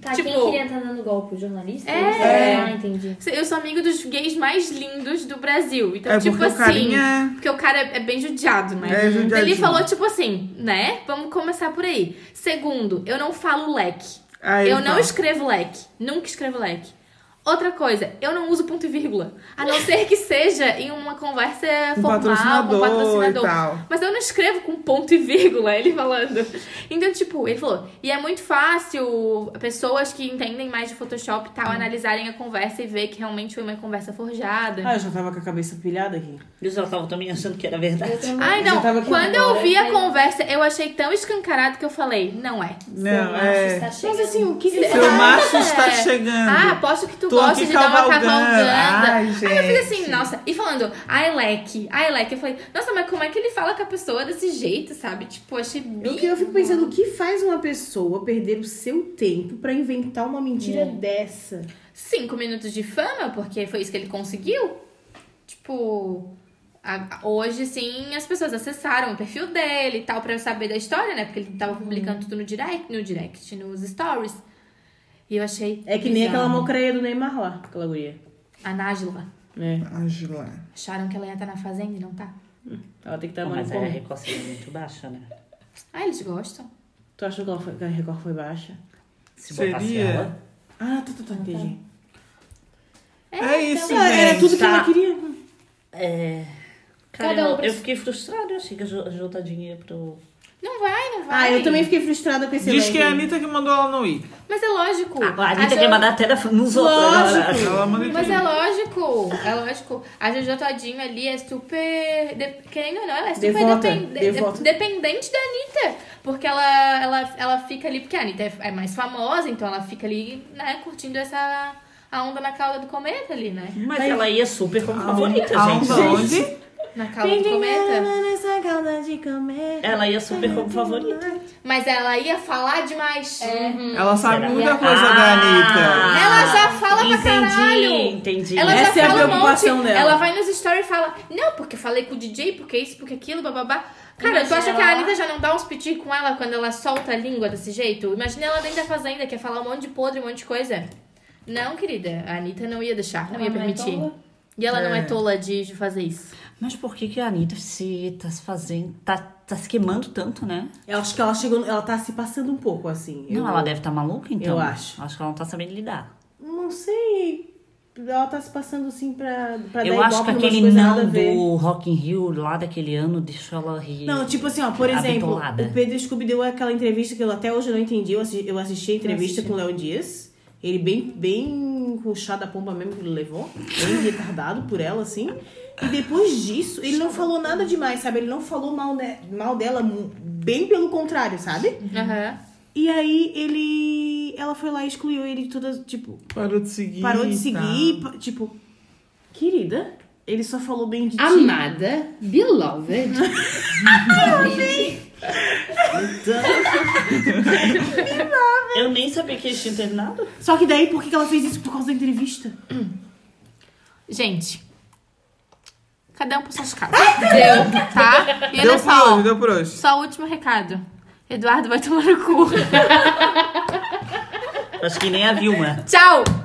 Speaker 8: Tá,
Speaker 1: Tipo-
Speaker 8: quem queria tá dando golpe? O jornalista?
Speaker 1: É.
Speaker 8: Ah, entendi.
Speaker 1: Eu sou amigo dos gays mais lindos do Brasil. Então,
Speaker 5: é
Speaker 1: tipo
Speaker 5: porque
Speaker 1: assim.
Speaker 5: o carinha
Speaker 1: Porque o cara é é bem judiado, né?
Speaker 5: É,
Speaker 1: Então, Ele
Speaker 5: judiadinho.
Speaker 1: falou, tipo assim, né? Vamos começar por aí. Segundo, eu não falo leque.
Speaker 5: Aí
Speaker 1: eu
Speaker 5: ele
Speaker 1: não
Speaker 5: fala.
Speaker 1: escrevo leque. Nunca escrevo leque. Outra coisa, eu não uso ponto e vírgula. A não ser que seja em uma conversa
Speaker 5: Um
Speaker 1: formal com
Speaker 5: patrocinador,
Speaker 1: um patrocinador.
Speaker 5: e tal.
Speaker 1: Mas eu não escrevo com ponto e vírgula, ele falando. Então, tipo, ele falou. E é muito fácil pessoas que entendem mais de Photoshop e
Speaker 5: Hum.
Speaker 1: tal analisarem a conversa e ver que realmente foi uma conversa forjada.
Speaker 3: Ah, eu já tava com a cabeça pilhada aqui.
Speaker 7: Isso ela tava também achando que era
Speaker 5: Ah,
Speaker 7: verdade.
Speaker 1: Ai,
Speaker 3: já
Speaker 1: não.
Speaker 3: tava aqui
Speaker 1: Quando eu
Speaker 3: agora,
Speaker 1: vi a
Speaker 8: né?
Speaker 1: conversa, eu achei tão escancarado que eu falei, não é.
Speaker 5: Não, é.
Speaker 3: Mas assim, o que...
Speaker 5: Seu macho está
Speaker 1: É.
Speaker 5: chegando.
Speaker 1: Ah, aposto que tu
Speaker 5: Tô
Speaker 1: gosta
Speaker 5: aqui
Speaker 1: de dar uma
Speaker 5: cavalgando. Ah,
Speaker 1: cavalgada.
Speaker 5: Ai,
Speaker 1: Aí eu fiz
Speaker 5: gente.
Speaker 1: assim, nossa. E falando, I like, I like. Eu falei, nossa, mas como é que ele fala com a pessoa desse jeito, sabe? Tipo, achei
Speaker 3: Eu,
Speaker 1: bem...
Speaker 3: que- eu fico pensando, o que faz uma pessoa perder o seu tempo pra inventar uma mentira dessa?
Speaker 1: Cinco minutos de fama, porque foi isso que ele conseguiu. Tipo... a- a- hoje, sim, as pessoas acessaram o perfil dele e tal, pra eu saber da história, né? Porque ele tava
Speaker 3: Uhum.
Speaker 1: publicando tudo no direct, no direct, nos stories. E eu achei...
Speaker 3: É que nem
Speaker 1: bizarro.
Speaker 3: aquela mocreia do Neymar lá, aquela guria.
Speaker 1: A Nájila.
Speaker 3: É.
Speaker 5: Angela.
Speaker 1: Acharam que ela ia estar na fazenda e não tá.
Speaker 3: Ela tem que tá estar
Speaker 7: Não,
Speaker 3: no
Speaker 7: mas é a
Speaker 3: Record.
Speaker 7: Record é muito baixa, né?
Speaker 1: Ah, eles gostam.
Speaker 3: Tu achou que, ela foi, que a Record foi baixa?
Speaker 7: Se botasse
Speaker 5: Seria?
Speaker 7: ela.
Speaker 3: Ah, tu, tu, tu, entendi.
Speaker 5: É,
Speaker 1: então
Speaker 5: isso,
Speaker 3: Ah,
Speaker 5: gente.
Speaker 3: era tudo que
Speaker 7: tá.
Speaker 3: ela queria.
Speaker 7: É. Cara,
Speaker 1: Cada um
Speaker 7: eu, eu
Speaker 1: precisa-
Speaker 7: fiquei frustrada, eu achei que ia ju- juntar dinheiro pro.
Speaker 1: Não vai, não
Speaker 3: Ah,
Speaker 1: vai.
Speaker 3: eu também fiquei frustrada com esse
Speaker 5: Diz que é a
Speaker 3: elenco.
Speaker 5: Anitta que mandou ela não ir.
Speaker 1: Mas é lógico.
Speaker 7: Ah,
Speaker 3: Ah,
Speaker 7: a Anitta
Speaker 1: Jo-
Speaker 7: quer mandar até nos outros.
Speaker 5: Ela mandou ir.
Speaker 1: Mas é lógico, é lógico. A Jojo Todinho ali é super. de- Querendo ou não, ela é super
Speaker 3: Devota,
Speaker 1: depend- de-
Speaker 3: devota.
Speaker 1: dependente da Anitta. Porque ela, ela, ela fica ali, porque a Anitta é é mais famosa, então ela fica ali, né, curtindo essa. A onda na cauda do cometa ali, né?
Speaker 7: Mas ela ia super como favorita, gente.
Speaker 5: Aonde?
Speaker 1: Na cauda do cometa.
Speaker 3: Nessa calda de comer.
Speaker 7: Ela ia super como favorita.
Speaker 1: Mas ela ia falar demais.
Speaker 5: Ela sabe
Speaker 7: Será?
Speaker 5: muita coisa da
Speaker 3: Ah,
Speaker 5: Anitta.
Speaker 1: Ela já fala pra caralho.
Speaker 7: Entendi.
Speaker 1: Ela
Speaker 3: Essa
Speaker 1: já
Speaker 3: é a
Speaker 1: fala um
Speaker 3: preocupação
Speaker 1: monte.
Speaker 3: dela.
Speaker 1: Ela vai nos stories e fala: Não, porque eu falei com o DJ, porque isso, porque aquilo, bababá. Cara, tu
Speaker 8: Imagina
Speaker 1: acha que a
Speaker 8: ela
Speaker 1: Anitta já não dá uns piti com ela quando ela solta a língua desse jeito? Imagina ela dentro da fazenda, quer falar um monte de podre, um monte de coisa. Não, querida, a Anitta não ia deixar, não ia
Speaker 8: é
Speaker 1: permitir. E ela não é tola de, de fazer isso.
Speaker 7: Mas por que, que a Anitta se tá se fazendo. Tá, tá se queimando tanto, né?
Speaker 3: Eu acho que ela chegou. Ela tá se passando um pouco, assim. Eu-
Speaker 7: Não, ela deve estar maluca, então.
Speaker 3: Eu acho.
Speaker 7: Acho que ela não tá sabendo lidar.
Speaker 3: Não sei. Ela tá se passando assim pra, pra
Speaker 7: eu
Speaker 3: dar
Speaker 7: acho
Speaker 3: ibope
Speaker 7: que
Speaker 3: numas
Speaker 7: aquele
Speaker 3: coisas nada a
Speaker 7: não
Speaker 3: ver.
Speaker 7: do Rock in Rio lá daquele ano deixou ela rir.
Speaker 3: Não, tipo assim, ó, por exemplo,
Speaker 7: Habitolada.
Speaker 3: o Pedro Scooby deu aquela entrevista que eu até hoje eu não entendi. Eu assisti, eu assisti a entrevista com o Léo Dias. Ele bem, bem com o chá da pomba mesmo que ele levou. Bem retardado por ela, assim. E depois disso, ele não falou nada demais, sabe? Ele não falou mal, né, mal dela, mu- bem pelo contrário, sabe?
Speaker 8: Uhum.
Speaker 1: Aham.
Speaker 3: E aí ele. Ela foi lá e excluiu ele de todas. Tipo,
Speaker 5: Parou de seguir.
Speaker 3: parou de
Speaker 5: tá.
Speaker 3: seguir. pa- Tipo, querida, ele só falou bem de ti.
Speaker 6: Amada, beloved.
Speaker 7: Eu nem sabia que eles tinham terminado.
Speaker 3: Só que daí, por que que ela fez isso? Por causa da entrevista.
Speaker 1: Gente. Cada um por suas casas.
Speaker 8: Ah!
Speaker 1: Deu, tá? E olha
Speaker 5: Deu por
Speaker 1: só.
Speaker 5: hoje, deu por hoje.
Speaker 1: Só o último recado.
Speaker 3: <laughs>
Speaker 1: Eduardo vai tomar no cu.
Speaker 7: Acho que nem a Vilma.
Speaker 1: Tchau!